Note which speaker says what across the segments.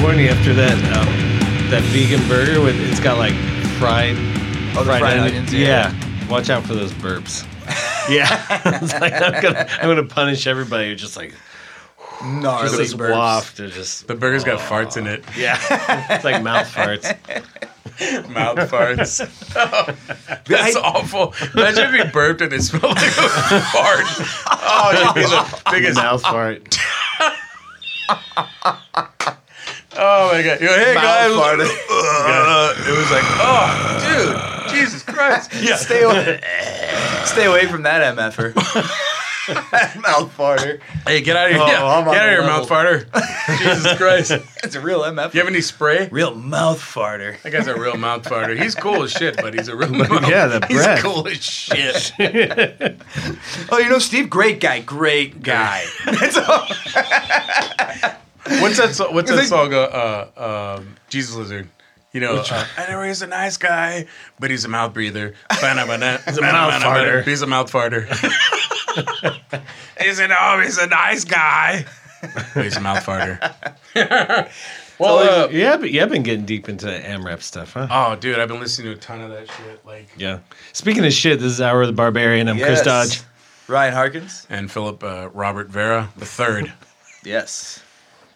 Speaker 1: morning after that um, that vegan burger with it's got like fried
Speaker 2: Oh, the fried
Speaker 1: onion-
Speaker 2: onions,
Speaker 1: Yeah.
Speaker 2: yeah.
Speaker 1: watch out for those burps. yeah, It's like, I'm gonna I'm gonna punish everybody who just like
Speaker 2: Gnarly
Speaker 1: just this
Speaker 2: burps.
Speaker 1: waft or just
Speaker 3: The burger's got farts in it.
Speaker 1: yeah, it's like mouth farts.
Speaker 3: Mouth farts. That's
Speaker 2: I-
Speaker 3: awful. Imagine if you burped and it smelled like a fart. Oh, you'd be the biggest.
Speaker 1: mouth fart.
Speaker 3: Oh my god. You're, hey guys.
Speaker 2: farted.
Speaker 3: Uh, it was like, oh, dude, Jesus Christ. Yeah.
Speaker 2: Stay away. Stay away from that mf'er. mouth farter.
Speaker 3: Hey, get out of here.
Speaker 1: Oh,
Speaker 3: yeah.
Speaker 1: I'm on
Speaker 3: Get out
Speaker 1: the
Speaker 3: of here,
Speaker 1: level.
Speaker 3: mouth farter. Jesus Christ. You
Speaker 2: That's a real mf'er.
Speaker 3: have any spray?
Speaker 2: Real mouth farter.
Speaker 3: That guy's a real mouth farter. He's cool as shit, but he's a real mouth.
Speaker 1: Yeah, the
Speaker 3: he's
Speaker 1: breath.
Speaker 3: cool as shit.
Speaker 2: Oh, you know Steve, great guy, great guy. That's all.
Speaker 3: What's that? So- what's
Speaker 2: It's
Speaker 3: that
Speaker 2: like-
Speaker 3: song? Uh, uh, um, Jesus Lizard. You know, uh, I know he's a nice guy, but he's a mouth breather. he's a
Speaker 1: mouth farter.
Speaker 3: He's a mouth farter. he's an oh, he's a nice guy. But he's a mouth farter. well, uh,
Speaker 1: yeah, but you've been getting deep into AMRAP stuff, huh?
Speaker 3: oh, dude, I've been listening to a ton of that shit. Like,
Speaker 1: Yeah. Speaking of shit, this is Hour of the Barbarian. I'm Chris
Speaker 2: Yes.
Speaker 1: Dodge.
Speaker 2: Ryan Harkins.
Speaker 3: and Philip uh, Robert Vera the third.
Speaker 2: Yes.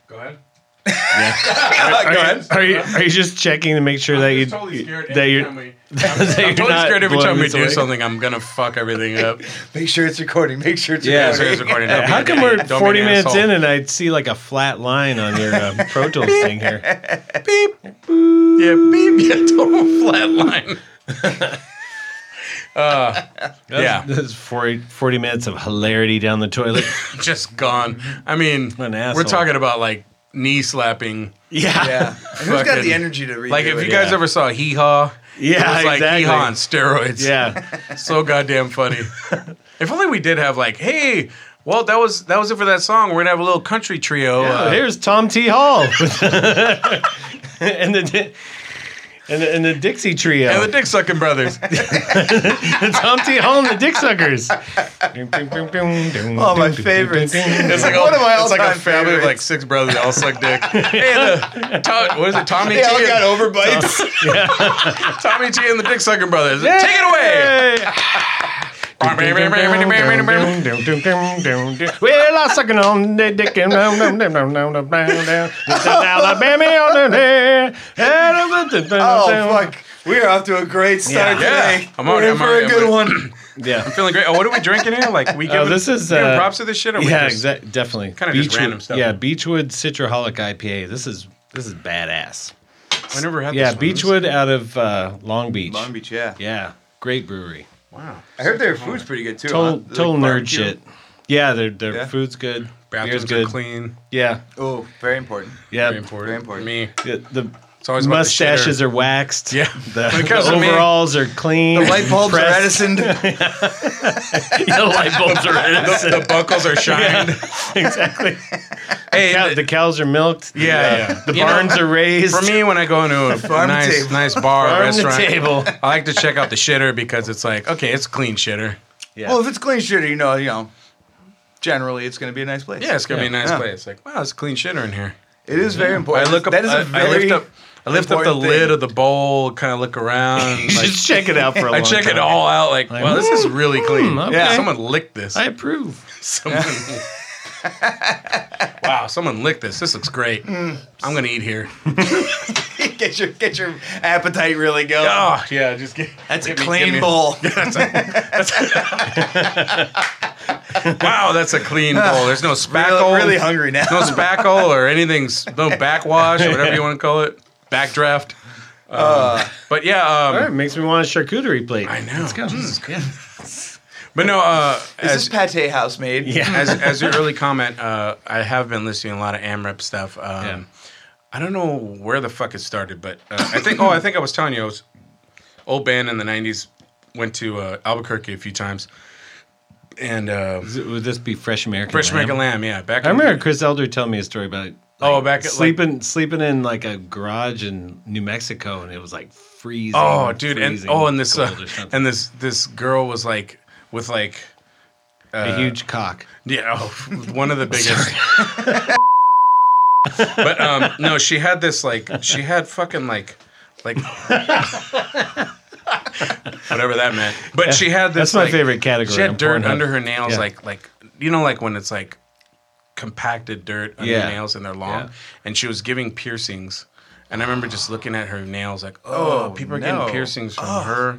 Speaker 3: Go ahead.
Speaker 2: Go
Speaker 1: Are
Speaker 2: ahead.
Speaker 1: you, are, you, are you just checking to make sure that you that
Speaker 3: every
Speaker 1: you're
Speaker 3: time we-
Speaker 1: that
Speaker 3: I'm
Speaker 1: you're
Speaker 3: totally
Speaker 1: not
Speaker 3: scared every
Speaker 1: blowing
Speaker 3: time we
Speaker 1: this
Speaker 3: do
Speaker 1: away?
Speaker 3: something, I'm gonna fuck everything up.
Speaker 2: Make sure it's recording. Make sure it's
Speaker 1: Yeah,
Speaker 3: So
Speaker 2: recording.
Speaker 3: it's recording. Don't be
Speaker 1: How
Speaker 3: an
Speaker 1: come
Speaker 3: idiot.
Speaker 1: we're
Speaker 3: Don't be an
Speaker 1: 40 minutes
Speaker 3: asshole.
Speaker 1: in and I see like a flat line on your um, Pro Tools thing here?
Speaker 3: beep, yeah, beep, yeah, total flatline. Yeah.
Speaker 1: This is 40, 40 minutes of hilarity down the toilet.
Speaker 3: Just gone. I mean,
Speaker 1: An
Speaker 3: we're
Speaker 1: asshole.
Speaker 3: talking about like knee slapping.
Speaker 1: Yeah.
Speaker 2: Yeah. And who's got
Speaker 3: Fucking-
Speaker 2: the energy to read?
Speaker 3: Like if you guys
Speaker 1: yeah.
Speaker 3: ever saw Hee Haw,
Speaker 1: Yeah,
Speaker 3: it was like
Speaker 1: exactly.
Speaker 3: Hee Haw on steroids.
Speaker 1: Yeah.
Speaker 3: so goddamn funny. if only we did have like, hey, well, that was that was it for that song. We're gonna have a little country trio.
Speaker 1: Oh,
Speaker 3: uh,
Speaker 1: here's Tom T. Hall. and the. Di- and the, and the Dixie Trio.
Speaker 3: and the Dick Sucking Brothers.
Speaker 1: the Tom T. Hall and the Dick Suckers.
Speaker 2: Oh,
Speaker 1: oh,
Speaker 2: my favorites.
Speaker 3: It's like
Speaker 2: One
Speaker 3: all,
Speaker 2: of my
Speaker 3: it's like a
Speaker 2: all-time
Speaker 3: family of like
Speaker 2: favorites.
Speaker 3: six brothers that all suck dick. hey, the, Tom, what is it? Tommy
Speaker 2: They
Speaker 3: T.
Speaker 2: all
Speaker 3: and-
Speaker 2: got overbites.
Speaker 3: Tommy T and the Dick Sucking Brothers. Take it away.
Speaker 1: well, I sucking on the dick and down, down, down, down, down, down, down, down. It's an Alabama on the day.
Speaker 2: Oh fuck. We are off to a great start
Speaker 3: Yeah. Yeah.
Speaker 2: today.
Speaker 3: I'm already-
Speaker 2: We're in
Speaker 3: I'm
Speaker 2: for
Speaker 3: already-
Speaker 2: a
Speaker 3: I'm
Speaker 2: good
Speaker 3: already-
Speaker 2: one.
Speaker 1: Yeah,
Speaker 3: Feeling great. Oh, what are we drinking here? Like we
Speaker 1: Oh,
Speaker 3: giving,
Speaker 1: this is,
Speaker 3: giving
Speaker 1: uh,
Speaker 3: props to this shit. Or we
Speaker 1: yeah,
Speaker 3: just-
Speaker 1: exactly, definitely.
Speaker 3: Kinda just random stuff.
Speaker 1: Yeah, Beechwood Citraholic IPA. This is this is badass.
Speaker 3: I never had.
Speaker 1: Yeah,
Speaker 3: this one.
Speaker 1: Beechwood
Speaker 3: This-
Speaker 1: out of uh, Long Beach.
Speaker 2: Long Beach, yeah.
Speaker 1: Yeah, great brewery.
Speaker 3: Wow.
Speaker 2: I heard their
Speaker 3: Oh.
Speaker 2: food's pretty good too.
Speaker 1: Total,
Speaker 2: huh? Like
Speaker 1: total nerd
Speaker 2: barbecue.
Speaker 1: shit. Yeah, their their
Speaker 2: Yeah.
Speaker 1: food's good. Beer's
Speaker 3: Bathrooms good.
Speaker 1: good.
Speaker 3: are clean.
Speaker 1: Yeah,
Speaker 2: Oh, very important.
Speaker 1: yeah.
Speaker 3: Very important.
Speaker 2: Very important.
Speaker 3: Me.
Speaker 1: Yeah, The
Speaker 3: It's always about the shitter.
Speaker 1: mustaches are waxed.
Speaker 3: Yeah.
Speaker 1: The,
Speaker 3: When it comes
Speaker 1: the
Speaker 3: to me-
Speaker 1: overalls are clean.
Speaker 2: The light bulbs are
Speaker 1: Pressed.
Speaker 2: Edison.
Speaker 1: the light bulbs are innocent.
Speaker 3: The buckles are shined.
Speaker 1: exactly.
Speaker 3: Hey,
Speaker 1: Cow- the cows are milked. The,
Speaker 3: Yeah,
Speaker 1: uh,
Speaker 3: yeah.
Speaker 1: The
Speaker 3: You
Speaker 1: barns
Speaker 3: know,
Speaker 1: are raised.
Speaker 3: for me, when I go into a
Speaker 2: Farm
Speaker 3: nice,
Speaker 2: table.
Speaker 3: nice bar or
Speaker 1: Farm to
Speaker 3: restaurant,
Speaker 1: table.
Speaker 3: I like to check out the shitter because it's like, okay, it's a clean shitter.
Speaker 1: Yeah.
Speaker 2: Well, if it's clean shit, you know, you know, generally it's going to be a nice place.
Speaker 3: Yeah, it's gonna be a nice
Speaker 2: Yeah.
Speaker 3: place. Like, wow, it's a clean shitter in here.
Speaker 2: it is very
Speaker 3: I
Speaker 2: important.
Speaker 3: look up.
Speaker 2: That is
Speaker 3: I-
Speaker 2: a very.
Speaker 3: I lift up. I lift up the
Speaker 2: important thing.
Speaker 3: lid of the bowl. Kind of look around.
Speaker 1: you
Speaker 3: like,
Speaker 1: should check it out for a
Speaker 3: I
Speaker 1: long
Speaker 3: check it
Speaker 1: time.
Speaker 3: all out. Like, wow, this is really clean.
Speaker 1: okay.
Speaker 3: Yeah, someone licked this.
Speaker 1: I approve.
Speaker 3: someone. wow, someone licked this. This looks great. I'm gonna eat here.
Speaker 2: get your get your appetite really going.
Speaker 3: Oh yeah, just get.
Speaker 2: That's a
Speaker 3: give me-
Speaker 2: clean
Speaker 3: give me-
Speaker 2: bowl.
Speaker 3: Wow, that's a clean bowl. There's no spackle.
Speaker 2: really hungry now.
Speaker 3: No spackle or anything. s- No backwash or whatever you want to call it. Backdraft. Um, but yeah, um,
Speaker 1: All right, makes me want a charcuterie plate.
Speaker 3: I know.
Speaker 1: Let's go.
Speaker 3: but no. Uh,
Speaker 2: Is this pate house made?
Speaker 1: Yeah.
Speaker 3: as as your early comment, uh, I have been listening to a lot of AMREP stuff. Um,
Speaker 1: Yeah.
Speaker 3: I don't know where the fuck it started, but uh, I think oh, I think I was telling you, I was old band in the '90s went to uh, Albuquerque a few times, and uh,
Speaker 1: Is it- Would this be Fresh American?
Speaker 3: Fresh
Speaker 1: Lamb?
Speaker 3: American Lamb, yeah, back.
Speaker 1: I
Speaker 3: in-
Speaker 1: remember Chris Elder telling me a story about like,
Speaker 3: Oh, back at, like-
Speaker 1: sleeping sleeping in like a garage in New Mexico, and it was like freezing.
Speaker 3: Oh, dude, and
Speaker 1: freezing
Speaker 3: oh, and this uh,
Speaker 1: cold or something.
Speaker 3: and this this girl was like with like uh,
Speaker 1: a huge cock.
Speaker 3: yeah, oh, one of the biggest. But um, no, she had this like she had fucking like like whatever that meant. But she had this.
Speaker 1: That's my
Speaker 3: like-
Speaker 1: favorite category
Speaker 3: She had
Speaker 1: on
Speaker 3: dirt
Speaker 1: Pornhub.
Speaker 3: under her nails,
Speaker 1: Yeah.
Speaker 3: like like you know, like when it's like compacted dirt under
Speaker 2: Yeah.
Speaker 3: your nails and they're long.
Speaker 2: Yeah.
Speaker 3: And she was giving piercings, and I remember just looking at her nails, like, oh,
Speaker 2: Oh,
Speaker 3: people are
Speaker 2: no.
Speaker 3: getting piercings from her.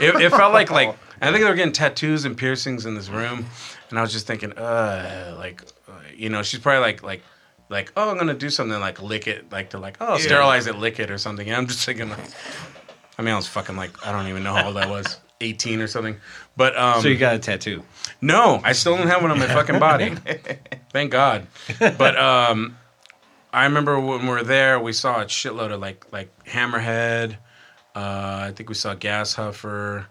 Speaker 3: It, it felt like like I think they were getting tattoos and piercings in this room, and I was just thinking, uh, like, uh, you know, she's probably like like. Like oh, I'm gonna do something like lick it, like to like oh sterilize it, lick it or something. And I'm just thinking like, I mean, I was fucking like I don't even know how old I was, 18 or something. But um,
Speaker 1: So you got a tattoo.
Speaker 3: no, I still don't have one on my fucking body. Thank God. But um, I remember when we were there, we saw a shitload of like like Hammerhead. Uh, I think we saw Gas Huffer.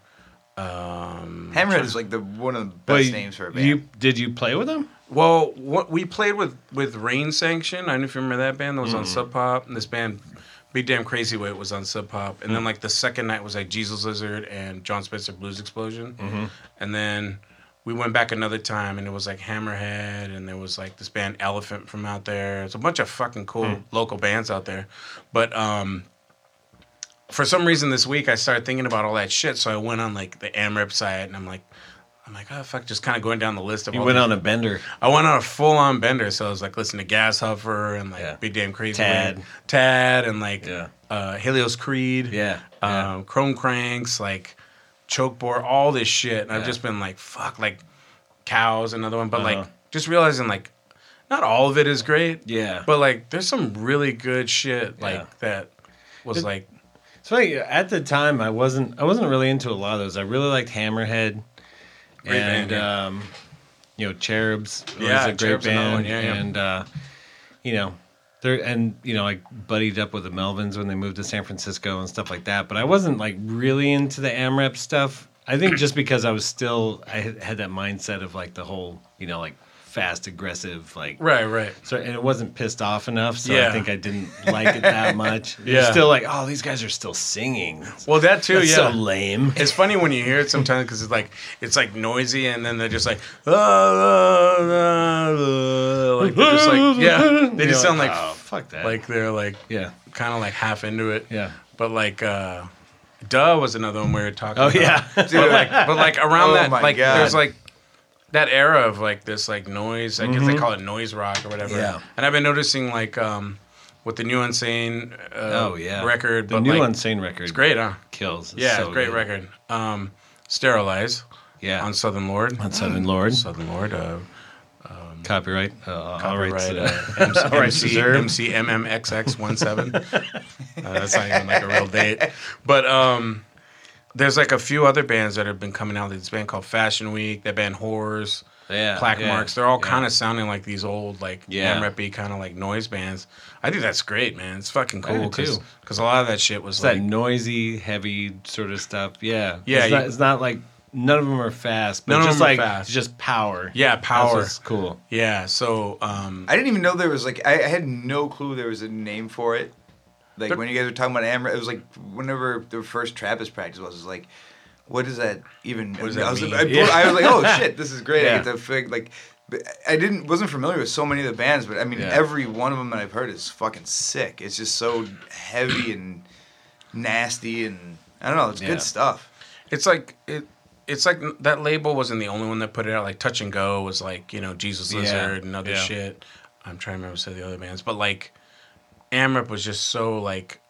Speaker 3: Um,
Speaker 2: Hammerhead is like the one of the best
Speaker 1: Well, you-
Speaker 2: names for a band.
Speaker 1: You did you play with them?
Speaker 3: well, what we played with with Rain Sanction. I don't know if you remember that band that was on
Speaker 1: Mm-hmm.
Speaker 3: Sub Pop. And this band, Big Damn Crazy Way, was on Sub Pop. And then like the second night was like Jesus Lizard and John Spencer Blues Explosion.
Speaker 1: Mm-hmm.
Speaker 3: And then we went back another time, and it was like Hammerhead, and there was like this band Elephant from out there. It's a bunch of fucking cool
Speaker 1: Mm.
Speaker 3: local bands out there. But um, for some reason this week, I started thinking about all that shit. So I went on like the AMRIP site, and I'm like. I'm like, oh fuck, just kind of going down the list of
Speaker 1: You
Speaker 3: all
Speaker 1: went
Speaker 3: these-
Speaker 1: on a bender.
Speaker 3: I went on a full on bender, so I was like listening to Gas Huffer and like
Speaker 1: Yeah.
Speaker 3: Big Damn Crazy
Speaker 1: Tad.
Speaker 3: Way- Tad, and like
Speaker 1: Yeah.
Speaker 3: uh, Helios Creed,
Speaker 1: Yeah, yeah.
Speaker 3: um, Chrome Cranks, like Chokeboard, all this shit, and I've
Speaker 1: Yeah.
Speaker 3: just been like, fuck, like cows, another one, but
Speaker 1: Uh-huh.
Speaker 3: like just realizing like not all of it is great,
Speaker 1: Yeah.
Speaker 3: but like there's some really good shit like
Speaker 1: Yeah.
Speaker 3: that was like
Speaker 1: It's funny. At the time, I wasn't I wasn't really into a lot of those. I really liked Hammerhead,
Speaker 3: Great
Speaker 1: and
Speaker 3: band, yeah.
Speaker 1: um, you know, Cherubs was
Speaker 3: Yeah,
Speaker 1: a great
Speaker 3: Cherub's another
Speaker 1: band,
Speaker 3: one, yeah, yeah.
Speaker 1: and uh, you know, there and you know, I buddied up with the Melvins when they moved to San Francisco and stuff like that. But I wasn't like really into the AMRAP stuff. I think just because I was still I had had that mindset of like the whole you know like fast aggressive like
Speaker 3: right, right.
Speaker 1: so and it wasn't pissed off enough, so I
Speaker 3: Yeah.
Speaker 1: think I didn't like it that much. You're
Speaker 3: Yeah.
Speaker 1: still like, oh, these guys are still singing.
Speaker 3: Well, that too,
Speaker 1: That's so
Speaker 3: yeah.
Speaker 1: lame.
Speaker 3: It's funny when you hear it sometimes because it's like it's like noisy, and then they're just like, "Ah, ah, ah, ah," like they're just like yeah, they
Speaker 1: You're
Speaker 3: just sound like
Speaker 1: oh,
Speaker 3: f-
Speaker 1: fuck that.
Speaker 3: like they're like
Speaker 1: yeah,
Speaker 3: kind of like half into it.
Speaker 1: yeah.
Speaker 3: But like, uh, duh was another one we were talking.
Speaker 1: Oh
Speaker 3: about.
Speaker 1: yeah.
Speaker 2: Dude,
Speaker 3: But like around
Speaker 2: Oh
Speaker 3: that,
Speaker 2: my
Speaker 3: like
Speaker 2: God.
Speaker 3: there's like that era of like this like noise. I guess they call it noise rock or whatever.
Speaker 1: Mm-hmm. Yeah.
Speaker 3: And I've been noticing like um with the new insane uh,
Speaker 1: oh yeah.
Speaker 3: record,
Speaker 1: The
Speaker 3: but
Speaker 1: new
Speaker 3: like,
Speaker 1: insane record. It's
Speaker 3: great, huh?
Speaker 1: Kills. It's
Speaker 3: Yeah,
Speaker 1: so
Speaker 3: it's a great
Speaker 1: good.
Speaker 3: record. Um, Sterilize
Speaker 1: Yeah.
Speaker 3: on
Speaker 1: On,
Speaker 3: Southern Lord.
Speaker 1: Southern Lord.
Speaker 3: Southern Lord. Uh,
Speaker 1: Copyright. Uh,
Speaker 3: copyright
Speaker 1: All
Speaker 3: uh,
Speaker 1: right.
Speaker 3: MC,
Speaker 1: All rights
Speaker 3: MC,
Speaker 1: reserved.
Speaker 3: MCMMXX17. uh, that's not even like a real date. But um, there's like a few other bands that have been coming out. This band called Fashion Week, that band Horrors,
Speaker 1: yeah.
Speaker 3: Plaque
Speaker 1: yeah,
Speaker 3: Marks. They're all
Speaker 1: yeah.
Speaker 3: kind of sounding like these old, like
Speaker 1: Yeah.
Speaker 3: yeah. y kind of like noise bands. I think that's great, man. It's fucking cool
Speaker 1: do too.
Speaker 3: because a lot of that shit was
Speaker 1: It's
Speaker 3: like
Speaker 1: that noisy, heavy sort of stuff. Yeah.
Speaker 3: Yeah,
Speaker 1: It's,
Speaker 3: you-
Speaker 1: not, it's not like none of them are fast, but
Speaker 3: None of
Speaker 1: just
Speaker 3: them are
Speaker 1: like
Speaker 3: fast.
Speaker 1: just power.
Speaker 3: Yeah, power.
Speaker 1: That's what's cool.
Speaker 3: yeah. So um,
Speaker 2: I didn't even know there was like I, I had no clue there was a name for it. Like
Speaker 3: There-
Speaker 2: when you guys were talking about Amra, it was like whenever the first Trappist practice was, it was like, what does that even?
Speaker 3: What does
Speaker 2: I
Speaker 3: that
Speaker 2: was,
Speaker 3: mean?
Speaker 2: I, blew- I was like, oh shit, this is great. I
Speaker 1: Yeah.
Speaker 2: get to fig- like, but I didn't wasn't familiar with so many of the bands, but I mean
Speaker 1: Yeah.
Speaker 2: every one of them that I've heard is fucking sick. It's just so heavy and nasty, and I don't know, it's
Speaker 1: Yeah.
Speaker 2: good stuff.
Speaker 3: It's like it. It's like n- that label wasn't the only one that put it out. Like Touch and Go was like you know Jesus
Speaker 1: Yeah,
Speaker 3: Lizard and other
Speaker 1: yeah.
Speaker 3: shit. I'm trying to remember some of the other bands, but like Amrap was just so like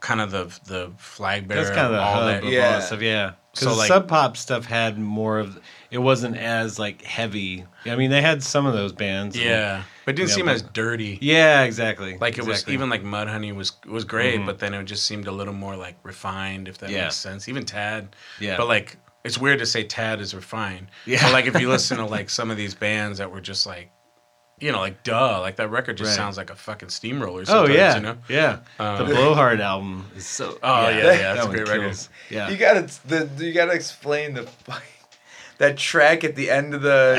Speaker 3: kind of the the flag bearer.
Speaker 1: That's kind of the
Speaker 3: all
Speaker 1: hub
Speaker 3: that.
Speaker 1: of all
Speaker 2: Yeah.
Speaker 1: that stuff. Yeah.
Speaker 3: So,
Speaker 1: Because
Speaker 3: like-
Speaker 1: sub pop stuff had more of it wasn't as like heavy. I mean, they had some of those bands. and-
Speaker 3: Yeah, but it didn't
Speaker 1: Yeah,
Speaker 3: seem
Speaker 1: but-
Speaker 3: as dirty.
Speaker 1: yeah, exactly.
Speaker 3: Like it was
Speaker 1: exactly.
Speaker 3: even like Mud Honey was was great,
Speaker 1: Mhm.
Speaker 3: but then it just seemed a little more like refined, if that
Speaker 1: Yeah.
Speaker 3: makes sense. Even Tad,
Speaker 1: Yeah.
Speaker 3: But like it's weird to say Tad is refined.
Speaker 1: Yeah.
Speaker 3: Yeah. like if you listen to like some of these bands that were just like, you know, like duh, like that record just
Speaker 1: Right.
Speaker 3: sounds like a fucking steamroller.
Speaker 1: oh
Speaker 3: Sometimes,
Speaker 1: yeah,
Speaker 3: You know.
Speaker 1: yeah. the
Speaker 3: Um,
Speaker 1: Blowhard album is so.
Speaker 3: Oh, yeah, yeah,
Speaker 1: that
Speaker 3: that's a
Speaker 1: one
Speaker 3: great record.
Speaker 1: kills. Yeah.
Speaker 2: You gotta the you gotta explain the fucking- that track at the end of the,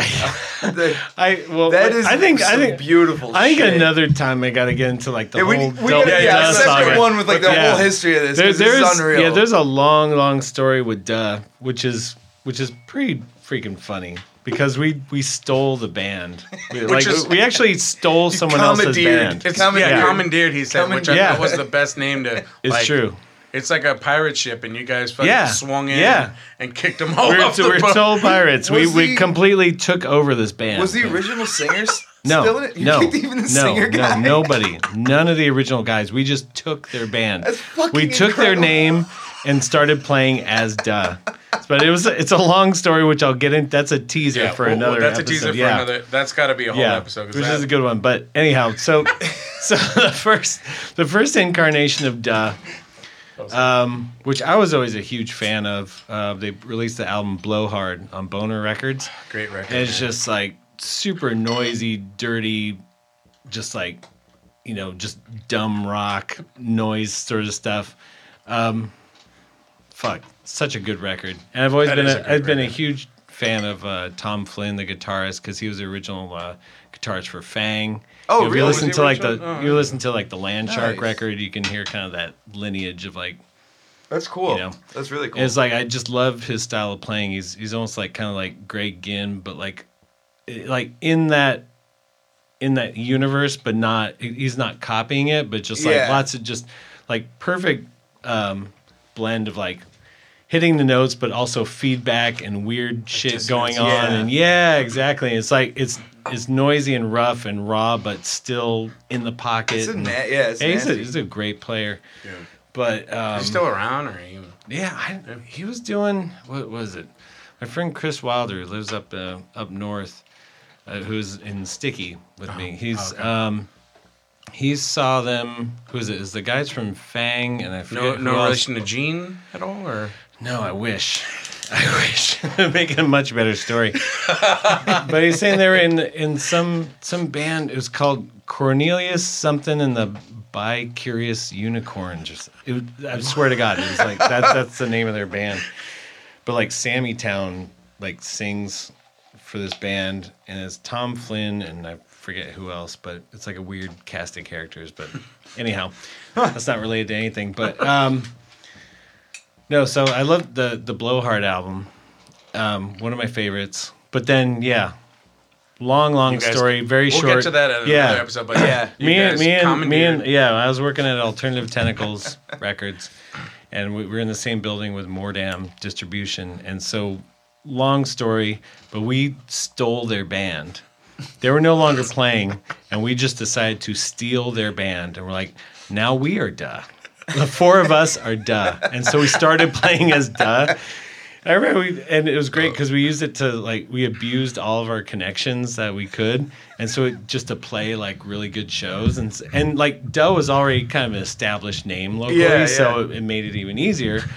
Speaker 2: the
Speaker 1: I well,
Speaker 2: that is
Speaker 1: I think I
Speaker 2: some
Speaker 1: think
Speaker 2: beautiful.
Speaker 1: I think
Speaker 2: shit.
Speaker 1: another time I got to get into like the
Speaker 2: Yeah, we,
Speaker 1: whole
Speaker 2: we
Speaker 1: Don't
Speaker 2: gotta, yeah,
Speaker 1: Dust
Speaker 2: yeah, separate
Speaker 1: saga.
Speaker 2: one with like the
Speaker 1: Yeah.
Speaker 2: whole history of this.
Speaker 1: There-
Speaker 2: because this is
Speaker 1: there's
Speaker 2: unreal.
Speaker 1: yeah, there's a long, long story with Duh, which is which is pretty freaking funny because we we stole the band. We,
Speaker 3: Which
Speaker 1: like
Speaker 3: is-
Speaker 1: we actually stole someone else's
Speaker 2: commandeered.
Speaker 1: band.
Speaker 3: It's
Speaker 2: Commandeered.
Speaker 3: yeah, commandeered. He said, which I
Speaker 1: Commandeered.
Speaker 3: thought was the best name to.
Speaker 1: It's
Speaker 3: like,
Speaker 1: true.
Speaker 3: It's like a pirate ship, and you guys fucking
Speaker 1: Yeah.
Speaker 3: swung in
Speaker 1: Yeah.
Speaker 3: and kicked them all
Speaker 1: We're,
Speaker 3: off
Speaker 1: so
Speaker 3: the
Speaker 1: we're
Speaker 3: boat.
Speaker 1: told pirates. We,
Speaker 2: Was
Speaker 1: we
Speaker 2: he-
Speaker 1: completely took over this band.
Speaker 2: Was the original singer s-
Speaker 1: no,
Speaker 2: still in it? You
Speaker 1: no,
Speaker 2: kicked even the
Speaker 1: no,
Speaker 2: singer
Speaker 1: no,
Speaker 2: guy?
Speaker 1: nobody, none of the original guys. We just took their band.
Speaker 2: That's fucking
Speaker 1: we took their
Speaker 2: incredible.
Speaker 1: name and started playing as Duh. But it was it's a long story, which I'll get in. That's a teaser
Speaker 3: Yeah,
Speaker 1: for
Speaker 3: well, well,
Speaker 1: another.
Speaker 3: that's
Speaker 1: episode.
Speaker 3: a teaser for
Speaker 1: Yeah.
Speaker 3: another. That's got to be a whole episode. 'cause
Speaker 1: Which
Speaker 3: that-
Speaker 1: is a good one. But anyhow, so so the first the first incarnation of Duh, um, which I was always a huge fan of. Uh, they released the album Blowhard on Boner Records.
Speaker 3: great record.
Speaker 1: And it's just like super noisy, dirty, just like you know, just dumb rock noise sort of stuff. Um, fuck, such a good record. And I've always
Speaker 3: That
Speaker 1: been
Speaker 3: is
Speaker 1: a,
Speaker 3: a
Speaker 1: I've
Speaker 3: great
Speaker 1: been a
Speaker 3: record.
Speaker 1: huge fan of uh, Tom Flynn, the guitarist, because he was the original uh, guitarist for Fang. if
Speaker 2: Oh, really?
Speaker 1: you
Speaker 2: Was
Speaker 1: listen
Speaker 3: he
Speaker 1: to like the
Speaker 3: original? Oh,
Speaker 1: you listen to like the Land Shark
Speaker 2: Nice.
Speaker 1: record, you can hear kind of that lineage of like
Speaker 2: That's cool.
Speaker 1: You know.
Speaker 2: That's really cool.
Speaker 1: and It's like I just love his style of playing. He's he's almost like kind of like Greg Ginn, but like it- like in that in that universe, but not he- he's not copying it, but just like
Speaker 2: Yeah.
Speaker 1: lots of just like perfect um blend of like hitting the notes but also feedback and weird shit going
Speaker 3: dissonance.
Speaker 1: on
Speaker 2: Yeah.
Speaker 1: and yeah exactly it's like it's it's noisy and rough and raw but still in the pocket
Speaker 2: it's a
Speaker 1: and-
Speaker 2: na- yeah, it's
Speaker 1: Yeah, he's, a,
Speaker 2: nasty.
Speaker 1: he's a great player
Speaker 3: Yeah.
Speaker 1: but um,
Speaker 3: He's still around, or even
Speaker 1: yeah, I, he was doing what was it? My friend Chris Wilder, who lives up uh, up north, uh, who's in Sticky with me. He's
Speaker 3: Oh, okay.
Speaker 1: um, he saw them. Who is it? Is the guys from Fang and I
Speaker 3: no
Speaker 1: forget who
Speaker 3: no
Speaker 1: else.
Speaker 3: relation to Gene at all, or
Speaker 1: No, I wish. I wish. Making a much better story. but he's saying they were in in some some band. It was called Cornelius something in the Bi Curious Unicorns. Or something. It, was- I swear to God, it was like that. That's the name of their band. But like Sammy Town like sings for this band, and it's Tom Flynn and I forget who else, but it's like a weird cast of characters. But anyhow, that's not related to anything. But um, no, so I love the the Blowhard album, um, one of my favorites. But then, yeah, long long
Speaker 3: You guys-
Speaker 1: story, very
Speaker 3: we'll
Speaker 1: short.
Speaker 3: get to that at another
Speaker 1: yeah.
Speaker 3: episode. But
Speaker 2: Yeah.
Speaker 3: you
Speaker 1: Me and
Speaker 3: guys
Speaker 1: me and me and
Speaker 3: commandeered-
Speaker 1: yeah, I was working at Alternative Tentacles Records, and we were in the same building with Mordam Distribution, and so long story, but we stole their band. They were no longer playing, and we just decided to steal their band, and we're like, now we are duh. The four of us are duh, and so we started playing as duh. I remember, we, and it was great
Speaker 2: Oh.
Speaker 1: because we used it to like we abused all of our connections that we could, and so it, just to play like really good shows, and s- and like Doe was already kind of an established name locally,
Speaker 2: Yeah,
Speaker 1: so
Speaker 2: yeah.
Speaker 1: it, it made it even easier.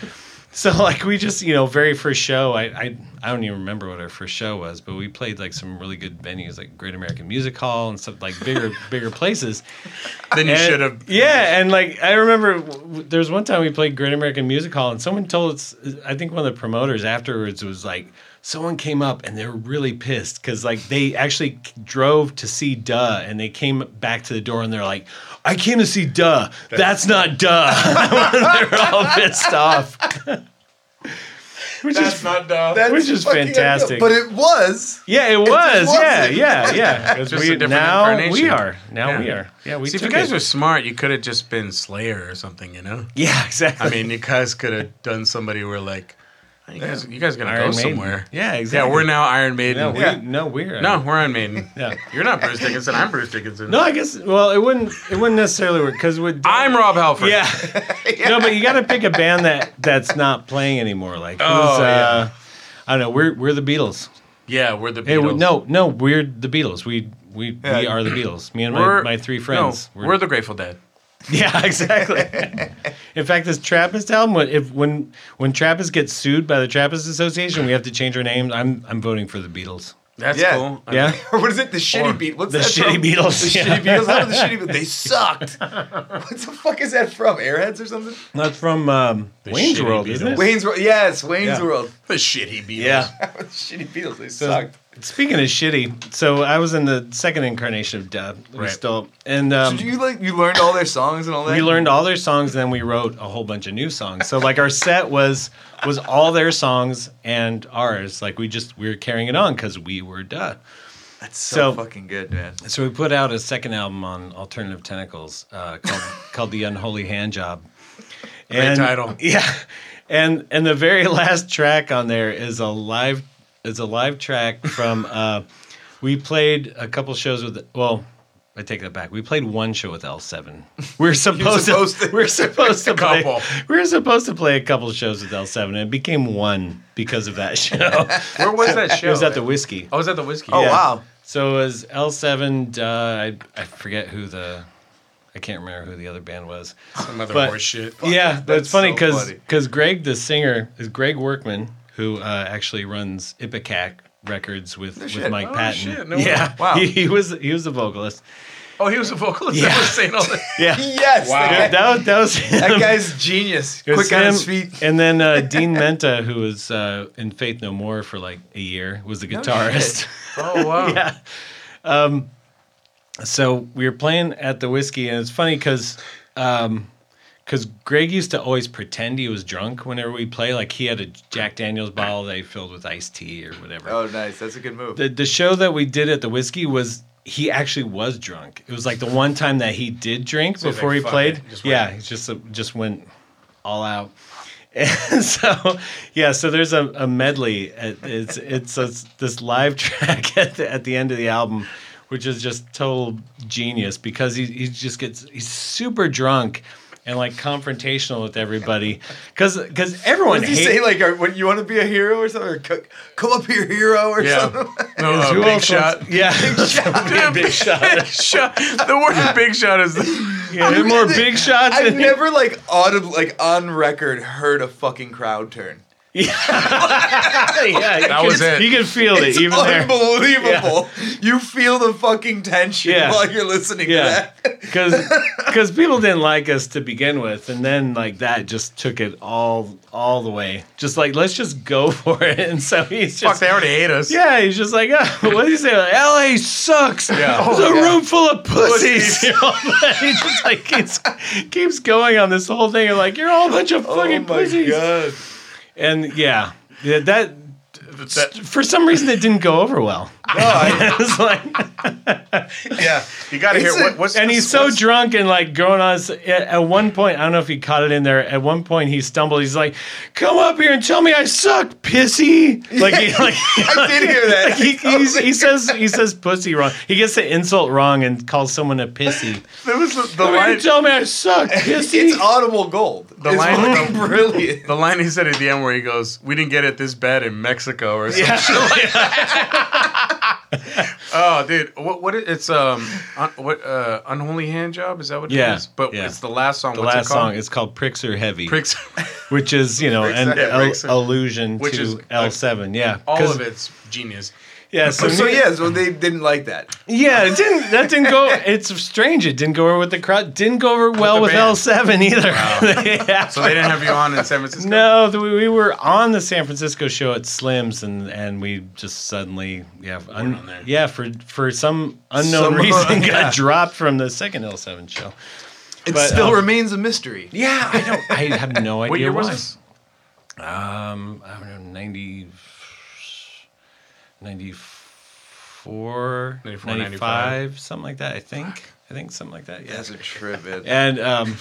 Speaker 1: So like we just you know very first show I, I I don't even remember what our first show was but we played like some really good venues like Great American Music Hall and stuff like bigger bigger places
Speaker 3: then you
Speaker 1: and-
Speaker 3: should have.
Speaker 1: Yeah, and like I remember, w- w- there was one time we played Great American Music Hall, and someone told us. I think one of the promoters afterwards was like, someone came up and they were really pissed because like they actually c- drove to see Duh, and they came back to the door and they're like, I came to see Duh. That's not Duh. they were all pissed off. Which is
Speaker 3: That's not dumb.
Speaker 2: That's
Speaker 1: Which is
Speaker 2: fucking
Speaker 1: fantastic.
Speaker 2: unreal. But it was.
Speaker 1: yeah, it
Speaker 2: just
Speaker 1: was. yeah,
Speaker 2: wasn't.
Speaker 1: yeah, yeah, 'Cause
Speaker 3: Just
Speaker 1: we-
Speaker 3: a different
Speaker 1: now we
Speaker 3: incarnation.
Speaker 1: are. Now
Speaker 3: Yeah.
Speaker 1: we are. Yeah, we
Speaker 3: See, if you
Speaker 1: took
Speaker 3: guys
Speaker 1: it.
Speaker 3: were smart, you could have just been Slayer or something. You know,
Speaker 1: yeah, exactly.
Speaker 3: I mean, you guys could have done somebody where like, you guys, you guys are gonna
Speaker 1: Iron
Speaker 3: go
Speaker 1: Maiden.
Speaker 3: somewhere.
Speaker 1: Yeah,
Speaker 3: Yeah,
Speaker 1: exactly.
Speaker 3: we're now Iron Maiden.
Speaker 1: No,
Speaker 3: No,
Speaker 1: we,
Speaker 3: we're,
Speaker 2: Yeah.
Speaker 1: no, we're uh,
Speaker 3: Iron Maiden.
Speaker 1: Yeah.
Speaker 3: You're not Bruce Dickinson. I'm Bruce Dickinson.
Speaker 1: No, I guess. Well, it wouldn't. It wouldn't necessarily work because would.
Speaker 3: I'm Rob Halford.
Speaker 1: yeah. No, but you got to pick a band that that's not playing anymore. Like, who's,
Speaker 3: Oh,
Speaker 1: uh, I don't know. We're we're the Beatles.
Speaker 3: yeah, we're the Beatles.
Speaker 1: Hey, we- no, no, we're the Beatles. We we we
Speaker 2: Yeah.
Speaker 1: are the Beatles. Me and my,
Speaker 3: We're-
Speaker 1: my three friends.
Speaker 3: No, we're, the Grateful Dead.
Speaker 1: yeah, exactly. In fact, this Trappist album. When if when when Trappist gets sued by the Trappist Association, we have to change our names. I'm I'm voting for the Beatles.
Speaker 3: That's
Speaker 2: Yeah.
Speaker 3: cool. I
Speaker 1: Yeah.
Speaker 3: mean,
Speaker 2: what is it? The
Speaker 3: Or
Speaker 2: shitty beat. What's
Speaker 1: The
Speaker 2: that
Speaker 1: shitty
Speaker 2: from?
Speaker 1: Beatles.
Speaker 2: The
Speaker 1: yeah.
Speaker 2: shitty Beatles. How about the shitty Beatles? They sucked. what the fuck is that from? Airheads or something?
Speaker 1: That's from um,
Speaker 3: The
Speaker 1: Wayne's
Speaker 3: shitty
Speaker 1: World, isn't
Speaker 3: Beatles.
Speaker 1: it?
Speaker 2: Wayne's World. Yes, Wayne's
Speaker 1: Yeah.
Speaker 2: World.
Speaker 3: The shitty Beatles.
Speaker 1: Yeah.
Speaker 2: shitty Beatles. They
Speaker 1: So
Speaker 2: sucked.
Speaker 1: Speaking of shitty, so I was in the second incarnation of Dub. We
Speaker 3: Right.
Speaker 1: still and um,
Speaker 2: Did you like you learned all their songs and all that?
Speaker 1: we learned all their songs and then we wrote a whole bunch of new songs so like our set was was all their songs and ours like we just we were carrying it on because we were done
Speaker 2: That's so,
Speaker 1: so-
Speaker 2: fucking good, man.
Speaker 1: so we put out a second album on alternative tentacles uh, called called the unholy hand job
Speaker 3: Great title.
Speaker 1: yeah and and the very last track on there is a live is a live track from uh we played a couple shows with well I take that back. We played one show with L7. We are supposed,
Speaker 2: supposed
Speaker 1: to,
Speaker 2: to-
Speaker 1: we are supposed to play,
Speaker 3: couple.
Speaker 1: we were supposed to play a couple shows with L7 and it became one because of that show.
Speaker 3: Where was that show?
Speaker 1: it was at the Whiskey.
Speaker 3: I was at the whiskey.
Speaker 2: Oh
Speaker 1: Yeah.
Speaker 2: wow.
Speaker 1: So it was L7 duh, I I forget who the I can't remember who the other band was.
Speaker 3: Some other
Speaker 1: But-
Speaker 3: horse shit.
Speaker 1: yeah, but
Speaker 2: that's
Speaker 1: it's funny
Speaker 2: so
Speaker 1: because
Speaker 2: funny.
Speaker 1: Greg the singer is Greg Workman who uh, actually runs Ipecac Records with, with
Speaker 2: shit.
Speaker 1: Mike
Speaker 3: Oh,
Speaker 1: Patton.
Speaker 3: shit, no
Speaker 1: yeah,
Speaker 3: way.
Speaker 2: Wow.
Speaker 1: He, he was he was the vocalist.
Speaker 3: Oh, he was a vocalist.
Speaker 1: Yeah.
Speaker 3: I was saying all that.
Speaker 1: Yeah,
Speaker 2: Yes.
Speaker 3: Wow.
Speaker 1: that,
Speaker 2: That, guy,
Speaker 1: that was that was him.
Speaker 2: that guy's genius.
Speaker 1: It was
Speaker 2: Quick on his
Speaker 1: him,
Speaker 2: feet.
Speaker 1: And then uh, Dean Menta, who was uh, in Faith No More for like a year, was the guitarist.
Speaker 3: Oh wow.
Speaker 1: yeah. Um, so we were playing at the whiskey, and it's funny because because Greg used to always pretend he was drunk whenever we play. Like he had a Jack Daniels bottle they filled with iced tea or whatever.
Speaker 2: Oh, nice. That's a good move.
Speaker 1: The the show that we did at the whiskey was he actually was drunk. It was like the one time that he did drink
Speaker 3: he's
Speaker 1: before
Speaker 3: like,
Speaker 1: he
Speaker 3: "Fuck
Speaker 1: played.
Speaker 3: it," just went-
Speaker 1: yeah, he just just went all out. And so yeah, so there's a, a medley. At, it's it's a, this live track at the, at the end of the album, which is just total genius because he he just gets he's super drunk. And like confrontational with everybody, because because everyone
Speaker 2: What did you
Speaker 1: hates-
Speaker 2: say? Like, are, when you want to be a hero or something? Or co- come up here, hero or something?
Speaker 3: No, uh,
Speaker 1: Who
Speaker 3: big
Speaker 1: else
Speaker 3: shot.
Speaker 1: wants- yeah,
Speaker 3: Dude,
Speaker 1: big shot.
Speaker 3: shot. The word big shot is. The,
Speaker 1: Yeah, there are more big shots.
Speaker 2: I've
Speaker 1: than-
Speaker 2: never like audibly, like on record, heard a fucking crowd turn.
Speaker 1: yeah, you
Speaker 3: That
Speaker 1: can-
Speaker 3: was it.
Speaker 1: You can feel it
Speaker 2: It's
Speaker 1: even there.
Speaker 2: unbelievable. You feel the fucking tension
Speaker 1: Yeah.
Speaker 2: while you're listening
Speaker 1: Yeah,
Speaker 2: to that.
Speaker 1: because people didn't like us to begin with, and then like that just took it all all the way. Just like let's just go for it, and so he's
Speaker 3: fuck,
Speaker 1: just.
Speaker 3: they already hate us.
Speaker 1: yeah, he's just like, oh, what do you say? Like, LA sucks.
Speaker 3: Yeah.
Speaker 1: It's a
Speaker 2: Oh, yeah.
Speaker 1: room full of pussies. You know? he just like keeps, keeps going on this whole thing of like, you're all a bunch of fucking pussies.
Speaker 2: Oh god.
Speaker 1: And yeah, yeah, that
Speaker 3: That-
Speaker 1: for some reason it didn't go over well.
Speaker 2: No, I-
Speaker 1: it's like
Speaker 3: yeah. You gotta
Speaker 2: It's
Speaker 3: hear
Speaker 2: a-
Speaker 3: what, what's
Speaker 1: and
Speaker 3: this-
Speaker 1: he's so
Speaker 3: what's-
Speaker 1: drunk and like going on. s- At, at one point, I don't know if he caught it in there. At one point, he stumbled. He's like, "Come up here and tell me I suck, pissy." Like, he, like
Speaker 2: I did hear that.
Speaker 1: he, he's, he says he says pussy wrong. He gets the insult wrong and calls someone a pissy.
Speaker 3: There was the, the
Speaker 1: Come here
Speaker 3: line.
Speaker 1: and tell me I suck, pissy.
Speaker 2: It's audible gold. The it's
Speaker 3: line-
Speaker 2: fucking
Speaker 3: the-
Speaker 2: brilliant.
Speaker 3: The line he said at the end where he goes, "We didn't get it this bad in Mexico," or something.
Speaker 1: yeah.
Speaker 3: Oh, dude, what what it- it's um un, what uh unholy hand job is that what it is?
Speaker 1: Yeah,
Speaker 3: But
Speaker 1: yeah.
Speaker 3: it's the last song.
Speaker 1: The
Speaker 3: What's
Speaker 1: last
Speaker 3: it called?
Speaker 1: song is called "Pricks Are Heavy,"
Speaker 3: Pricks.
Speaker 1: which is you know an
Speaker 2: Pricks Are-
Speaker 1: al-
Speaker 3: Pricks Are-
Speaker 1: allusion
Speaker 3: which
Speaker 1: to
Speaker 3: is-
Speaker 1: L seven. Yeah,
Speaker 3: All
Speaker 1: 'Cause-
Speaker 3: of it's genius.
Speaker 1: Yeah, so,
Speaker 2: So
Speaker 1: he-
Speaker 2: yeah, so they didn't like that.
Speaker 1: Yeah, it didn't. That didn't go. It's strange. It didn't go over with the crowd. Didn't go over well
Speaker 3: the
Speaker 1: with
Speaker 3: band.
Speaker 1: L seven either. Yeah.
Speaker 3: So they didn't have you on in San Francisco.
Speaker 1: no, the, we were on the San Francisco show at Slim's, and and we just suddenly yeah un-
Speaker 3: on there.
Speaker 1: yeah for for some unknown
Speaker 2: Some-
Speaker 1: reason
Speaker 2: yeah.
Speaker 1: got dropped from the second L seven show.
Speaker 2: It
Speaker 1: But,
Speaker 2: still
Speaker 1: um,
Speaker 2: remains a mystery.
Speaker 1: Yeah, I don't. I have no idea
Speaker 3: What year
Speaker 1: why.
Speaker 3: was this?
Speaker 1: Um, I don't know, 90, 94,
Speaker 3: 94,
Speaker 1: 95, something like that. I think. I think something like that. Yeah.
Speaker 2: That's a trip, man.
Speaker 1: And um,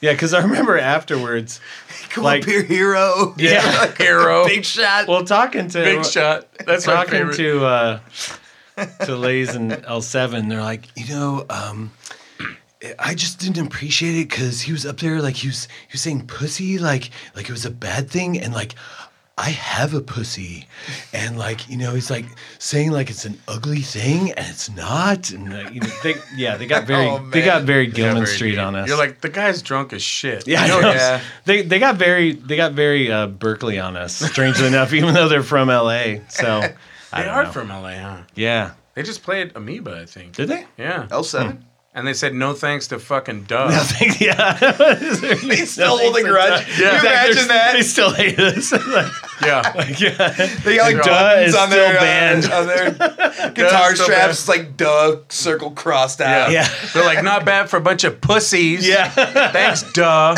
Speaker 1: yeah, because I remember afterwards,
Speaker 2: Come
Speaker 1: like-
Speaker 2: up here, hero.
Speaker 1: Yeah.
Speaker 3: Hero.
Speaker 2: Big shot.
Speaker 1: well, talking to
Speaker 3: Big shot. That's my
Speaker 1: talking
Speaker 3: favorite.
Speaker 1: to uh, to Lays and L seven, they're like, you know, um, I just didn't appreciate it because he was up there like he was he was saying pussy like like it was a bad thing and like. I have a pussy, and like you know, he's like saying like it's an ugly thing, and it's not. And like, you know, they, yeah, they got very
Speaker 2: Oh,
Speaker 1: they got
Speaker 2: man.
Speaker 1: very
Speaker 3: Yeah,
Speaker 1: Gilman
Speaker 3: very
Speaker 1: Street
Speaker 3: deep.
Speaker 1: on us.
Speaker 3: You're like the guy's drunk as shit.
Speaker 1: Yeah,
Speaker 2: You know,
Speaker 1: I know.
Speaker 2: yeah.
Speaker 1: They they got very they got very uh, Berkeley on us. Strangely enough, even though they're from L.A. So I
Speaker 3: they
Speaker 1: don't
Speaker 3: are
Speaker 1: know.
Speaker 3: from LA, huh?
Speaker 1: yeah.
Speaker 3: They just played Amoeba, I think.
Speaker 1: Did they?
Speaker 3: Yeah.
Speaker 2: L seven.
Speaker 3: and they said no thanks to fucking Doug.
Speaker 1: yeah. He's
Speaker 2: Still holding grudge.
Speaker 3: Yeah.
Speaker 2: Can you imagine
Speaker 1: They
Speaker 2: that?
Speaker 1: still hate us. like,
Speaker 3: yeah,
Speaker 1: yeah.
Speaker 2: They got like
Speaker 1: Duh
Speaker 2: buttons
Speaker 1: is
Speaker 2: on
Speaker 1: still
Speaker 2: their, uh,
Speaker 1: banned.
Speaker 2: on their guitar
Speaker 3: still
Speaker 2: straps.
Speaker 3: banned.
Speaker 2: It's like duh, circle crossed out.
Speaker 1: Yeah.
Speaker 3: they're like not bad for a bunch of pussies.
Speaker 1: Yeah.
Speaker 3: thanks, duh.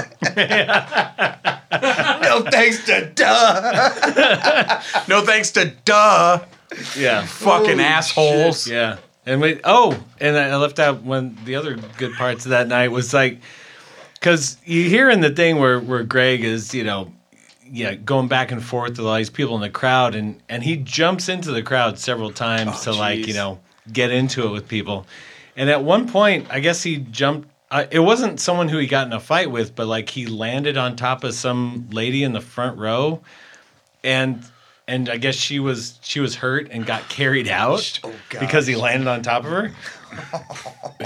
Speaker 2: No thanks to duh.
Speaker 3: No thanks to duh.
Speaker 1: Yeah.
Speaker 3: Fucking assholes.
Speaker 1: Yeah. And we oh, and I I left out one the other good parts of that night was like cuz you hear in the thing where where Greg is, you know, yeah, going back and forth with all these people in the crowd and and he jumps into the crowd several times to like,
Speaker 2: Oh, jeez.
Speaker 1: you know, get into it with people. And at one point, I guess he jumped uh, it wasn't someone who he got in a fight with, but like he landed on top of some lady in the front row and and I guess she was she was hurt and got carried out
Speaker 2: Oh, gosh.
Speaker 1: because he landed on top of her.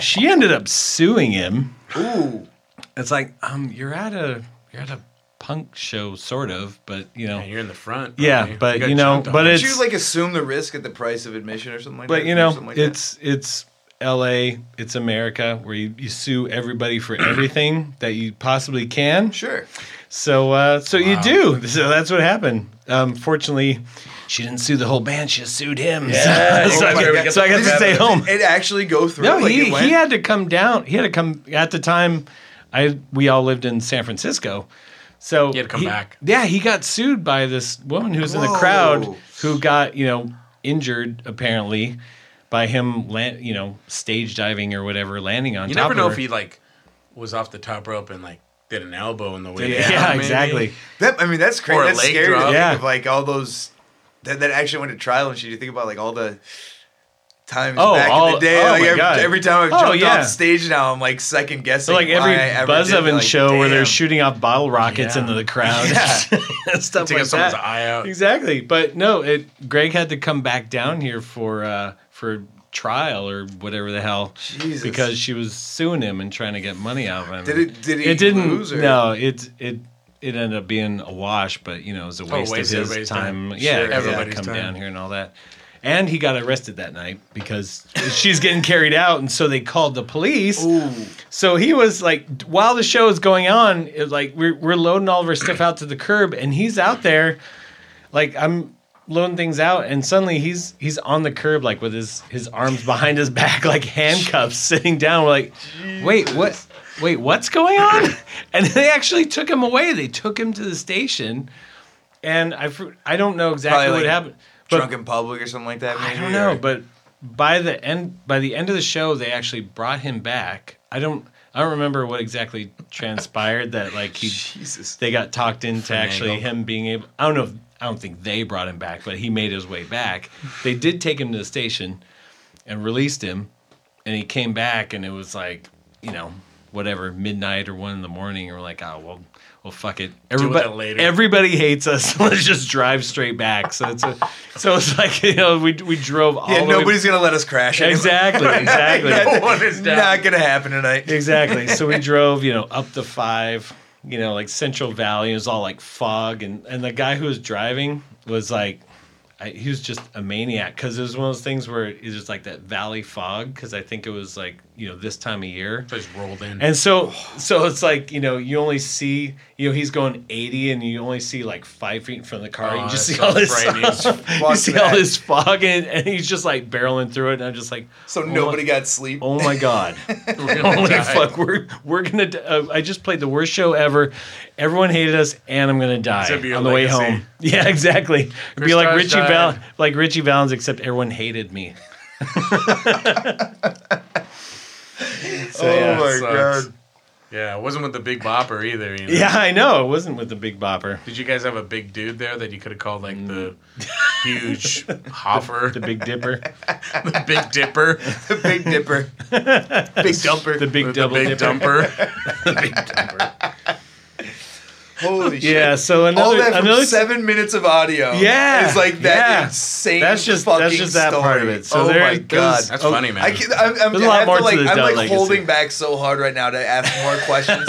Speaker 1: she ended up suing him.
Speaker 2: Ooh.
Speaker 1: It's like, um, you're at a you're at a punk show, sort of, but you know,
Speaker 3: And you're in the front.
Speaker 1: Yeah,
Speaker 3: aren't you?
Speaker 1: but
Speaker 3: got
Speaker 1: you know,
Speaker 3: jumped on.
Speaker 1: but
Speaker 2: Did
Speaker 1: it's
Speaker 2: you like assume the risk at the price of admission or something like that?
Speaker 1: but you
Speaker 2: Or
Speaker 1: know,
Speaker 2: something like that?
Speaker 1: it's it's L.A. It's America where you, you sue everybody for everything that you possibly can.
Speaker 2: sure.
Speaker 1: So uh, so you do. So that's what happened. Um, fortunately, she didn't sue the whole band. She just sued him.
Speaker 3: Yeah.
Speaker 1: so, I
Speaker 3: Oh my
Speaker 1: got,
Speaker 3: God.
Speaker 1: so I got to
Speaker 2: Did-
Speaker 1: stay home.
Speaker 2: Did it actually go through.
Speaker 1: No,
Speaker 2: like
Speaker 1: he,
Speaker 2: it went?
Speaker 1: he had to come down. He had to come at the time. I we all lived in San Francisco, so
Speaker 3: He had to come back.
Speaker 1: Yeah, he got sued by this woman who was in the
Speaker 2: Whoa.
Speaker 1: crowd who got you know injured apparently by him land, you know stage diving or whatever landing on
Speaker 3: you
Speaker 1: top
Speaker 3: never know
Speaker 1: of
Speaker 3: if
Speaker 1: her.
Speaker 3: he like was off the top rope and like did an elbow in the way.
Speaker 1: yeah,
Speaker 3: down, maybe.
Speaker 1: exactly.
Speaker 2: That I mean, that's
Speaker 3: Or
Speaker 2: crazy.
Speaker 3: a
Speaker 2: That's
Speaker 3: leg
Speaker 2: scary. To
Speaker 3: drop.
Speaker 2: think
Speaker 1: Yeah.
Speaker 2: of, like all those that, that actually went to trial and shit. You think about like all the times
Speaker 1: Oh,
Speaker 2: back in
Speaker 1: all-
Speaker 2: the day.
Speaker 1: oh
Speaker 2: like,
Speaker 1: my
Speaker 2: every,
Speaker 1: God.
Speaker 2: every time I've
Speaker 1: Oh,
Speaker 2: jumped
Speaker 1: yeah.
Speaker 2: off stage now, I'm like second
Speaker 1: So
Speaker 2: guessing.
Speaker 1: like
Speaker 2: why I
Speaker 1: every
Speaker 2: ever
Speaker 1: Buzz
Speaker 2: did it.
Speaker 1: Oven
Speaker 2: Like,
Speaker 1: show where
Speaker 2: damn.
Speaker 1: they're shooting off bottle rockets
Speaker 3: Yeah.
Speaker 1: into the crowd, stuff
Speaker 3: Taking
Speaker 1: like
Speaker 3: someone's
Speaker 1: that.
Speaker 3: eye
Speaker 2: Uh,
Speaker 3: out.
Speaker 1: Exactly. But no, it Greg had to come back down here for uh for trial or whatever the hell
Speaker 2: Jesus.
Speaker 1: because she was suing him and trying to get money out of him.
Speaker 2: Did it? Did he
Speaker 1: it didn't
Speaker 2: lose? Or?
Speaker 1: No, it it it ended up being a wash, but you know, it was
Speaker 2: Oh,
Speaker 1: a waste
Speaker 3: waste
Speaker 1: of his
Speaker 3: everybody's
Speaker 1: time.
Speaker 3: time.
Speaker 1: Yeah,
Speaker 2: Sure,
Speaker 1: everybody
Speaker 3: everybody's
Speaker 1: come
Speaker 3: time.
Speaker 1: down here and all that. And he got arrested that night because she's getting carried out, and so they called the police.
Speaker 2: Ooh.
Speaker 1: So he was like, while the show is going on, it, like we're we're loading all of our stuff out to the curb, and he's out there, like I'm loading things out, and suddenly he's he's on the curb, like with his his arms behind his back, like handcuffs, sitting down. We're like, wait, what? Wait, what's going on? And they actually took him away. They took him to the station, and I fr- I don't know exactly
Speaker 2: Probably,
Speaker 1: what
Speaker 2: like,
Speaker 1: happened. But
Speaker 2: Drunk in public or something like that.
Speaker 1: I
Speaker 2: Maybe,
Speaker 1: don't know,
Speaker 2: or-
Speaker 1: but by the end by the end of the show, they actually brought him back. I don't I don't remember what exactly transpired that like he
Speaker 2: Jesus.
Speaker 1: they got talked into actually
Speaker 3: Finagled.
Speaker 1: him being able. I don't know. If, I don't think they brought him back, but he made his way back. They did take him to the station and released him, and he came back, and it was like you know whatever midnight or one in the morning, and we're like, oh well, well fuck it. Everybody
Speaker 3: later.
Speaker 1: everybody hates us. Let's just drive straight back. So it's a, so it's like you know we we drove all
Speaker 2: Yeah,
Speaker 1: the way-
Speaker 2: nobody's gonna let us crash. anyway.
Speaker 1: exactly exactly
Speaker 2: That-
Speaker 3: No one is down.
Speaker 2: Not gonna happen tonight.
Speaker 1: exactly. So we drove, you know, up the five, you know, like Central Valley. It was all like fog, and and the guy who was driving was like, I, he was just a maniac because it was one of those things where it's just like that valley fog. Because I think it was like you know this time of year.
Speaker 3: So he's rolled in.
Speaker 1: And so, so it's like you know, you only see you know he's going eighty, and you only see like five feet in front of the car.
Speaker 3: Oh,
Speaker 1: you just
Speaker 3: that's
Speaker 1: see all
Speaker 3: so
Speaker 1: this,
Speaker 3: frightening.
Speaker 1: you
Speaker 2: Fuck
Speaker 1: see all
Speaker 2: that.
Speaker 1: this fog, and, and he's just like barreling through it. And I'm just like,
Speaker 2: So
Speaker 1: oh my-
Speaker 2: nobody got sleep.
Speaker 1: Oh my god!
Speaker 3: We're gonna
Speaker 1: Holy
Speaker 3: die.
Speaker 1: fuck! We're we're gonna. d- Uh, I just played the worst show ever. Everyone hated us, and I'm gonna die
Speaker 3: Except for your
Speaker 1: on the way
Speaker 3: legacy.
Speaker 1: home. Yeah, exactly. It'd be
Speaker 3: Chris
Speaker 1: like
Speaker 3: Tosh
Speaker 1: Richie
Speaker 3: died.
Speaker 1: Val, like Richie Valens, except everyone hated me.
Speaker 2: oh
Speaker 1: yeah,
Speaker 2: my
Speaker 3: sucks.
Speaker 2: god.
Speaker 3: Yeah, it wasn't with the big bopper either. You know?
Speaker 1: Yeah, I know. It wasn't with the Big Bopper,
Speaker 3: Did you guys have a big dude there that you could have called like the
Speaker 2: Mm.
Speaker 3: huge Hoffer,
Speaker 1: the Big Dipper,
Speaker 3: the Big Dipper,
Speaker 2: The Big Dipper. Big Dumper.
Speaker 1: the Big
Speaker 3: the
Speaker 1: Double
Speaker 3: Big
Speaker 1: Dipper.
Speaker 3: Dumper?
Speaker 2: Holy shit.
Speaker 1: Yeah. So another
Speaker 2: All that from
Speaker 1: another
Speaker 2: seven minutes of audio.
Speaker 1: Yeah,
Speaker 2: It's like that
Speaker 1: yeah.
Speaker 2: insane
Speaker 1: That's just-
Speaker 2: fucking
Speaker 1: that's just that
Speaker 2: story.
Speaker 1: part of it. So
Speaker 2: oh
Speaker 1: there-
Speaker 2: my god.
Speaker 1: those-
Speaker 3: That's
Speaker 1: Oh,
Speaker 3: funny, man.
Speaker 2: I can, I'm, I'm,
Speaker 1: There's a
Speaker 2: I
Speaker 1: lot
Speaker 2: have
Speaker 1: more
Speaker 2: to
Speaker 1: to
Speaker 2: like,
Speaker 1: the
Speaker 2: I'm
Speaker 1: Duh
Speaker 2: like
Speaker 1: legacy.
Speaker 2: holding back so hard right now to ask more questions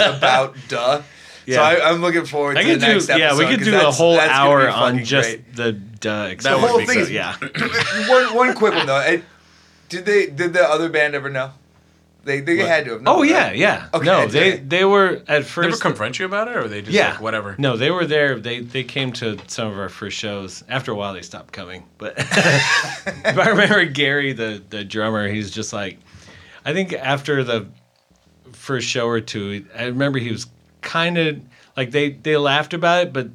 Speaker 2: about Duh.
Speaker 1: Yeah.
Speaker 2: So I, I'm looking forward
Speaker 1: I
Speaker 2: to
Speaker 1: could
Speaker 2: the
Speaker 1: do.
Speaker 2: next episode.
Speaker 1: Yeah, we
Speaker 2: 'cause
Speaker 1: could do a
Speaker 2: that's-
Speaker 1: whole
Speaker 2: that's gonna be
Speaker 1: hour on
Speaker 2: fucking
Speaker 1: just
Speaker 2: great.
Speaker 1: the duh.
Speaker 3: The
Speaker 1: experience.
Speaker 3: whole thing
Speaker 1: So,
Speaker 2: is-
Speaker 1: yeah.
Speaker 2: one one quick one though. I, did they did the other band ever know? They they had to have. known,
Speaker 1: Oh yeah,
Speaker 2: right?
Speaker 1: yeah.
Speaker 2: Okay,
Speaker 1: no,
Speaker 2: I
Speaker 1: they
Speaker 2: did.
Speaker 1: they were at
Speaker 3: They ever
Speaker 1: first.
Speaker 3: confront you about it, or they just
Speaker 1: yeah,
Speaker 3: like whatever?
Speaker 1: No, they were there. They they came to some of our first shows. After a while, they stopped coming. But but I remember Gary, the the drummer. He's just like, I think after the first show or two, I remember he was kind of like they they laughed about it, but.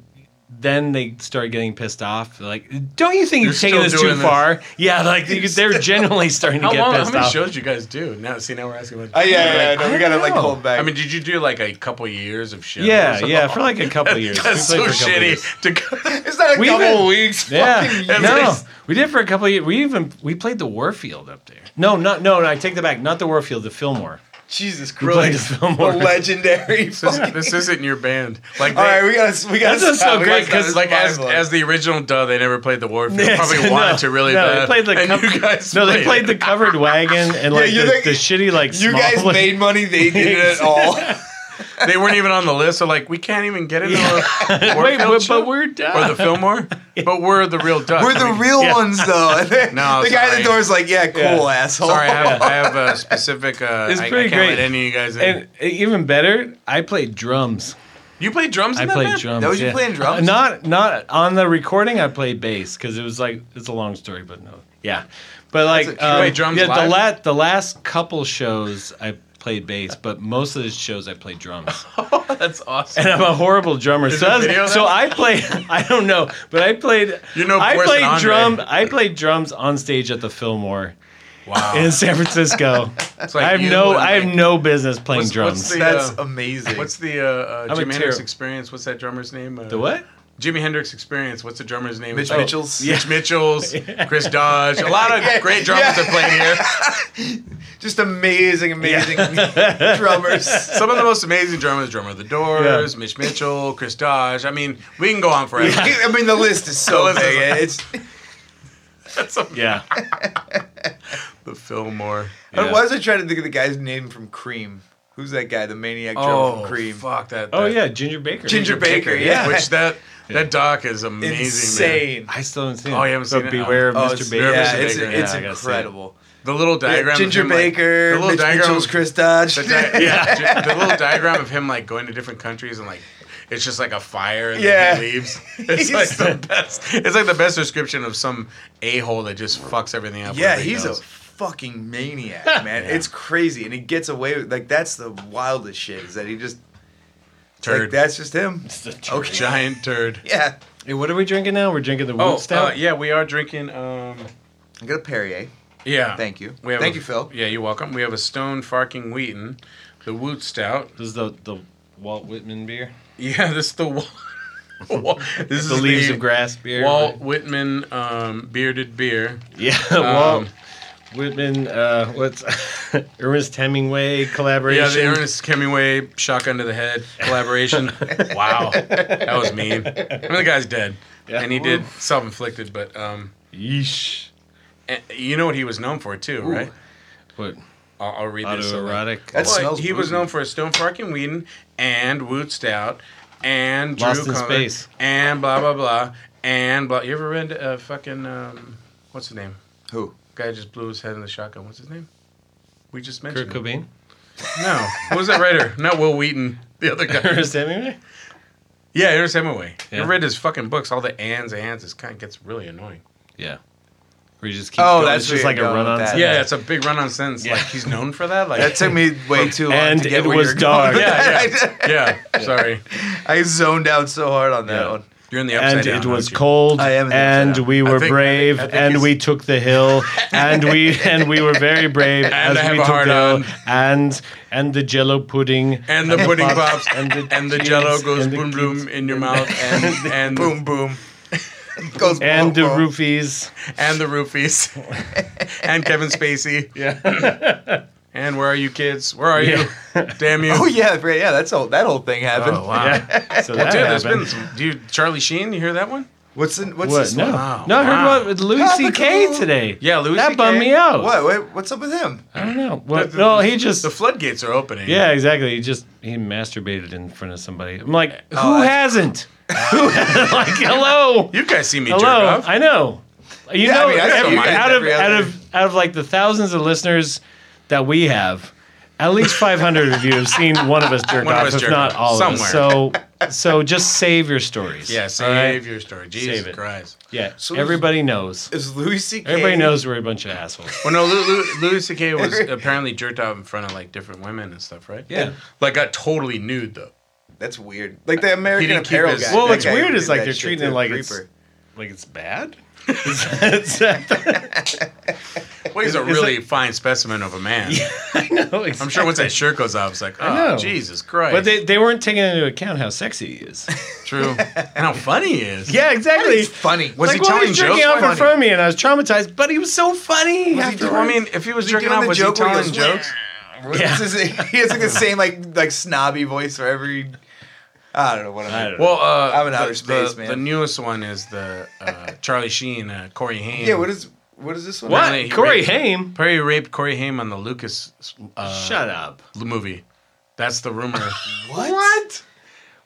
Speaker 1: Then they started getting pissed off. They're Like, don't you think you're taking
Speaker 3: still
Speaker 1: this too
Speaker 3: doing this."
Speaker 1: far? Yeah, like they, they're genuinely starting to
Speaker 3: How
Speaker 1: get
Speaker 3: long? How
Speaker 1: pissed
Speaker 3: many
Speaker 1: off.
Speaker 3: shows you guys do? Now, see, now we're asking. Like,
Speaker 2: Oh, yeah, yeah, yeah, no,
Speaker 1: I
Speaker 2: we gotta
Speaker 1: don't
Speaker 2: like
Speaker 1: know.
Speaker 2: hold back.
Speaker 3: I mean, did you do like a couple years of shows?
Speaker 1: Yeah, yeah, for like a couple years. We
Speaker 3: That's so
Speaker 1: played for a couple
Speaker 3: shitty.
Speaker 1: years.
Speaker 3: To go-
Speaker 2: it's not a
Speaker 1: we've
Speaker 2: couple
Speaker 1: been-
Speaker 2: weeks. Fucking
Speaker 1: Yeah,
Speaker 2: years.
Speaker 1: no, we did for a couple of years. We even we played the Warfield up there. No, not no. no, I take that back. Not the Warfield, the Fillmore.
Speaker 2: Jesus
Speaker 1: played
Speaker 2: Christ,
Speaker 1: the
Speaker 2: the
Speaker 1: film more.
Speaker 2: legendary.
Speaker 3: this,
Speaker 2: fucking-
Speaker 3: this isn't your band. Like,
Speaker 2: All
Speaker 3: they-
Speaker 2: right, we gotta we gotta.
Speaker 1: This is
Speaker 2: stop.
Speaker 1: so
Speaker 2: We
Speaker 1: great,
Speaker 2: gotta stop.
Speaker 1: 'cause,
Speaker 2: This is
Speaker 3: like as,
Speaker 2: mind-blowing.
Speaker 3: as the original duh, they never played the Warfield. Probably
Speaker 1: Yes,
Speaker 3: wanted
Speaker 1: no,
Speaker 3: to really
Speaker 1: No,
Speaker 3: bad.
Speaker 1: they played the
Speaker 3: and
Speaker 1: cov-
Speaker 3: you guys
Speaker 1: no, they played the covered wagon and like
Speaker 2: you
Speaker 1: the,
Speaker 2: think-
Speaker 1: the shitty like
Speaker 2: you
Speaker 1: small
Speaker 2: guys
Speaker 1: one.
Speaker 2: made money, they did it at all.
Speaker 3: the. They weren't even on the list. So like, we can't even get into the
Speaker 1: Wait,
Speaker 3: Warfield
Speaker 1: but,
Speaker 3: show?
Speaker 1: but we're
Speaker 3: or
Speaker 1: done.
Speaker 3: the Fillmore, but we're the real duh.
Speaker 2: We're
Speaker 3: I
Speaker 2: the
Speaker 3: mean,
Speaker 2: real
Speaker 1: yeah.
Speaker 2: ones though.
Speaker 3: No,
Speaker 2: the guy at
Speaker 3: sorry.
Speaker 2: the door's like, yeah, cool
Speaker 1: Yeah.
Speaker 2: asshole.
Speaker 3: Sorry, I have, I have a specific. Uh,
Speaker 1: It's
Speaker 3: I, I
Speaker 1: pretty
Speaker 3: can't let
Speaker 1: great.
Speaker 3: any of you guys in.
Speaker 1: and uh, even better, I played drums.
Speaker 3: you played drums. In
Speaker 1: I
Speaker 3: that
Speaker 1: played
Speaker 3: band?
Speaker 1: drums.
Speaker 2: That was you
Speaker 1: yeah.
Speaker 2: playing drums?
Speaker 1: Uh, not not on the recording. I played bass because it was like it's a long story, but no, yeah. But like
Speaker 2: That's a-
Speaker 3: you
Speaker 1: um,
Speaker 3: played drums
Speaker 1: yeah, the
Speaker 3: live?
Speaker 1: last the last couple shows I played bass, but most of the shows I played drums.
Speaker 3: That's awesome.
Speaker 1: And I'm a horrible drummer, so
Speaker 3: there
Speaker 1: that's-
Speaker 3: video of that?
Speaker 1: so I played. I don't know, but I played.
Speaker 3: You're no
Speaker 1: I
Speaker 3: worse than
Speaker 1: played
Speaker 3: Andre.
Speaker 1: drum. I played drums on stage at the Fillmore
Speaker 3: Wow.
Speaker 1: in San Francisco.
Speaker 3: It's like
Speaker 1: I have
Speaker 3: you
Speaker 1: no.
Speaker 3: and,
Speaker 1: I have
Speaker 3: like,
Speaker 1: no business playing
Speaker 3: what's-
Speaker 1: drums.
Speaker 3: what's
Speaker 2: That's
Speaker 3: Yeah.
Speaker 2: amazing.
Speaker 3: What's the uh, uh,
Speaker 1: I'm a
Speaker 3: Jimi Hendrix
Speaker 1: terri-
Speaker 3: Experience? What's that drummer's name? Uh,
Speaker 1: the what?
Speaker 3: Jimi Hendrix Experience. What's the drummer's name?
Speaker 2: Mitch
Speaker 3: Oh,
Speaker 2: Mitchell's?
Speaker 1: yeah.
Speaker 3: Mitch Mitchell's, Chris Dodge. A lot of
Speaker 2: Yeah,
Speaker 3: great drummers
Speaker 2: yeah.
Speaker 3: that play here.
Speaker 2: Just amazing, amazing drummers.
Speaker 3: Some of the most amazing drummers: drummer of the Doors,
Speaker 1: Yeah.
Speaker 3: Mitch Mitchell, Chris Dodge. I mean, we can go on forever.
Speaker 2: I mean, the list is so
Speaker 3: The list is-
Speaker 2: big. It's
Speaker 3: That's a-
Speaker 1: Yeah.
Speaker 3: the Fillmore.
Speaker 2: I
Speaker 1: Yeah.
Speaker 2: was I trying to think of the guy's name from Cream. Who's that guy? The maniac drummer
Speaker 3: Oh,
Speaker 2: from Cream.
Speaker 3: fuck that.
Speaker 1: Oh
Speaker 3: that-
Speaker 1: yeah, Ginger Baker.
Speaker 2: Ginger Baker, yeah.
Speaker 3: Which that that doc is amazing. man.
Speaker 2: Insane.
Speaker 1: I still haven't seen
Speaker 3: Oh,
Speaker 1: it.
Speaker 3: you haven't
Speaker 1: So
Speaker 3: seen it?
Speaker 1: Beware of
Speaker 2: Oh,
Speaker 1: Mr.
Speaker 2: it's,
Speaker 1: Baker.
Speaker 2: yeah,
Speaker 3: Mr.
Speaker 2: it's,
Speaker 3: Baker.
Speaker 2: it's
Speaker 1: Yeah, I gotta see it.
Speaker 2: incredible.
Speaker 3: The little diagram. of
Speaker 2: Ginger
Speaker 3: him, like-
Speaker 2: Baker,
Speaker 3: the little
Speaker 2: Mitch
Speaker 3: diagram
Speaker 2: Mitchell's
Speaker 3: of-
Speaker 2: Chris Dodge.
Speaker 3: The, di- yeah, ju- the little diagram of him like going to different countries and like it's just like a fire and then he
Speaker 2: Yeah.
Speaker 3: leaves. It's like the best. It's like the best description of some a hole that just fucks everything up.
Speaker 2: Yeah,
Speaker 3: wherever he
Speaker 2: he's a
Speaker 3: goes.
Speaker 2: fucking maniac, man. It's crazy, and he gets away with like that's the wildest shit. Is that he just like
Speaker 3: turd,
Speaker 2: that's just him? Okay.
Speaker 3: giant turd.
Speaker 2: Yeah,
Speaker 1: Hey, what are we drinking now? We're drinking the Wood
Speaker 3: Oh,
Speaker 1: Stout.
Speaker 3: uh, yeah, we are drinking. Um,
Speaker 2: I got a Perrier.
Speaker 3: yeah,
Speaker 2: Thank you.
Speaker 3: We have
Speaker 2: Thank
Speaker 3: a-
Speaker 2: you, Phil.
Speaker 3: Yeah, you're welcome. We have a Stone Farking Wheaton, the Woot Stout.
Speaker 1: This is the, the Walt Whitman beer.
Speaker 3: Yeah, this is the wa- wa- this
Speaker 1: The
Speaker 3: is
Speaker 1: Leaves of Grass beer.
Speaker 3: Walt Whitman um, bearded beer.
Speaker 1: Yeah,
Speaker 3: Um,
Speaker 1: Walt Whitman. Uh, what's Ernest Hemingway
Speaker 3: Yeah, the
Speaker 1: collaboration?
Speaker 3: Ernest Hemingway shotgun to the head collaboration. wow, that was mean. I mean, the guy's dead,
Speaker 1: Yeah.
Speaker 3: and he did self-inflicted, but um,
Speaker 1: Yeesh.
Speaker 3: eh, you know what he was known for too, right?
Speaker 1: What
Speaker 3: I'll, I'll read this.
Speaker 1: autoerotic?
Speaker 2: That's-
Speaker 3: Well,
Speaker 2: smells
Speaker 3: he was
Speaker 2: boozy.
Speaker 3: known for Stone Farking Whedon and Woot Stout and Drew
Speaker 1: Lost in
Speaker 3: Cullen
Speaker 1: Space.
Speaker 3: and blah blah blah and blah. You ever read uh, fucking um, what's his name?
Speaker 2: Who?
Speaker 3: Guy just blew his head in the shotgun. What's his name? We just
Speaker 1: Kurt
Speaker 3: mentioned. him.
Speaker 1: Cobain.
Speaker 3: No, who was that writer? Not Will Wheaton, the other guy.
Speaker 1: Ernest Hemingway.
Speaker 3: Yeah, Ernest Hemingway.
Speaker 1: Yeah.
Speaker 3: You read his fucking books, all the ands, ands. It kind of gets really annoying.
Speaker 1: Yeah. Where he just keeps
Speaker 2: Oh,
Speaker 1: going.
Speaker 2: that's
Speaker 1: It's just
Speaker 2: where
Speaker 1: like
Speaker 2: you're
Speaker 1: a
Speaker 2: going with
Speaker 1: run-on.
Speaker 2: that.
Speaker 1: sentence.
Speaker 3: Yeah, it's a big run-on sentence.
Speaker 1: Yeah.
Speaker 3: Like he's known for that. Like
Speaker 2: That took me way too long.
Speaker 1: And
Speaker 2: to get
Speaker 1: it
Speaker 2: where
Speaker 1: was
Speaker 2: you're going.
Speaker 1: dark.
Speaker 3: Yeah, yeah, yeah. Sorry,
Speaker 2: I zoned out so hard on that
Speaker 1: Yeah.
Speaker 2: one.
Speaker 3: you're in the upside
Speaker 1: And
Speaker 3: down.
Speaker 1: it was
Speaker 3: aren't you?
Speaker 1: cold,
Speaker 2: I am in the
Speaker 1: and
Speaker 2: upside
Speaker 1: we
Speaker 3: I
Speaker 1: were
Speaker 3: think- I
Speaker 1: brave,
Speaker 3: think- I think
Speaker 1: and
Speaker 3: he's-
Speaker 1: we took the hill, and we and we were very brave
Speaker 3: And
Speaker 1: as
Speaker 3: I have
Speaker 1: we
Speaker 3: a
Speaker 1: took
Speaker 3: hard
Speaker 1: the hill,
Speaker 3: on.
Speaker 1: and and the Jello pudding,
Speaker 3: And the pudding pops,
Speaker 1: and the
Speaker 3: and the jello
Speaker 1: cheese,
Speaker 3: goes
Speaker 1: and the
Speaker 3: boom
Speaker 1: kids,
Speaker 3: boom in your mouth, and and
Speaker 2: Boom, boom. Goes
Speaker 1: and the
Speaker 3: Oh,
Speaker 2: boom, boom.
Speaker 1: roofies.
Speaker 3: and the roofies, and Kevin Spacey,
Speaker 1: Yeah,
Speaker 3: and where are you kids? Where are you? Damn you!
Speaker 2: Oh yeah, right, yeah. That's all. That whole thing happened.
Speaker 3: Oh, wow.
Speaker 1: yeah. So that
Speaker 3: Dude, there's been
Speaker 1: happened.
Speaker 3: some, dude. Charlie Sheen, you hear that one?
Speaker 2: What's the, what's
Speaker 1: What?
Speaker 2: this
Speaker 1: No,
Speaker 2: one?
Speaker 3: Wow.
Speaker 1: no. I heard
Speaker 3: Wow.
Speaker 1: about with Louis C.K. today.
Speaker 3: Yeah, Louis
Speaker 1: that
Speaker 3: CK.
Speaker 1: bummed me out.
Speaker 2: What? Wait, what's up with him?
Speaker 1: I don't know. What? Uh, No, he just.
Speaker 3: The floodgates are opening.
Speaker 1: Yeah, exactly. He just he masturbated in front of somebody. I'm like, who
Speaker 2: Oh, I-
Speaker 1: hasn't? Who like, hello?
Speaker 3: you guys see me jerk
Speaker 1: Hello,
Speaker 3: off.
Speaker 1: I know. You
Speaker 2: Yeah, I
Speaker 1: know,
Speaker 2: mean, I
Speaker 1: ev-
Speaker 2: see you guys
Speaker 1: out of
Speaker 2: every
Speaker 1: out
Speaker 2: other-
Speaker 1: of out of like the thousands of listeners that we have, At least 500 of you have seen one of us jerk
Speaker 3: One of
Speaker 1: off,
Speaker 3: us
Speaker 1: if
Speaker 3: jerk
Speaker 1: not
Speaker 3: off,
Speaker 1: all of
Speaker 3: somewhere.
Speaker 1: us. So, so just save your stories.
Speaker 3: Yeah, save
Speaker 1: all right?
Speaker 3: your story. Jesus
Speaker 1: Save it.
Speaker 3: Christ.
Speaker 1: Yeah,
Speaker 2: So-
Speaker 1: everybody knows.
Speaker 2: Is Louis C.K.
Speaker 1: Everybody knows we're a bunch of assholes.
Speaker 3: Well, no, Lou- Lou- Louis C.K. was apparently jerked out in front of like different women and stuff, right?
Speaker 1: Yeah.
Speaker 3: Like got totally nude though.
Speaker 2: That's weird. Like
Speaker 1: Uh,
Speaker 2: the American
Speaker 3: didn't keep
Speaker 2: Apparel
Speaker 3: his-
Speaker 2: guy.
Speaker 1: Well,
Speaker 2: that
Speaker 1: what's
Speaker 2: guy
Speaker 1: weird
Speaker 2: who
Speaker 1: is
Speaker 2: did
Speaker 1: like
Speaker 2: that
Speaker 1: they're
Speaker 2: shit
Speaker 1: treating
Speaker 2: to
Speaker 1: it
Speaker 2: a
Speaker 1: like it's
Speaker 2: creeper.
Speaker 1: like it's bad. Is that-
Speaker 3: Well, he's a
Speaker 1: Is- is
Speaker 3: really fine specimen of a man.
Speaker 1: I know.
Speaker 3: I'm sure once
Speaker 1: exactly.
Speaker 3: that shirt goes off, it's like,
Speaker 1: know.
Speaker 3: oh, Jesus Christ.
Speaker 1: But they, they weren't taking into account how sexy he is.
Speaker 3: True. and how funny he is.
Speaker 1: yeah, exactly.
Speaker 2: It's funny.
Speaker 3: Was
Speaker 1: like,
Speaker 3: he
Speaker 1: well,
Speaker 3: telling
Speaker 1: was jerking
Speaker 3: jokes?
Speaker 1: off in
Speaker 3: Funny.
Speaker 1: front of me, and I was traumatized. But he was so funny.
Speaker 2: Was he
Speaker 1: afterwards.
Speaker 3: I mean, if he was,
Speaker 2: Was he
Speaker 3: jerking
Speaker 2: doing
Speaker 3: off,
Speaker 2: the
Speaker 3: was he
Speaker 2: joke where he
Speaker 3: telling
Speaker 2: goes,
Speaker 3: jokes?
Speaker 1: Yeah.
Speaker 2: It's just- he has like the same like like snobby voice for every. I don't know what
Speaker 1: I
Speaker 2: I'm.
Speaker 1: don't know.
Speaker 3: Well, uh,
Speaker 2: I'm in
Speaker 3: the-
Speaker 2: outer
Speaker 3: the,
Speaker 2: space,
Speaker 3: the,
Speaker 2: man.
Speaker 3: newest one is the uh, Charlie Sheen, uh, Corey Haim.
Speaker 2: Yeah. What is what is this one?
Speaker 3: What? Apparently he
Speaker 1: Corey
Speaker 3: raped-
Speaker 1: Haim.
Speaker 3: Perry raped Corey Haim on the Lucas uh,
Speaker 1: Shut up.
Speaker 3: movie. That's the rumor.
Speaker 2: What?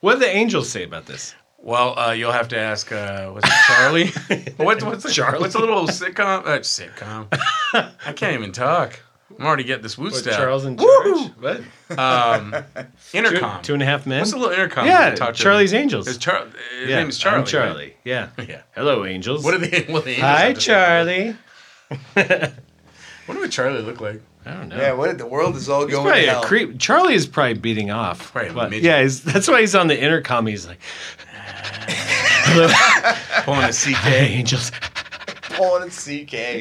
Speaker 1: What did the angels say about this?
Speaker 3: well, uh, you'll have to ask. Uh, what's it Charlie? what's what's the,
Speaker 1: Charlie.
Speaker 3: What's a little sitcom? Uh, sitcom. I can't even talk. I'm already getting this woot
Speaker 1: What,
Speaker 3: step.
Speaker 1: Charles and George? What?
Speaker 3: Um, intercom.
Speaker 1: Two and a half men.
Speaker 3: what's a little intercom?
Speaker 1: yeah,
Speaker 3: you talk to?
Speaker 1: Charlie's Angels.
Speaker 3: It's Char- uh, his
Speaker 1: yeah,
Speaker 3: name is Charlie.
Speaker 1: I'm Charlie.
Speaker 3: right?
Speaker 1: Yeah.
Speaker 3: Yeah.
Speaker 1: Hello, angels.
Speaker 3: What are they? What do the
Speaker 1: Hi,
Speaker 3: Angels have to say?
Speaker 1: Charlie.
Speaker 3: What would Charlie look like?
Speaker 1: I don't know.
Speaker 2: Yeah. What? The world is all
Speaker 1: He's
Speaker 2: going.
Speaker 1: probably
Speaker 2: to
Speaker 1: a
Speaker 2: hell.
Speaker 1: creep. Charlie is probably beating off.
Speaker 3: Probably a
Speaker 1: What?
Speaker 3: midget.
Speaker 1: yeah, he's, that's why he's on the intercom. He's like, "Hello,
Speaker 3: Pulling a CK.
Speaker 1: hey, angels."
Speaker 2: Pulling a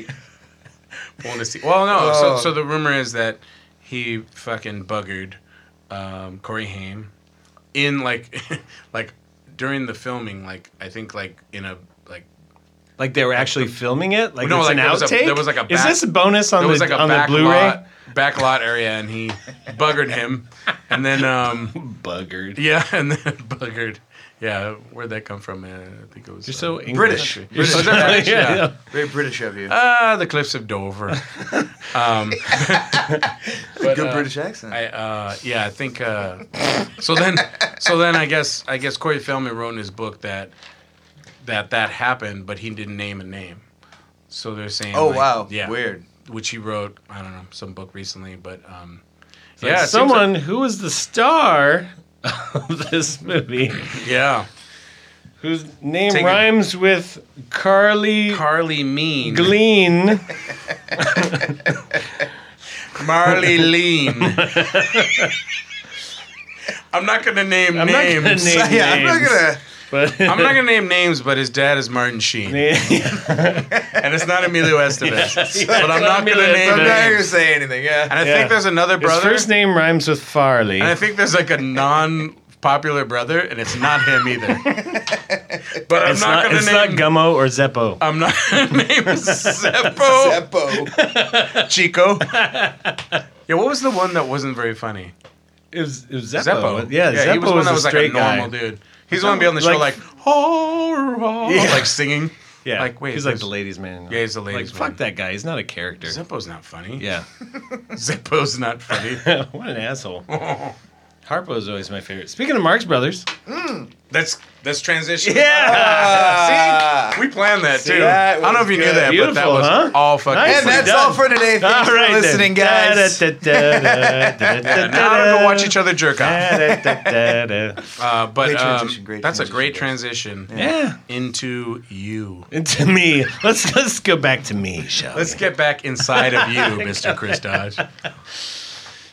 Speaker 2: CK.
Speaker 3: Pulling a C. Well, no. So,
Speaker 2: Oh.
Speaker 3: so the rumor is that he fucking buggered um, Corey Haim in like, like during the filming. Like I think like in a like
Speaker 1: Like they were actually filming it. Like
Speaker 3: No,
Speaker 1: it's
Speaker 3: like,
Speaker 1: an
Speaker 3: there was a-
Speaker 1: outtake.
Speaker 3: there was like a
Speaker 1: Is
Speaker 3: back-
Speaker 1: this a bonus on
Speaker 3: there
Speaker 1: the
Speaker 3: was like a
Speaker 1: on the
Speaker 3: back
Speaker 1: Blu-ray?
Speaker 3: lot back lot area, and he buggered him, and then um
Speaker 1: Buggered.
Speaker 3: yeah, and then buggered. Yeah, where'd that come from? Uh, I think it was
Speaker 1: You're so
Speaker 3: uh,
Speaker 1: English.
Speaker 2: British.
Speaker 1: You're
Speaker 3: British.
Speaker 1: so-
Speaker 3: Was that British?
Speaker 1: yeah,
Speaker 3: Yeah.
Speaker 1: yeah.
Speaker 2: Very British of
Speaker 1: Uh,
Speaker 2: you.
Speaker 3: Ah, the cliffs of Dover. um, but,
Speaker 2: Good
Speaker 3: uh,
Speaker 2: British accent.
Speaker 3: I uh, yeah, I think uh, so. Then so then I guess I guess Corey Feldman wrote in his book that that that happened, but he didn't name a name. So they're saying,
Speaker 2: oh
Speaker 3: like,
Speaker 2: wow.
Speaker 3: yeah,
Speaker 2: Weird.
Speaker 3: Which he wrote, I don't know, some book recently, but um,
Speaker 1: Like,
Speaker 3: yeah, it seems
Speaker 1: someone who was the star of this movie,
Speaker 3: like- yeah,
Speaker 1: whose name
Speaker 3: Take it-
Speaker 1: rhymes with Carly
Speaker 3: Carly Mean,
Speaker 1: Glean.
Speaker 3: Marley Lean. I'm not gonna name
Speaker 1: I'm not gonna
Speaker 3: names.
Speaker 1: name-
Speaker 2: yeah. I'm not
Speaker 1: names.
Speaker 2: gonna.
Speaker 1: But
Speaker 3: I'm not gonna name names, but his dad is Martin Sheen, and it's not Emilio Estevez. but
Speaker 1: not
Speaker 3: I'm not gonna
Speaker 1: Emilio
Speaker 3: name
Speaker 2: I'm not
Speaker 3: names.
Speaker 2: gonna say anything. Yeah.
Speaker 3: And I
Speaker 1: Yeah.
Speaker 3: think there's another
Speaker 1: His
Speaker 3: brother.
Speaker 1: first name rhymes with Farley.
Speaker 3: and I think there's like a non popular brother, and it's not him either. but I'm
Speaker 1: It's
Speaker 3: not,
Speaker 1: not,
Speaker 3: gonna
Speaker 1: it's not
Speaker 3: name
Speaker 1: Gummo or Zeppo.
Speaker 3: I'm not gonna name Zeppo
Speaker 2: Zeppo.
Speaker 3: Chico. yeah, what was the one that wasn't very funny?
Speaker 1: It was, it was Zeppo.
Speaker 3: Zeppo.
Speaker 1: Yeah, Zeppo
Speaker 3: he was,
Speaker 1: was,
Speaker 3: the one that
Speaker 1: a
Speaker 3: was like a
Speaker 1: straight guy.
Speaker 3: normal dude. He's the one to be on the show
Speaker 1: Like-
Speaker 3: like oh, oh,"
Speaker 1: Yeah.
Speaker 3: like singing.
Speaker 1: Yeah,
Speaker 3: Like, wait,
Speaker 1: he's like
Speaker 3: there's-
Speaker 1: the ladies' man.
Speaker 3: Yeah, he's the ladies'
Speaker 1: Like,
Speaker 3: man.
Speaker 1: fuck that guy. He's not a character.
Speaker 3: Zeppo's not funny.
Speaker 1: Yeah,
Speaker 3: Zeppo's not funny.
Speaker 1: what an asshole. Harpo is always my favorite. Speaking of Marx Brothers,
Speaker 3: That's that's transition.
Speaker 2: Ah.
Speaker 3: See, we planned that too.
Speaker 2: that
Speaker 3: I don't know if
Speaker 2: was
Speaker 3: you knew
Speaker 2: good.
Speaker 3: that, but that
Speaker 1: Beautiful,
Speaker 3: was
Speaker 1: huh?
Speaker 3: all fucking.
Speaker 1: Nice.
Speaker 2: And that's
Speaker 1: Done.
Speaker 2: all for today. Thanks for
Speaker 1: then.
Speaker 2: listening, guys.
Speaker 1: Da-da-da-da-da-da-da-da-da.
Speaker 3: Now I'm gonna watch each other jerk off.
Speaker 1: Da-da-da-da.
Speaker 3: Uh, but
Speaker 2: Great
Speaker 3: um,
Speaker 2: transition, great
Speaker 3: that's a
Speaker 2: transition,
Speaker 3: great
Speaker 2: guys.
Speaker 3: transition
Speaker 1: Yeah,
Speaker 3: into you.
Speaker 1: and to me, let's let's go back to me, shall
Speaker 3: Let's
Speaker 1: we?
Speaker 3: get back inside of you, Mr. Chris Dodge.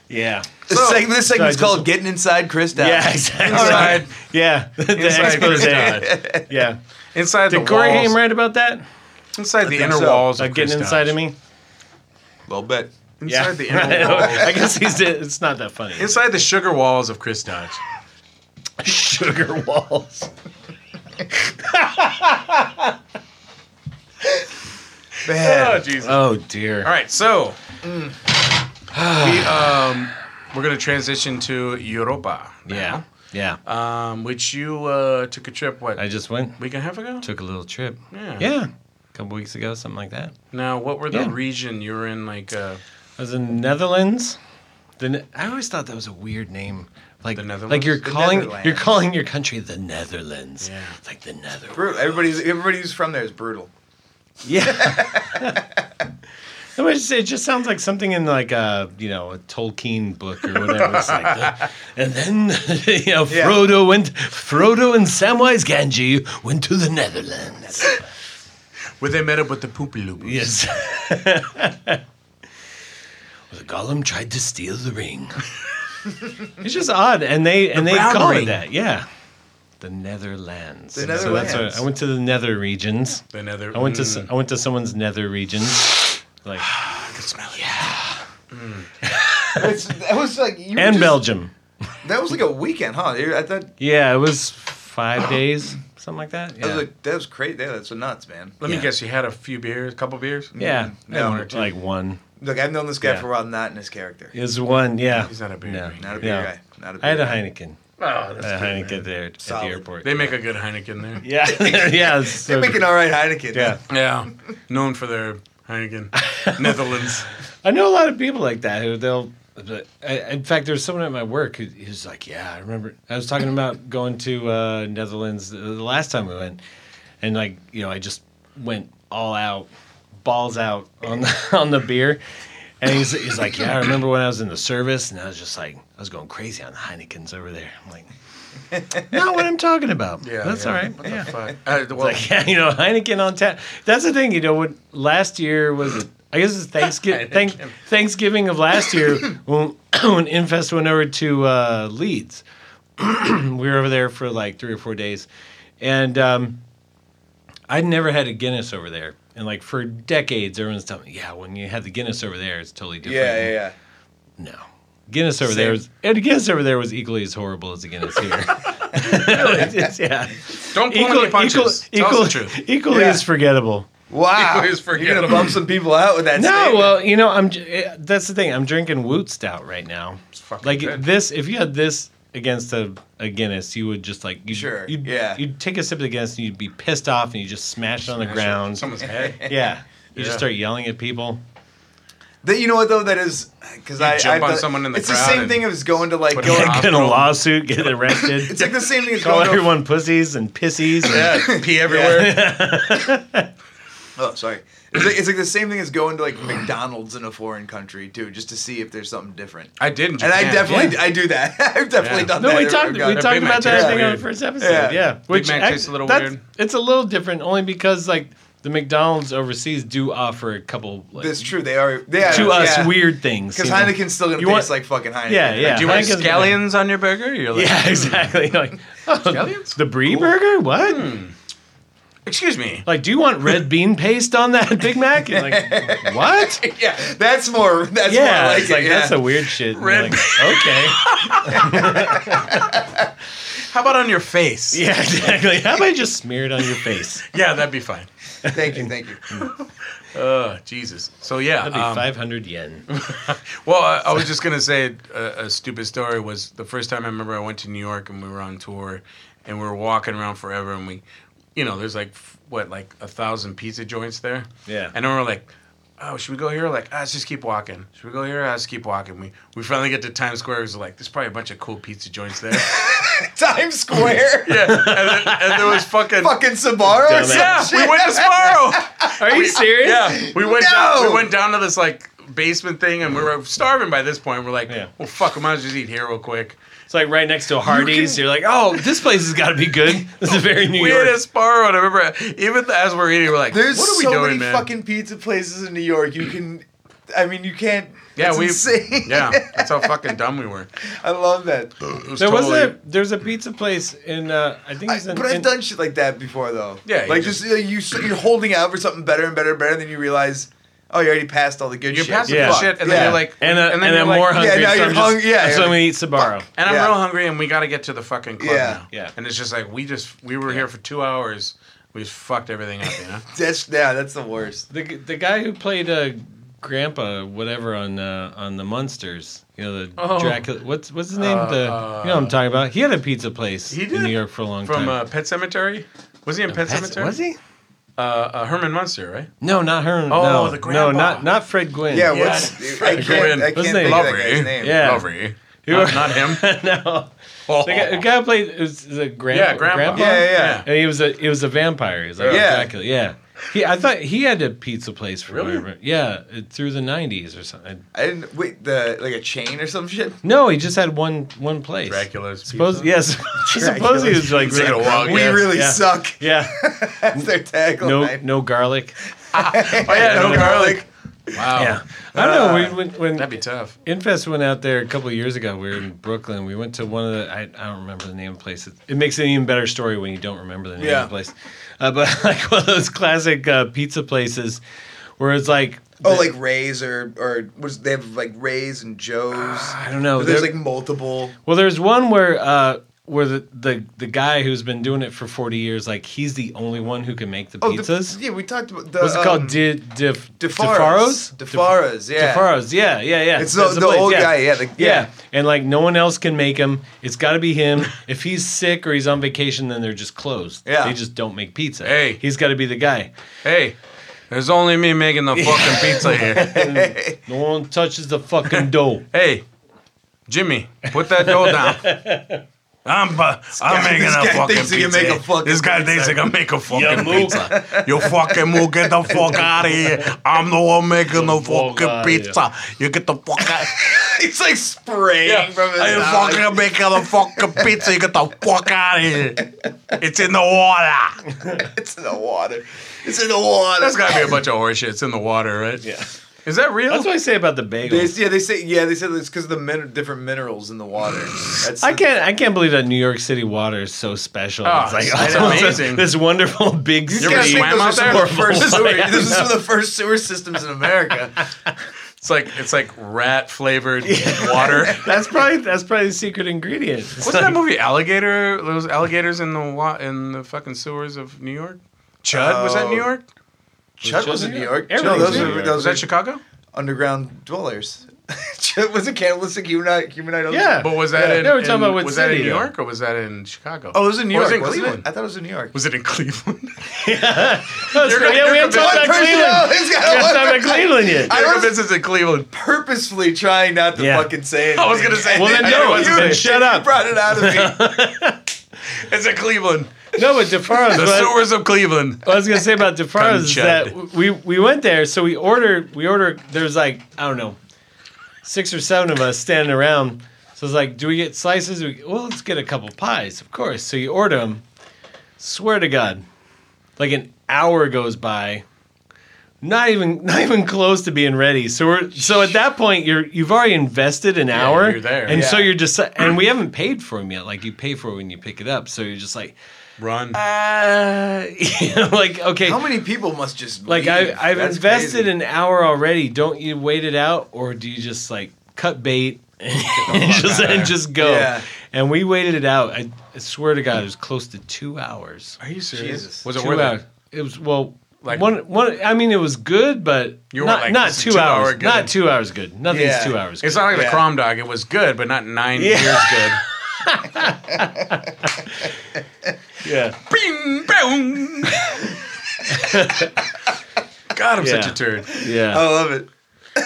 Speaker 1: Yeah,
Speaker 2: This, seg- this segment's
Speaker 1: Sorry, just-
Speaker 2: called "Getting Inside Chris Down."
Speaker 1: yeah, exactly.
Speaker 3: Inside,
Speaker 1: Yeah, the
Speaker 3: inside
Speaker 1: expose.
Speaker 3: Chris Dodge.
Speaker 1: Yeah,
Speaker 3: Inside the
Speaker 1: did Corey
Speaker 3: walls.
Speaker 1: Haim write about that?
Speaker 3: Inside the
Speaker 2: think
Speaker 3: inner
Speaker 2: so.
Speaker 3: walls. Of
Speaker 1: Like getting
Speaker 3: Chris
Speaker 1: inside
Speaker 3: Dodge.
Speaker 1: of me.
Speaker 2: a little bit.
Speaker 3: Inside the inner
Speaker 1: Right.
Speaker 3: walls.
Speaker 1: I guess he's. It's not that funny.
Speaker 3: Inside the sugar walls of Chris Dodge.
Speaker 1: sugar walls.
Speaker 3: Oh
Speaker 2: Man,
Speaker 3: Jesus!
Speaker 1: Oh dear.
Speaker 3: All right, so we um we're gonna transition to Europa.
Speaker 1: Yeah.
Speaker 3: now,
Speaker 1: Yeah.
Speaker 3: Um, which you uh took a trip what
Speaker 1: I just went,
Speaker 3: week and a half ago?
Speaker 1: took a little trip.
Speaker 3: Yeah.
Speaker 1: Yeah. A couple weeks ago, something like that.
Speaker 3: Now, what were the
Speaker 1: Yeah.
Speaker 3: region you were in? Like uh,
Speaker 1: I was in Netherlands. Then I always thought that was a weird name. Like
Speaker 3: The Netherlands?
Speaker 1: like you're
Speaker 3: The
Speaker 1: calling
Speaker 2: Netherlands.
Speaker 1: you're calling your country the Netherlands.
Speaker 3: Yeah.
Speaker 1: It's Like the Netherlands.
Speaker 2: brutal. Everybody's everybody who's from there is brutal.
Speaker 1: Yeah. No, it's- It just sounds like something in like a you know a Tolkien book or whatever. It's like, the- and then you know
Speaker 2: Yeah.
Speaker 1: Frodo went. Frodo and Samwise Ganji went to the Netherlands.
Speaker 3: Where they met up with the Poopy Loopers.
Speaker 1: Yes. the Gollum tried to steal the ring. it's just odd, and they and they
Speaker 3: brown
Speaker 1: call
Speaker 3: ring.
Speaker 1: it that. Yeah, the Netherlands.
Speaker 2: The
Speaker 1: So that's
Speaker 2: Netherlands.
Speaker 1: what, I went to the Nether regions.
Speaker 3: The nether.
Speaker 1: I went to
Speaker 3: Mm,
Speaker 1: s- I went to someone's Nether regions. Like
Speaker 3: I can smell it. Yeah.
Speaker 2: It's, that was like you were
Speaker 1: and
Speaker 2: just-
Speaker 1: Belgium.
Speaker 2: That was like a weekend, huh? I thought
Speaker 1: Yeah, it was five days, something like that.
Speaker 2: I
Speaker 1: Yeah,
Speaker 2: was like, that was crazy. Yeah, that's nuts, man.
Speaker 3: Let me
Speaker 1: Yeah.
Speaker 3: guess, you had a few beers, a couple beers?
Speaker 1: yeah,
Speaker 2: Yeah,
Speaker 1: and
Speaker 2: one or two.
Speaker 1: like one
Speaker 2: Look, I've known this guy
Speaker 1: Yeah.
Speaker 2: for a while, not in his character.
Speaker 1: is one. Yeah,
Speaker 3: He's not a beer
Speaker 1: No.
Speaker 3: drinker.
Speaker 2: Not a beer
Speaker 1: Yeah.
Speaker 2: guy. Not a beer
Speaker 1: I had a
Speaker 2: guy.
Speaker 1: Heineken.
Speaker 3: Oh,
Speaker 1: I had a
Speaker 3: that's good,
Speaker 1: Heineken
Speaker 3: man.
Speaker 1: there at the
Speaker 2: Solid.
Speaker 1: airport.
Speaker 3: They make a good Heineken there.
Speaker 1: yeah, yeah, it's
Speaker 2: They
Speaker 1: so
Speaker 2: make an all right Heineken.
Speaker 1: Yeah.
Speaker 3: Yeah, known for their Heineken, Netherlands.
Speaker 1: I know a lot of people like that who they'll. I, in fact, there's someone at my work who, who's like, "Yeah, I remember." I was talking about going to uh, Netherlands the the last time we went, and like you know, I just went all out, balls out on the, on the beer, and he's, he's like, "Yeah, I remember when I was in the service, and I was just like, I was going crazy on the Heinekens over there." I'm like, "Not what I'm talking about." Yeah, that's all right.
Speaker 3: What
Speaker 1: yeah.
Speaker 3: the fuck? Uh, well,
Speaker 1: Like, yeah, you know, Heineken on tap. That's the thing, you know, what last year was, I guess it's Thanksgiving, thank, Thanksgiving of last year when, when Infest went over to uh, Leeds. we were over there for like three or four days. And um, I'd never had a Guinness over there. And like for decades, everyone's telling me, yeah, when you have the Guinness over there, it's totally different.
Speaker 2: Yeah, yeah, yeah.
Speaker 1: No. Guinness over there was, and Guinness over there was equally as horrible as the Guinness here. It's- yeah.
Speaker 3: don't pull
Speaker 1: Equal,
Speaker 3: any punches.
Speaker 1: equal, equal,
Speaker 3: Tell us the truth.
Speaker 1: equally
Speaker 2: Yeah.
Speaker 1: as forgettable.
Speaker 2: Wow.
Speaker 3: He was
Speaker 2: You're going
Speaker 3: forgettable.
Speaker 2: to bump some people out with that
Speaker 1: No,
Speaker 2: statement.
Speaker 1: well, you know, I'm. j- eh, That's the thing. I'm drinking Woot Stout right now.
Speaker 3: fucking
Speaker 1: Like
Speaker 3: good.
Speaker 1: this, if you had this against a, a Guinness, you would just like you
Speaker 2: Sure,
Speaker 1: You'd,
Speaker 2: yeah.
Speaker 1: You'd take a sip of the Guinness and you'd be pissed off and you just smash it on the ground.
Speaker 3: Someone's head.
Speaker 1: Yeah. You
Speaker 3: Yeah.
Speaker 1: just start yelling at people.
Speaker 2: That- you know what, though? That is, because I.
Speaker 3: jump
Speaker 2: I've
Speaker 3: on
Speaker 2: done-
Speaker 3: someone in the
Speaker 2: It's
Speaker 3: crowd
Speaker 2: the same
Speaker 3: and
Speaker 2: thing as going to, like,
Speaker 3: put
Speaker 2: going.
Speaker 3: it on.
Speaker 1: Get in a
Speaker 3: Hospital.
Speaker 1: lawsuit, get arrested,
Speaker 2: It's like the same thing as
Speaker 1: call
Speaker 2: going to.
Speaker 1: everyone pussies and pissies.
Speaker 3: Yeah, pee everywhere.
Speaker 2: Oh, sorry. It's like, it's like the same thing as going to, like, McDonald's in a foreign country, too, just to see if there's something different.
Speaker 3: I did. In
Speaker 2: And
Speaker 3: Japan.
Speaker 2: I definitely, I do that. I've definitely
Speaker 3: Yeah.
Speaker 2: done
Speaker 1: No,
Speaker 2: that.
Speaker 1: we
Speaker 2: I've
Speaker 1: talked. We
Speaker 2: gone-
Speaker 1: talked
Speaker 3: Big Mac
Speaker 1: about that.
Speaker 3: tastes
Speaker 1: I think on the
Speaker 3: weird.
Speaker 1: first episode.
Speaker 2: Yeah.
Speaker 1: Yeah,
Speaker 2: Big
Speaker 3: Mac
Speaker 1: act-
Speaker 3: tastes a little
Speaker 1: that's-
Speaker 3: weird.
Speaker 1: It's a little different only because like the McDonald's overseas do offer a couple like,
Speaker 2: That's true. They are. Yeah,
Speaker 1: to us
Speaker 2: yeah.
Speaker 1: weird things.
Speaker 2: Because
Speaker 1: you know?
Speaker 2: Heineken's still going to
Speaker 1: You
Speaker 2: taste
Speaker 1: want-
Speaker 2: like fucking Heineken.
Speaker 1: Yeah, yeah.
Speaker 3: Do you want
Speaker 1: Hank is-
Speaker 3: scallions on your burger? You're like,
Speaker 1: Yeah, exactly. Like, oh,
Speaker 3: Scallions?
Speaker 1: the brie burger? What?
Speaker 3: excuse me.
Speaker 1: Like, do you want red bean paste on that Big Mac? And like, what?
Speaker 2: Yeah, that's more. That's
Speaker 1: yeah,
Speaker 2: more like
Speaker 1: it's
Speaker 2: it,
Speaker 1: like
Speaker 2: yeah.
Speaker 1: that's a weird shit. And you're
Speaker 3: Red
Speaker 1: like, okay.
Speaker 3: How about on your face?
Speaker 1: Yeah, exactly. How about I just smear it on your face?
Speaker 3: Yeah, that'd be fine.
Speaker 2: Thank you, thank you.
Speaker 3: Uh, Jesus. So yeah.
Speaker 1: That'd be
Speaker 3: um,
Speaker 1: 500 yen.
Speaker 3: Well, I, I was just gonna say uh, a, a stupid story was the first time I remember I went to New York and we were on tour, and we were walking around forever, and we, you know, there's like f- what like a thousand pizza joints there.
Speaker 1: Yeah.
Speaker 3: And then we're like, oh, should we go here? Like, ah, let's just keep walking. Should we go here? Ah, let's keep walking. We we finally get to Times Square. It's like there's probably a bunch of cool pizza joints there.
Speaker 2: Times Square.
Speaker 3: yeah. And, then, and there was fucking.
Speaker 2: Fucking Sabaro or
Speaker 1: Dumbass.
Speaker 2: some
Speaker 3: yeah,
Speaker 2: shit.
Speaker 3: we went to Sparrow.
Speaker 1: Are you serious?
Speaker 3: Yeah, we went
Speaker 2: No!
Speaker 3: down, we went down to this like basement thing, and we were starving by this point. We're like,
Speaker 1: Yeah.
Speaker 3: well, fuck, we might as well just eat here real quick.
Speaker 1: It's like right next to Hardee's. You are like, oh, this place has got to be good. This is very New
Speaker 3: We
Speaker 1: York.
Speaker 3: ate at Sparrow, and I remember even as we're eating, we're like,
Speaker 2: There's
Speaker 3: what are we
Speaker 2: so
Speaker 3: doing,
Speaker 2: many
Speaker 3: man?
Speaker 2: fucking pizza places in New York. You can, I mean, you can't.
Speaker 3: yeah,
Speaker 2: it's
Speaker 3: we.
Speaker 2: Insane.
Speaker 3: yeah, that's how fucking dumb we were.
Speaker 2: I love that.
Speaker 3: It was
Speaker 1: There was
Speaker 3: totally-
Speaker 1: a there's a pizza place in uh, I think
Speaker 2: I,
Speaker 1: it's in,
Speaker 2: but
Speaker 1: in-
Speaker 2: I've done shit like that before, though.
Speaker 3: Yeah, you
Speaker 2: like just, like, you, so you're holding out for something better and better and better, and then you realize, oh, you already passed all the good
Speaker 3: You're
Speaker 2: shit.
Speaker 3: passing
Speaker 1: Yeah.
Speaker 3: the shit, and then
Speaker 2: Yeah.
Speaker 3: you're like,
Speaker 1: and, uh, and,
Speaker 3: then you're
Speaker 1: I'm
Speaker 3: like,
Speaker 1: more hungry.
Speaker 2: now
Speaker 1: so
Speaker 2: you're
Speaker 1: I'm
Speaker 2: hung-
Speaker 1: just,
Speaker 2: yeah,
Speaker 1: so
Speaker 2: yeah.
Speaker 1: I'm gonna eat Sbarro.
Speaker 3: And I'm
Speaker 2: Yeah.
Speaker 3: real hungry, and we got to get to the fucking club
Speaker 2: Yeah.
Speaker 3: now.
Speaker 1: Yeah.
Speaker 3: and it's just like we just we were here for two hours. We just fucked everything up, you know.
Speaker 2: That's yeah, that's the worst.
Speaker 1: The g- the guy who played uh, Grandpa whatever on uh, on the Munsters, you know the
Speaker 3: Oh.
Speaker 1: Dracula. What's what's his name?
Speaker 3: Uh,
Speaker 1: the you know what I'm talking about. He had a pizza place
Speaker 3: He did?
Speaker 1: in New York for a long
Speaker 3: From
Speaker 1: time.
Speaker 3: uh, Pet Cemetery, was he in Pet,
Speaker 1: That's-
Speaker 3: Cemetery?
Speaker 1: was he?
Speaker 3: Uh, uh, Herman Munster, right?
Speaker 1: No, not her.
Speaker 3: Oh,
Speaker 1: no,
Speaker 3: the
Speaker 1: no,
Speaker 3: grandpa.
Speaker 1: not not Fred Gwynn.
Speaker 2: Yeah,
Speaker 3: Yeah,
Speaker 2: what's
Speaker 3: Fred
Speaker 2: I
Speaker 3: Gwynn.
Speaker 2: can't, I
Speaker 1: What's
Speaker 2: can't
Speaker 1: his
Speaker 2: think
Speaker 1: name?
Speaker 2: of that guy's name.
Speaker 1: Yeah.
Speaker 3: Lovery.
Speaker 1: You
Speaker 3: Not,
Speaker 1: are-
Speaker 3: not him.
Speaker 1: no, the guy, the guy who played it was the Oh. grandpa.
Speaker 3: yeah, grandpa.
Speaker 2: Yeah, yeah, yeah.
Speaker 1: And he was a he was a vampire. He was like
Speaker 2: Yeah.
Speaker 1: Dracula. Yeah. He, I thought he had a pizza place for
Speaker 3: Really?
Speaker 1: whatever. Yeah, it- through the '90s or something.
Speaker 2: I didn't wait the like a chain or some shit.
Speaker 1: No, he just had one one place.
Speaker 3: Dracula's
Speaker 1: Suppose yes.
Speaker 3: pizza?
Speaker 1: suppose he was like
Speaker 2: It's like
Speaker 1: really-
Speaker 2: a walk, we
Speaker 1: yes,
Speaker 2: really
Speaker 1: yeah.
Speaker 2: suck.
Speaker 1: Yeah.
Speaker 2: That's their
Speaker 1: No
Speaker 2: tagline.
Speaker 1: no garlic.
Speaker 2: oh yeah,
Speaker 1: no
Speaker 2: no, garlic.
Speaker 3: Wow.
Speaker 1: Yeah. I don't know. We, when
Speaker 3: Oh. That'd
Speaker 1: when
Speaker 3: be tough.
Speaker 1: Infest went out there a couple of years ago. We were in Brooklyn. We went to one of the I, I don't remember the name of the place. It, it makes it an even better story when you don't remember the name
Speaker 2: Yeah.
Speaker 1: of the place. Uh, but like one of those classic uh, pizza places where it's like
Speaker 2: Oh, like Ray's or or was they have like Ray's and Joe's.
Speaker 1: Ah, I don't know.
Speaker 2: But there's
Speaker 1: They're-
Speaker 2: like multiple.
Speaker 1: Well, there's one where uh, where the, the the guy who's been doing it for 40 years, like he's the only one who can make the
Speaker 2: Oh,
Speaker 1: pizzas.
Speaker 2: the, yeah, we talked about the.
Speaker 1: What's it called?
Speaker 2: um,
Speaker 1: Di, dif,
Speaker 2: DeFaro's.
Speaker 1: DeFaro's?
Speaker 2: DeFaro's, yeah.
Speaker 1: DeFaro's, yeah, yeah, yeah.
Speaker 2: It's the,
Speaker 1: That's
Speaker 2: the
Speaker 1: place,
Speaker 2: old guy, yeah. The,
Speaker 1: Yeah. and like no one else can make them. It's got to be him. if he's sick or he's on vacation, then they're just closed.
Speaker 2: Yeah.
Speaker 1: they just don't make pizza.
Speaker 3: Hey.
Speaker 1: he's got to be the guy.
Speaker 3: Hey, there's only me making the fucking pizza here.
Speaker 1: No one touches the fucking dough.
Speaker 3: Hey, Jimmy, put that dough down. I'm, bu- I'm
Speaker 2: guy-
Speaker 3: making
Speaker 2: this
Speaker 3: a
Speaker 2: guy
Speaker 3: fucking
Speaker 2: thinks he
Speaker 3: pizza.
Speaker 2: can make a fucking
Speaker 3: this guy thinks
Speaker 2: pizza.
Speaker 3: he can make a
Speaker 1: Yeah,
Speaker 3: fucking
Speaker 1: move.
Speaker 3: pizza. You fucking move, get the fuck out of here. I'm the one making the,
Speaker 1: The fuck
Speaker 3: fucking
Speaker 1: outta here.
Speaker 3: pizza. You get the fuck out.
Speaker 2: It's like spraying from his
Speaker 3: I
Speaker 2: mouth.
Speaker 3: fucking making the fucking pizza. You get the fuck out of here. It's in the water.
Speaker 2: It's in the water. It's in the water.
Speaker 3: That's gotta be a bunch of horseshit. It's in the water, right?
Speaker 1: Yeah,
Speaker 3: Is that real?
Speaker 1: that's what I say about the bagels.
Speaker 2: They, yeah, they say yeah, they said it's because the min- different minerals in the water. That's
Speaker 1: I can't. I can't believe that New York City water is so special.
Speaker 3: Oh,
Speaker 1: it's like
Speaker 3: it's- it's
Speaker 1: oh, it's
Speaker 3: amazing.
Speaker 1: This wonderful big.
Speaker 2: You
Speaker 1: sea.
Speaker 3: ever
Speaker 2: gotta think
Speaker 3: swam
Speaker 2: those
Speaker 3: out
Speaker 2: are some
Speaker 3: there?
Speaker 2: of the first
Speaker 1: Horrible.
Speaker 2: sewer, this is some of the first sewer systems in America.
Speaker 3: It's like it's like rat flavored water.
Speaker 1: That's probably that's probably the secret ingredient. It's
Speaker 3: What's
Speaker 1: like-
Speaker 3: that movie? Alligator? Those alligators in the wa- in the fucking sewers of New York. Chud was that New
Speaker 2: Oh.
Speaker 3: York?
Speaker 2: Chud
Speaker 1: Chud
Speaker 2: was
Speaker 1: in
Speaker 2: in New
Speaker 1: New
Speaker 2: York.
Speaker 1: York?
Speaker 2: No,
Speaker 1: Everything's
Speaker 2: those
Speaker 1: in New
Speaker 2: are
Speaker 1: York.
Speaker 2: those
Speaker 3: Was
Speaker 2: are
Speaker 3: that Chicago?
Speaker 2: underground dwellers. Chud was a cannibalistic humanite. humanite
Speaker 1: Yeah.
Speaker 3: But was that
Speaker 1: Yeah,
Speaker 3: in?
Speaker 1: they were talking
Speaker 3: in-
Speaker 1: about what
Speaker 3: was that in
Speaker 1: city,
Speaker 3: New
Speaker 1: though.
Speaker 3: York or was that in Chicago?
Speaker 2: Oh, it was in New
Speaker 3: Or
Speaker 2: York.
Speaker 3: Was it in
Speaker 2: wasn't
Speaker 3: Cleveland?
Speaker 2: I thought it was in New York.
Speaker 3: Was it in Cleveland?
Speaker 1: Oh, it's-
Speaker 3: gonna-
Speaker 1: yeah,
Speaker 3: you're
Speaker 1: we haven't
Speaker 3: gonna-
Speaker 1: talked about
Speaker 2: One person-
Speaker 1: Cleveland.
Speaker 2: no, he's got
Speaker 1: We haven't talked
Speaker 2: one
Speaker 1: about
Speaker 2: person-
Speaker 1: Cleveland yet.
Speaker 2: I
Speaker 3: I
Speaker 2: was-
Speaker 3: was business in Cleveland.
Speaker 2: Purposefully trying not to
Speaker 1: Yeah.
Speaker 2: fucking say it.
Speaker 3: I was gonna say.
Speaker 1: Well, then
Speaker 3: I
Speaker 1: no,
Speaker 3: know it's,
Speaker 1: it's-
Speaker 3: in-
Speaker 1: Then shut up.
Speaker 2: You brought it out of me.
Speaker 3: it's in Cleveland.
Speaker 1: No, but DeFaro's.
Speaker 3: The
Speaker 1: what-
Speaker 3: sewers of Cleveland.
Speaker 1: what I was gonna say about DeFaro's is
Speaker 3: Come,
Speaker 1: that we we went there, so we ordered we ordered. There's like I don't know, six or seven of us standing around. So it's like, do we get slices? We, well, let's get a couple pies, of course. So you order them. Swear to God, like an hour goes by. Not even, not even close to being ready. So we're, so at that point, you're, you've already invested an hour,
Speaker 3: you're there.
Speaker 1: and so
Speaker 2: Yeah.
Speaker 1: you're just, and we haven't paid for them yet. Like you pay for it when you pick it up. So you're just like,
Speaker 3: Run.
Speaker 1: uh, you know, like okay,
Speaker 2: How many people must just
Speaker 1: like
Speaker 2: leave?
Speaker 1: I, I've
Speaker 2: That's
Speaker 1: invested
Speaker 2: crazy.
Speaker 1: an hour already. Don't you wait it out, or do you just like cut bait and just
Speaker 3: outta there.
Speaker 1: and just go?
Speaker 2: Yeah.
Speaker 1: And we waited it out. I, I swear to God, it was close to two hours.
Speaker 3: Are you serious?
Speaker 2: Jesus.
Speaker 3: Was it
Speaker 1: Two
Speaker 3: worth
Speaker 1: hours.
Speaker 3: it?
Speaker 1: It was well, like
Speaker 3: Like-
Speaker 1: one one. I mean, it was good, but
Speaker 3: You were
Speaker 1: not
Speaker 3: like,
Speaker 1: not
Speaker 3: this is
Speaker 1: two,
Speaker 3: two hour
Speaker 1: hours.
Speaker 3: good.
Speaker 1: Not two hours good. Nothing's
Speaker 2: Yeah.
Speaker 1: two hours. Good.
Speaker 3: It's not like the
Speaker 2: Yeah.
Speaker 3: Crom Dog. It was good, but not nine
Speaker 1: Yeah.
Speaker 3: years good.
Speaker 1: yeah.
Speaker 3: Bing, bong. God, I'm
Speaker 1: Yeah.
Speaker 3: such a turd.
Speaker 1: Yeah.
Speaker 2: I love it.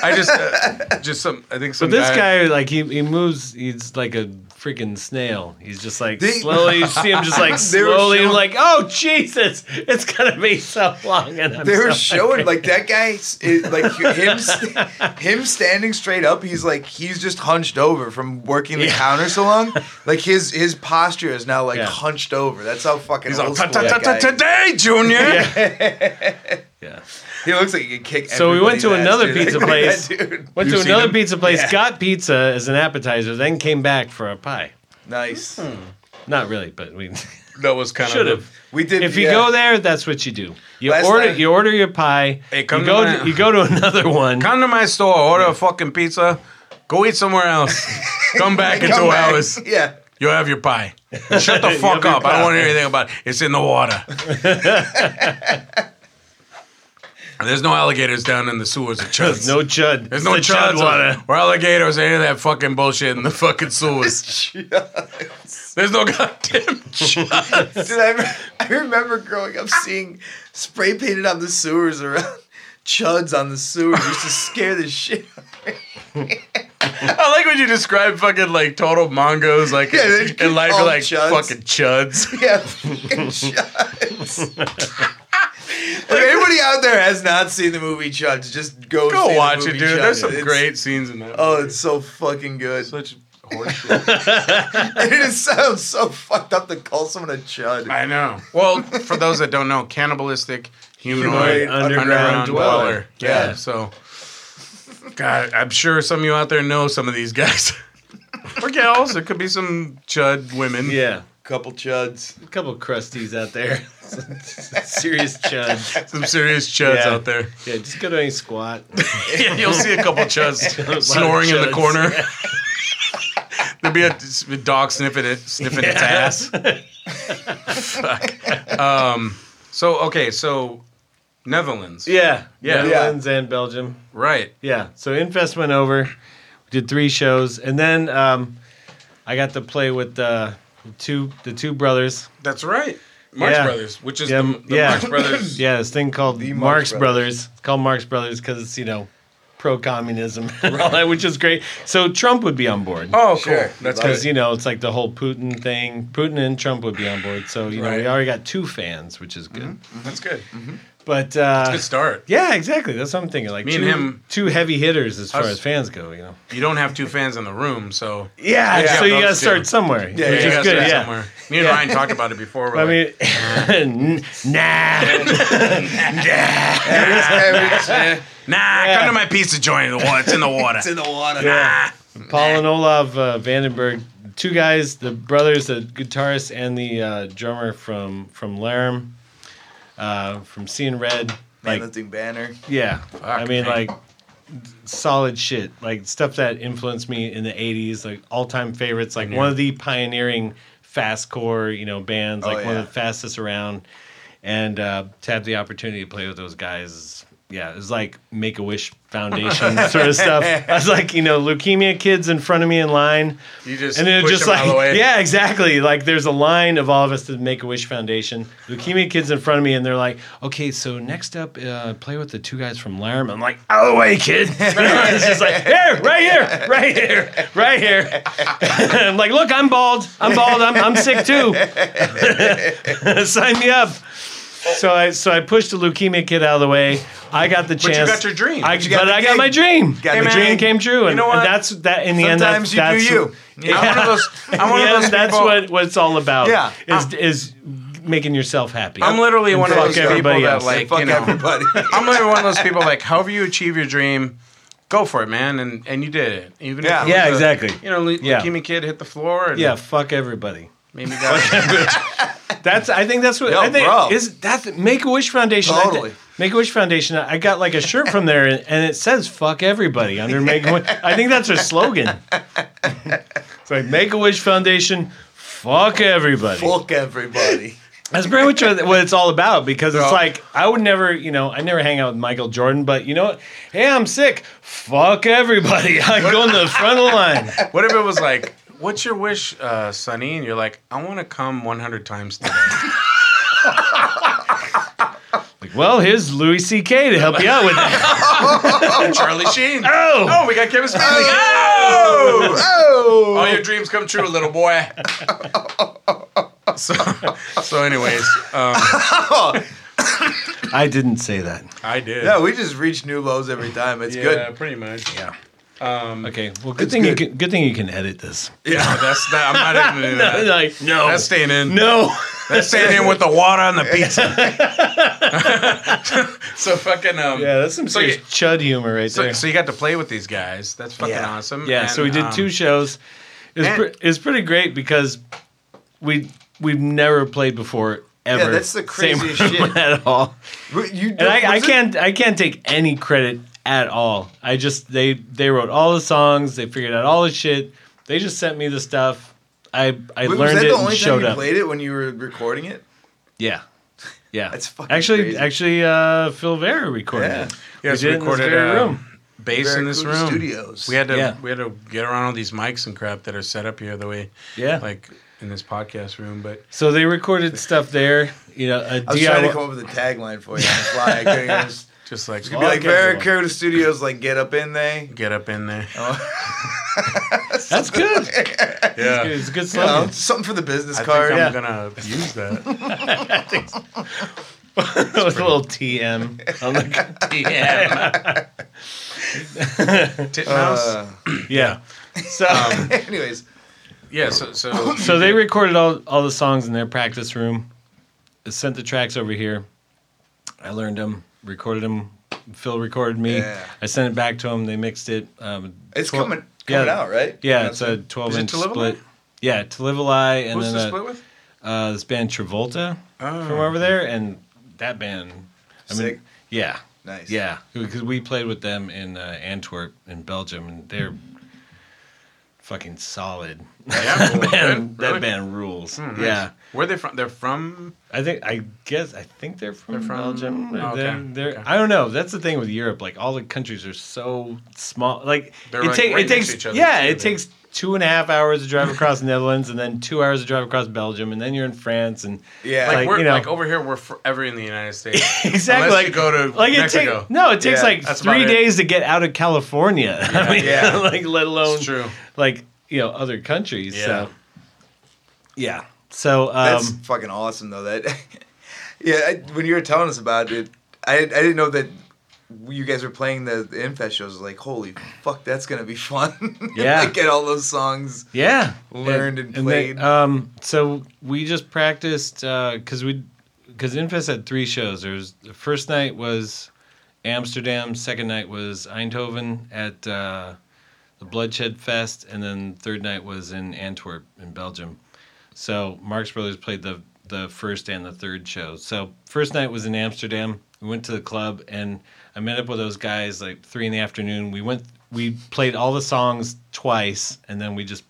Speaker 3: I just, uh, just some. I think some.
Speaker 1: But this guy, like he, he moves, he's like a freaking snail. He's just like
Speaker 2: They-
Speaker 1: slowly. You see him just like
Speaker 2: They were
Speaker 1: slowly,
Speaker 2: showing-
Speaker 1: like oh Jesus, it's gonna be so long. And I'm
Speaker 2: They were
Speaker 1: so
Speaker 2: showing like that guy, s- it, like him, st- him standing straight up. He's like he's just hunched over from working the
Speaker 1: Yeah.
Speaker 2: counter so long. Like his his posture is now like
Speaker 1: Yeah.
Speaker 2: hunched over. That's how fucking
Speaker 3: He's
Speaker 2: old
Speaker 3: all ta
Speaker 2: school
Speaker 3: ta ta
Speaker 2: that
Speaker 3: ta
Speaker 2: guy is.
Speaker 3: today, Junior.
Speaker 1: yeah.
Speaker 2: He looks like he could kick.
Speaker 1: So we went to
Speaker 2: everybody's ass,
Speaker 1: another
Speaker 2: dude.
Speaker 1: pizza
Speaker 2: Like, look at that
Speaker 1: place.
Speaker 2: dude.
Speaker 1: Went
Speaker 3: You've
Speaker 1: to
Speaker 3: seen
Speaker 1: another
Speaker 3: him?
Speaker 1: pizza place,
Speaker 2: Yeah.
Speaker 1: got pizza as an appetizer, then came back for a pie.
Speaker 2: Nice.
Speaker 1: Hmm. Not really, but we
Speaker 3: That was kind
Speaker 1: should
Speaker 3: of.
Speaker 1: have.
Speaker 2: We did.
Speaker 1: If you
Speaker 2: yeah.
Speaker 1: go there, that's what you do. You
Speaker 2: Last
Speaker 1: order
Speaker 2: night-
Speaker 1: you order your pie.
Speaker 3: Hey, come
Speaker 1: you
Speaker 3: to
Speaker 1: go
Speaker 3: my-
Speaker 1: you go to another one.
Speaker 3: Come to my store, order a fucking pizza, go eat somewhere else, come back in
Speaker 2: Come
Speaker 3: two
Speaker 2: back.
Speaker 3: hours.
Speaker 2: Yeah.
Speaker 3: You'll have your pie. Shut the
Speaker 1: You'll have
Speaker 3: fuck
Speaker 1: your
Speaker 3: up. I
Speaker 1: pie.
Speaker 3: don't want to hear anything about it. It's in the water. There's no alligators down in the sewers of Chuds.
Speaker 1: There's no chud.
Speaker 3: There's no
Speaker 1: It's a
Speaker 3: chuds
Speaker 1: water.
Speaker 3: or, or alligators or any of that fucking bullshit in the fucking sewers. There's no goddamn chuds.
Speaker 2: Dude, I, re- I remember growing up seeing spray painted on the sewers around chuds on the sewers used to scare the shit. out of me.
Speaker 3: I like when you describe fucking like total mongos like
Speaker 2: Yeah, they
Speaker 3: in life
Speaker 2: call
Speaker 3: you're
Speaker 2: them
Speaker 3: like
Speaker 2: chuds.
Speaker 3: fucking chuds.
Speaker 2: Yeah, fucking chuds. If anybody out there has not seen the movie Chuds, just go see
Speaker 3: Go
Speaker 2: the
Speaker 3: watch it,
Speaker 2: movie
Speaker 3: dude. There's
Speaker 2: Chuds.
Speaker 3: some
Speaker 2: It's-
Speaker 3: great scenes in that.
Speaker 2: Oh,
Speaker 3: movie.
Speaker 2: it's so fucking good.
Speaker 3: such horseshit.
Speaker 2: and it sounds so fucked up to call someone a chud.
Speaker 3: I know. Well, for those that don't know, cannibalistic humanoid
Speaker 2: Humanoid
Speaker 3: underground,
Speaker 1: underground
Speaker 3: dweller.
Speaker 1: dweller.
Speaker 3: Yeah.
Speaker 1: Yeah.
Speaker 3: So, God, I'm sure some of you out there know some of these guys or gals. There could be some chud women.
Speaker 1: Yeah.
Speaker 2: Couple chuds.
Speaker 1: A couple of crusties out there. Serious chuds.
Speaker 3: Some serious chuds
Speaker 1: Yeah.
Speaker 3: out there.
Speaker 1: Yeah, just go to any squat.
Speaker 3: Yeah, you'll see a couple chuds snoring in the
Speaker 1: chuds.
Speaker 3: corner. There'd be a, a dog sniffing it, sniffing its ass. So okay, so Netherlands,
Speaker 1: Yeah.
Speaker 3: Yeah.
Speaker 1: Netherlands and Belgium.
Speaker 3: right?
Speaker 1: Yeah. So Infest went over. We did three shows. And then um, I got to play with uh, the two the two brothers.
Speaker 3: That's right. Marx
Speaker 1: Yeah.
Speaker 3: Brothers, which is
Speaker 1: Yeah,
Speaker 3: the, the
Speaker 1: yeah.
Speaker 3: Marx Brothers.
Speaker 1: Yeah, this thing called
Speaker 2: The
Speaker 1: Marx
Speaker 2: Marx
Speaker 1: Brothers. It's called Marx Brothers because it's, you know, pro communism and all that, which is great. So Trump would be on board.
Speaker 3: Oh, cool.
Speaker 2: Sure.
Speaker 3: That's
Speaker 2: Love
Speaker 3: good.
Speaker 1: Because you know it's like the whole Putin thing. Putin and Trump would be on board, so you know
Speaker 3: Right. Mm-hmm.
Speaker 1: we already got two fans, which is good.
Speaker 3: That's good.
Speaker 1: Mm-hmm. But uh,
Speaker 3: Good start.
Speaker 1: yeah, exactly. That's what I'm thinking. Like
Speaker 3: Me
Speaker 1: two,
Speaker 3: and him-
Speaker 1: two heavy hitters as far
Speaker 3: Us-
Speaker 1: as fans go. You know.
Speaker 3: You don't have two fans in the room, so
Speaker 1: Yeah.
Speaker 3: Yeah,
Speaker 1: so you
Speaker 3: those
Speaker 1: gotta
Speaker 3: two.
Speaker 1: start somewhere.
Speaker 2: Yeah,
Speaker 1: which
Speaker 2: you
Speaker 1: is
Speaker 3: guys
Speaker 1: good.
Speaker 3: are
Speaker 1: Yeah.
Speaker 3: somewhere. Me and Ryan talked about it before. We're
Speaker 1: I
Speaker 3: like,
Speaker 1: mean, n- nah.
Speaker 2: Every-
Speaker 3: nah, come to my pizza joint. The wa- It's in the water.
Speaker 2: it's in the water.
Speaker 1: Yeah. Paul and Olav uh, Vandenberg, two guys, the brothers, the guitarist and the uh, drummer from from Laram, uh, from Seeing Red.
Speaker 2: Man
Speaker 1: Like
Speaker 2: lifting banner.
Speaker 1: Yeah. I mean,
Speaker 3: man.
Speaker 1: like, solid shit. Like, stuff that influenced me in the 80s, like, all time favorites.
Speaker 2: Mm-hmm.
Speaker 1: Like, one of the pioneering fastcore, you know, bands,
Speaker 2: Oh,
Speaker 1: like, one
Speaker 2: yeah.
Speaker 1: of the fastest around. And uh, to have the opportunity to play with those guys, is- yeah, it was like Make a Wish Foundation sort of stuff. I was like, you know, leukemia kids in front of me in line
Speaker 3: you just
Speaker 1: and
Speaker 3: and
Speaker 1: then
Speaker 3: push
Speaker 1: just
Speaker 3: them out of the
Speaker 1: like
Speaker 3: way.
Speaker 1: yeah exactly like there's a line of all of us to the make-a-wish foundation leukemia kids in front of me and they're like okay so next up uh, play with the two guys from laram i'm like out of the way kid it's just like here right here right here right here i'm like look i'm bald i'm bald i'm, I'm sick too sign me up so I so I pushed the leukemia kid out of the way. I got the
Speaker 3: you
Speaker 1: chance.
Speaker 3: got your dream.
Speaker 1: I,
Speaker 3: But
Speaker 2: you got
Speaker 1: but
Speaker 2: the
Speaker 1: I got my
Speaker 2: gig.
Speaker 1: dream.
Speaker 2: Got
Speaker 1: my
Speaker 2: the
Speaker 1: dream
Speaker 2: gig.
Speaker 1: came true, and,
Speaker 3: know
Speaker 1: and
Speaker 3: what?
Speaker 1: that's that. In the
Speaker 2: Sometimes
Speaker 1: end, that's,
Speaker 2: you
Speaker 1: that's
Speaker 2: do you.
Speaker 3: I'm one of those. I'm one
Speaker 1: yeah,
Speaker 3: of those
Speaker 1: that's
Speaker 3: people. Ah.
Speaker 1: what, what it's all about.
Speaker 2: Yeah.
Speaker 1: is is making yourself happy.
Speaker 3: I'm literally one of
Speaker 1: fuck
Speaker 3: those people
Speaker 1: everybody
Speaker 3: that
Speaker 1: else.
Speaker 3: like
Speaker 2: Fuck
Speaker 3: you know.
Speaker 2: everybody.
Speaker 3: I'm literally one of those people like, however you achieve your dream, go for it, man, and and you did it. Even
Speaker 2: Yeah.
Speaker 3: if it was
Speaker 1: Yeah,
Speaker 3: a-
Speaker 1: exactly.
Speaker 3: You know, le-
Speaker 1: Yeah.
Speaker 3: leukemia kid hit the floor. And
Speaker 1: yeah, fuck everybody.
Speaker 3: maybe got
Speaker 1: That's I think that's what
Speaker 2: Yo,
Speaker 1: I think
Speaker 2: bro.
Speaker 1: is that Make a Wish Foundation. I thi-
Speaker 2: Totally.
Speaker 1: Make a Wish Foundation. I I got like a shirt from there, and, and it says "fuck everybody" under Make a Wish. I think that's their slogan. it's like Make a Wish Foundation. Fuck everybody.
Speaker 2: Fuck everybody.
Speaker 1: That's pretty much what what it's all about because it's
Speaker 3: Yeah.
Speaker 1: like I would never, you know, I never hang out with Michael Jordan, but you know what? Hey, I'm sick. Fuck everybody. I go in the front of the line.
Speaker 3: What if it was like, what's your wish, uh, Sonny? And you're like, I want to come 100 times today.
Speaker 1: Like, well, here's Louis C.K. to help you out with that.
Speaker 3: Charlie Sheen.
Speaker 1: Oh,
Speaker 3: Oh, we got Kevin Smith. Oh!
Speaker 2: Oh,
Speaker 3: All your dreams come true, little boy. so, so, anyways, um,
Speaker 1: I didn't say that.
Speaker 3: I did.
Speaker 2: yeah, we just reach new lows every time. It's
Speaker 3: Yeah,
Speaker 2: good.
Speaker 3: pretty much. Yeah.
Speaker 1: Okay, well, good thing
Speaker 2: good.
Speaker 1: you can. Good thing you can edit this.
Speaker 3: No, that's that. I'm not even doing that.
Speaker 1: like no,
Speaker 3: That's staying in.
Speaker 1: no.
Speaker 3: That's staying in with the water and the pizza. so fucking um.
Speaker 1: Yeah, that's some
Speaker 3: So
Speaker 1: serious
Speaker 3: you-
Speaker 1: chud humor right
Speaker 3: So,
Speaker 1: there.
Speaker 3: so you got to play with these guys. That's fucking
Speaker 2: Yeah.
Speaker 3: awesome.
Speaker 1: Yeah,
Speaker 3: And,
Speaker 1: so we did
Speaker 3: um,
Speaker 1: two shows. It's
Speaker 3: and-
Speaker 1: pre- it's pretty great because we we've never played before ever.
Speaker 2: that's the
Speaker 1: Same
Speaker 2: craziest
Speaker 1: room
Speaker 2: shit.
Speaker 1: at all.
Speaker 2: We- You
Speaker 1: And I, I
Speaker 2: was it-
Speaker 1: can't I can't take any credit at all. I just they they wrote all the songs. They figured out all the shit. They just sent me the stuff. I I
Speaker 2: Was
Speaker 1: learned
Speaker 2: that
Speaker 1: it
Speaker 2: the
Speaker 1: and
Speaker 2: only time
Speaker 1: showed
Speaker 2: you
Speaker 1: up.
Speaker 2: played it when you were recording it?
Speaker 1: Yeah. Yeah,
Speaker 2: That's fucking
Speaker 1: actually
Speaker 2: crazy.
Speaker 1: actually uh, Phil Vera recorded
Speaker 2: Yeah.
Speaker 1: it.
Speaker 3: Yeah,
Speaker 1: We
Speaker 3: so
Speaker 1: did it in this
Speaker 3: recorded,
Speaker 1: very
Speaker 3: uh,
Speaker 1: room.
Speaker 3: bass in this
Speaker 2: Barracuda
Speaker 3: room.
Speaker 2: Studios.
Speaker 3: We had to
Speaker 1: Yeah.
Speaker 3: we had to get around all these mics and crap that are set up here the way
Speaker 1: Yeah,
Speaker 3: like in this podcast room. But
Speaker 1: so they recorded stuff there. You know, a
Speaker 2: I was
Speaker 1: DIY.
Speaker 2: trying to come up with a tagline for you. On the fly. I couldn't I was-
Speaker 3: just like
Speaker 2: It'd be like
Speaker 1: Fuck everyone.
Speaker 2: Barracuda Studios, like get up in there.
Speaker 3: get up in there.
Speaker 1: Oh, That's good.
Speaker 3: Yeah.
Speaker 1: It's a good
Speaker 2: You know,
Speaker 1: slogan.
Speaker 2: something for the business
Speaker 1: Uh,
Speaker 3: I think
Speaker 2: card.
Speaker 3: I'm
Speaker 1: Yeah.
Speaker 3: gonna use that.
Speaker 1: That was a little TM. on the-
Speaker 2: Uh,
Speaker 3: Titmouse.
Speaker 1: yeah. So
Speaker 3: Um,
Speaker 2: Anyways,
Speaker 3: yeah. So so
Speaker 1: so they recorded all, all the songs in their practice room, sent the tracks over here. I learned them, recorded them. Phil recorded me.
Speaker 2: Yeah.
Speaker 1: I sent it back to him. They mixed it. Um,
Speaker 2: it's
Speaker 1: tw-
Speaker 2: coming coming
Speaker 1: yeah.
Speaker 2: out, right?
Speaker 1: Yeah,
Speaker 2: Coming
Speaker 1: it's
Speaker 2: out
Speaker 1: a
Speaker 2: soon.
Speaker 1: 12
Speaker 3: Is it
Speaker 1: inch
Speaker 3: To Live a
Speaker 1: split.
Speaker 3: Lie?
Speaker 1: Yeah, To Live a Lie, and
Speaker 3: who's
Speaker 1: then
Speaker 3: the
Speaker 1: uh,
Speaker 3: split with?
Speaker 1: uh, this band Travolta
Speaker 3: Oh.
Speaker 1: from over there, and that band. I
Speaker 2: Sick.
Speaker 1: mean, yeah,
Speaker 2: Nice.
Speaker 1: yeah, because we played with them in uh, Antwerp in Belgium, and they're fucking solid.
Speaker 3: Yeah, cool.
Speaker 1: Man,
Speaker 3: Good,
Speaker 1: that
Speaker 3: really?
Speaker 1: band rules.
Speaker 3: Hmm, nice.
Speaker 1: Yeah,
Speaker 3: Where they from? They're from.
Speaker 1: I think I guess I think they're from,
Speaker 3: They're from-
Speaker 1: Belgium.
Speaker 3: oh, okay,
Speaker 1: They're, they're,
Speaker 3: okay.
Speaker 1: I don't know. That's the thing with Europe. Like all the countries are so small. Like
Speaker 3: They're,
Speaker 1: it,
Speaker 3: like,
Speaker 1: take,
Speaker 3: right
Speaker 1: it
Speaker 3: next to
Speaker 1: takes
Speaker 3: each other,
Speaker 1: yeah,
Speaker 3: too,
Speaker 1: it
Speaker 3: they-
Speaker 1: takes two and a half hours to drive across the Netherlands, and then two hours to drive across Belgium, and then you're in France, and
Speaker 2: Yeah.
Speaker 3: Like,
Speaker 1: Like,
Speaker 3: we're
Speaker 1: you know.
Speaker 3: like over here. We're forever in the United States.
Speaker 1: exactly
Speaker 3: Unless
Speaker 1: like
Speaker 3: you go to
Speaker 1: like it
Speaker 3: Mexico.
Speaker 1: takes no, it takes
Speaker 2: Yeah,
Speaker 1: like
Speaker 3: that's
Speaker 1: three
Speaker 3: about it.
Speaker 1: days to get out of California. I mean,
Speaker 2: yeah.
Speaker 1: like let alone
Speaker 3: It's true.
Speaker 1: like you know other countries.
Speaker 3: Yeah.
Speaker 1: So yeah, so um,
Speaker 2: That's fucking awesome, though. That yeah, I, when you were telling us about it, I I didn't know that you guys were playing the, the Infest shows. I was like, holy fuck, that's gonna be fun.
Speaker 1: Yeah.
Speaker 2: like, get all those songs.
Speaker 1: Yeah,
Speaker 2: Learned and
Speaker 1: they-
Speaker 2: played.
Speaker 1: um, so we just practiced because we because Infest had three shows. There was the first night was Amsterdam, second night was Eindhoven at uh, the Bloodshed Fest, and then third night was in Antwerp in Belgium. So Marx Brothers played the the first and the third show. So first night was in Amsterdam. We went to the club and I met up with those guys like three in the afternoon. We went we played all the songs twice and then we just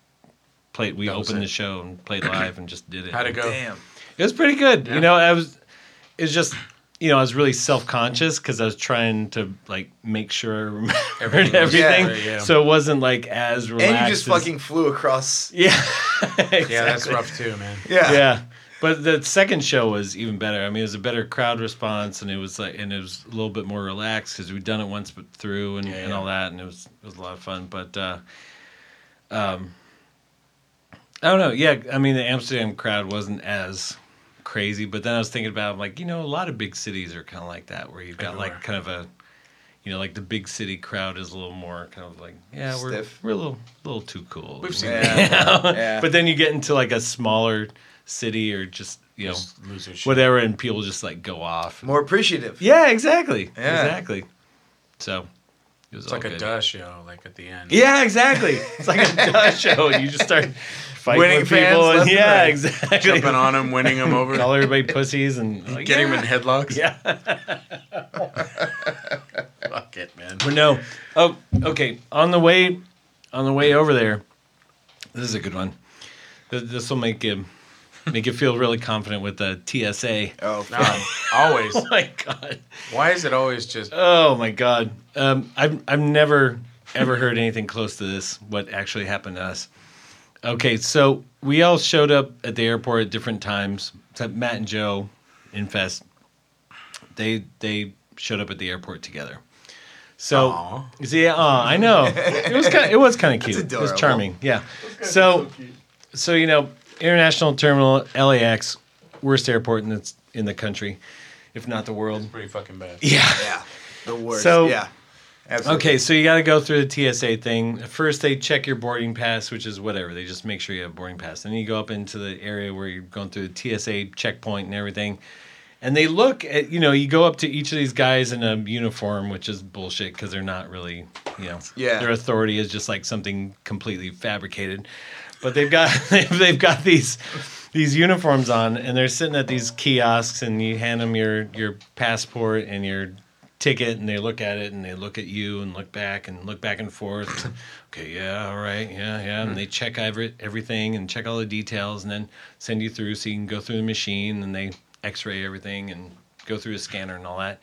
Speaker 1: played we
Speaker 3: was
Speaker 1: opened the
Speaker 3: it.
Speaker 1: show and played live and just did it.
Speaker 3: How'd it go?
Speaker 2: Damn.
Speaker 1: It was pretty good.
Speaker 3: Yeah.
Speaker 1: You know, I was it's just you know, I was really self conscious because I was trying to like make sure I remembered everything.
Speaker 3: Everything was- Yeah, yeah.
Speaker 1: So it wasn't like as relaxed.
Speaker 2: And you just
Speaker 1: as-
Speaker 2: fucking flew across.
Speaker 1: yeah.
Speaker 3: Yeah, that's
Speaker 1: Exactly
Speaker 3: rough too, man.
Speaker 2: Yeah.
Speaker 1: yeah. But the second show was even better. I mean, it was a better crowd response, and it was like, and it was a little bit more relaxed because we'd done it once but through and,
Speaker 3: Yeah,
Speaker 1: and
Speaker 3: yeah.
Speaker 1: all that, and it was it was a lot of fun. But uh, um, I don't know. Yeah, I mean, the Amsterdam crowd wasn't as crazy, but then I was thinking about, it, I'm like, you know, a lot of big cities are kind of like that, where you've got
Speaker 3: Everywhere.
Speaker 1: like kind of a, you know, like the big city crowd is a little more kind of like, yeah, we're
Speaker 2: Stiff.
Speaker 1: we're a little little too cool.
Speaker 3: We've
Speaker 1: you
Speaker 3: seen
Speaker 1: know?
Speaker 2: Yeah. Yeah.
Speaker 1: But then you get into like a smaller city or just you know
Speaker 3: Just loser shit.
Speaker 1: whatever, and people just like go off.
Speaker 2: More appreciative.
Speaker 1: Yeah, exactly.
Speaker 2: Yeah.
Speaker 1: Exactly. So it was
Speaker 3: It's like
Speaker 1: all
Speaker 3: a
Speaker 1: good.
Speaker 3: duh show, like at the end.
Speaker 1: Yeah, exactly. It's like a duh show, and you just start fighting
Speaker 2: Winning
Speaker 1: with
Speaker 2: fans
Speaker 1: people, and
Speaker 2: left and
Speaker 1: yeah,
Speaker 2: right.
Speaker 1: exactly.
Speaker 3: Jumping on him, winning him over,
Speaker 1: Call everybody pussies and like,
Speaker 3: getting
Speaker 1: Oh, yeah.
Speaker 3: him in headlocks.
Speaker 1: Yeah.
Speaker 3: Fuck it, man.
Speaker 1: But no. Oh, okay. On the way, on the way over there, this is a good one. This will make you make you feel really confident with the TSA.
Speaker 2: Oh, fuck.
Speaker 3: No, always.
Speaker 1: Oh my god.
Speaker 3: Why is it always just?
Speaker 1: Oh my god. Um, I've I've never ever heard anything close to this. What actually happened to us? Okay, so we all showed up at the airport at different times. Except Matt and Joe, Infest. They they showed up at the airport together. So
Speaker 3: Aw.
Speaker 1: see, aw, I know it was kind of, it was kind of cute. It was
Speaker 2: adorable.
Speaker 1: charming. Yeah. So so you know, international terminal LAX, worst airport in the, in the country, if not the world.
Speaker 3: Pretty fucking bad.
Speaker 1: Yeah.
Speaker 2: yeah. The worst.
Speaker 1: So-
Speaker 2: yeah. Absolutely.
Speaker 1: Okay, so you got to go through the TSA thing. First, they check your boarding pass, which is whatever. They just make sure you have a boarding pass. Then you go up into the area where you're going through the TSA checkpoint and everything. And they look at, you know, you go up to each of these guys in a uniform, which is bullshit because they're not really, you know,
Speaker 2: Yeah.
Speaker 1: their authority is just like something completely fabricated. But they've got they've got these these uniforms on, and they're sitting at these kiosks, and you hand them your your passport and your ticket, and they look at it, and they look at you, and look back, and look back and forth. okay, yeah, all right, yeah, yeah, and they check every, everything and check all the details, and then send you through so you can go through the machine, and they X-ray everything and go through a scanner and all that.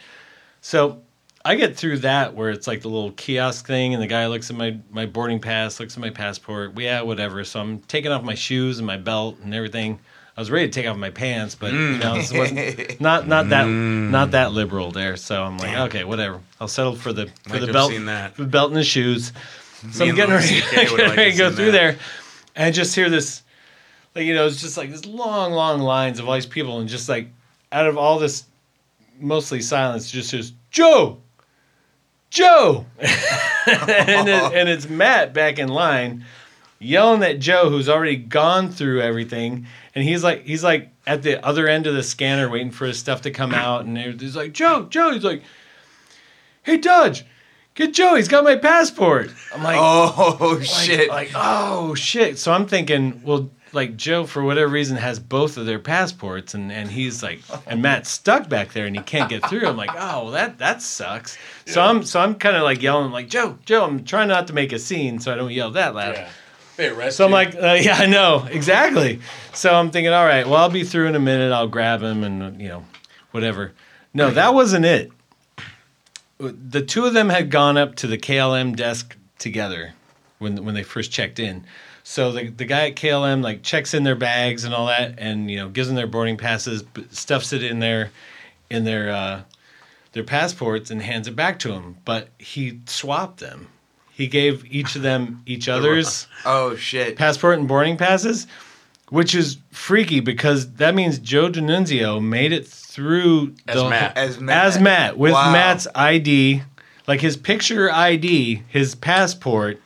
Speaker 1: So I get through that where it's like the little kiosk thing, and the guy looks at my, my boarding pass, looks at my passport. Yeah, whatever. So I'm taking off my shoes and my belt and everything. I was ready to take off my pants, but you know, this
Speaker 3: Mm.
Speaker 1: wasn't, not not that not that liberal there. So I'm like, okay, whatever. I'll settle for the for
Speaker 3: Like
Speaker 1: the
Speaker 3: I've
Speaker 1: belt,
Speaker 3: seen that.
Speaker 1: the belt and the shoes. So
Speaker 3: Me
Speaker 1: I'm
Speaker 3: and
Speaker 1: getting
Speaker 3: Louis
Speaker 1: ready,
Speaker 3: CK would
Speaker 1: getting
Speaker 3: like to
Speaker 1: ready to go
Speaker 3: see
Speaker 1: through
Speaker 3: that.
Speaker 1: there, and I just hear this like you know it's just like this long long lines of all these people and just like out of all this mostly silence, just says Joe, Joe, and, it, and it's Matt back in line yelling at Joe, who's already gone through everything, and he's like, he's like at the other end of the scanner waiting for his stuff to come out, and he's like, Joe, Joe, he's like, Hey Dodge, get Joe, he's got my passport. I'm like,
Speaker 2: Oh shit!
Speaker 1: like, oh shit. So I'm thinking, well, like Joe, for whatever reason, has both of their passports, and and he's like, and Matt's stuck back there, and he can't get through. I'm like, oh, well, that that sucks. So I'm so I'm kind of like yelling, like Joe, Joe. I'm trying not to make a scene, so I don't yell that loud.
Speaker 3: Yeah. They arrest
Speaker 1: So I'm
Speaker 3: you.
Speaker 1: like, uh, yeah, I know exactly. So I'm thinking, all right, well, I'll be through in a minute. I'll grab him and uh, you know, whatever. No, that wasn't it. The two of them had gone up to the KLM desk together when when they first checked in. So the the guy at KLM like checks in their bags and all that, and you know, gives them their boarding passes, b- stuffs it in their in their uh, their passports, and hands it back to him. But he swapped them. He gave each of them each other's
Speaker 2: oh shit!
Speaker 1: passport and boarding passes, which is freaky because that means Joe D'Annunzio made it through
Speaker 3: As Matt.
Speaker 2: As Matt.
Speaker 1: as Matt with
Speaker 2: Wow.
Speaker 1: Matt's ID, like his picture ID, his passport.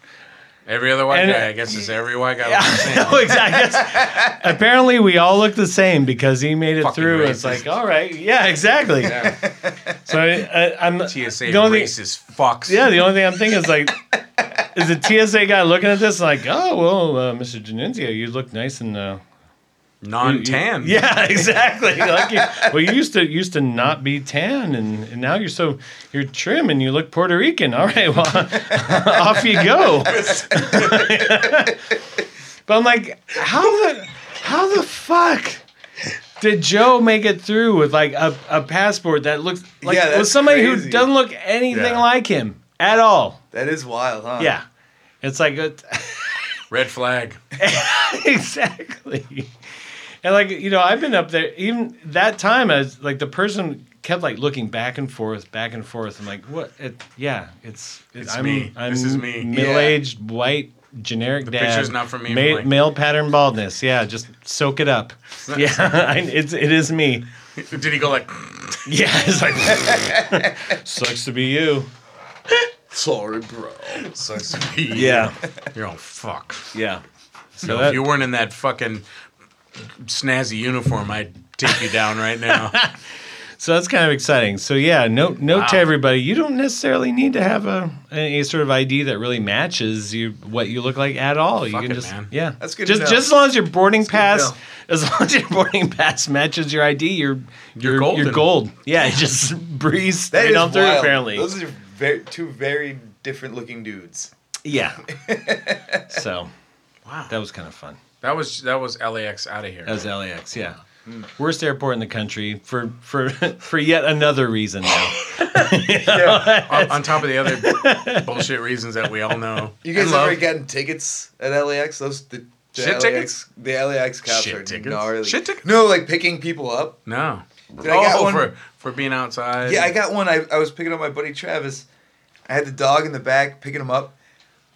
Speaker 3: every other white
Speaker 1: and-
Speaker 3: guy. I guess is every white guy. looks the same.
Speaker 1: no, exactly. Yes. Apparently, we all look the same because he made it
Speaker 3: Fucking
Speaker 1: through. It's
Speaker 3: racist.
Speaker 1: like, all right, yeah, exactly.
Speaker 3: Yeah.
Speaker 1: So I, I, I'm
Speaker 3: TSA
Speaker 1: the only thing-
Speaker 3: racist fucks.
Speaker 1: Yeah, the only thing I'm thinking is like, is the TSA guy looking at this like, oh well, uh, Mr. D'Annunzio, you look nice and uh,
Speaker 3: non-tan.
Speaker 1: Yeah, exactly. like you, well, you used to used to not be tan, and, and now you're so you're trim and you look Puerto Rican. All right, well, off you go. but I'm like, how the how the fuck did Joe make it through with like a, a passport that looks like
Speaker 2: Yeah, that's
Speaker 1: with somebody
Speaker 2: crazy.
Speaker 1: who doesn't look anything
Speaker 3: Yeah.
Speaker 1: like him at all?
Speaker 2: That is wild, huh?
Speaker 1: Yeah, it's like. A,
Speaker 3: Red flag.
Speaker 1: exactly. And like you know, I've been up there even that time as like the person kept like looking back and forth, back and forth. I'm like, what? It, yeah, it's
Speaker 3: It's me. This is me.
Speaker 1: Middle-aged white generic the dad.
Speaker 3: picture's not for me,
Speaker 1: Ma-
Speaker 3: Mike.
Speaker 1: male pattern baldness. Yeah, just soak it up. yeah, I, it's it is me.
Speaker 3: Did he go like?
Speaker 1: Yeah, it's like sucks to be you.
Speaker 2: Sorry, bro.
Speaker 3: Sucks to be you.
Speaker 1: Yeah,
Speaker 3: You're all fuck.
Speaker 1: yeah. So
Speaker 3: if
Speaker 1: that,
Speaker 3: you weren't in that fucking snazzy uniform, I'd take you down right now.
Speaker 1: So that's kind of exciting. So yeah, note note to
Speaker 3: Wow.
Speaker 1: everybody: you don't necessarily need to have a any sort of ID that really matches you what you look like at all. you
Speaker 3: Fuck
Speaker 1: can
Speaker 3: it,
Speaker 1: just
Speaker 3: man.
Speaker 1: yeah,
Speaker 2: That's good to
Speaker 1: Just
Speaker 2: know.
Speaker 1: just as long as your boarding
Speaker 2: good to
Speaker 1: pass,
Speaker 2: know.
Speaker 1: as long as your boarding pass matches your ID, you're
Speaker 3: You're
Speaker 1: you're,
Speaker 3: golden.
Speaker 1: you're gold. Yeah, you just breeze
Speaker 2: That
Speaker 1: straight
Speaker 2: is
Speaker 1: on through.
Speaker 2: wild.
Speaker 1: Apparently,
Speaker 2: those are very, two very different looking dudes.
Speaker 1: yeah. so
Speaker 3: Wow.
Speaker 1: that was kind of fun.
Speaker 3: That was that was LAX out of here.
Speaker 1: That was LAX. Yeah. Worst airport in the country for for for yet another reason now.
Speaker 3: on, on top of the other bullshit reasons that we all know.
Speaker 2: You guys
Speaker 3: and
Speaker 2: ever
Speaker 3: love.
Speaker 2: gotten tickets at LAX? Those the, the
Speaker 3: Shit
Speaker 2: LAX,
Speaker 3: tickets?
Speaker 2: The LAX cops
Speaker 3: Shit
Speaker 2: are
Speaker 3: tickets?
Speaker 2: gnarly.
Speaker 3: Shit tickets?
Speaker 2: No, like picking people up.
Speaker 3: No.
Speaker 2: Dude, I got
Speaker 3: oh,
Speaker 2: one-
Speaker 3: for for being outside.
Speaker 2: Yeah, I got one. I, I was picking up my buddy Travis. I had the dog in the back picking him up,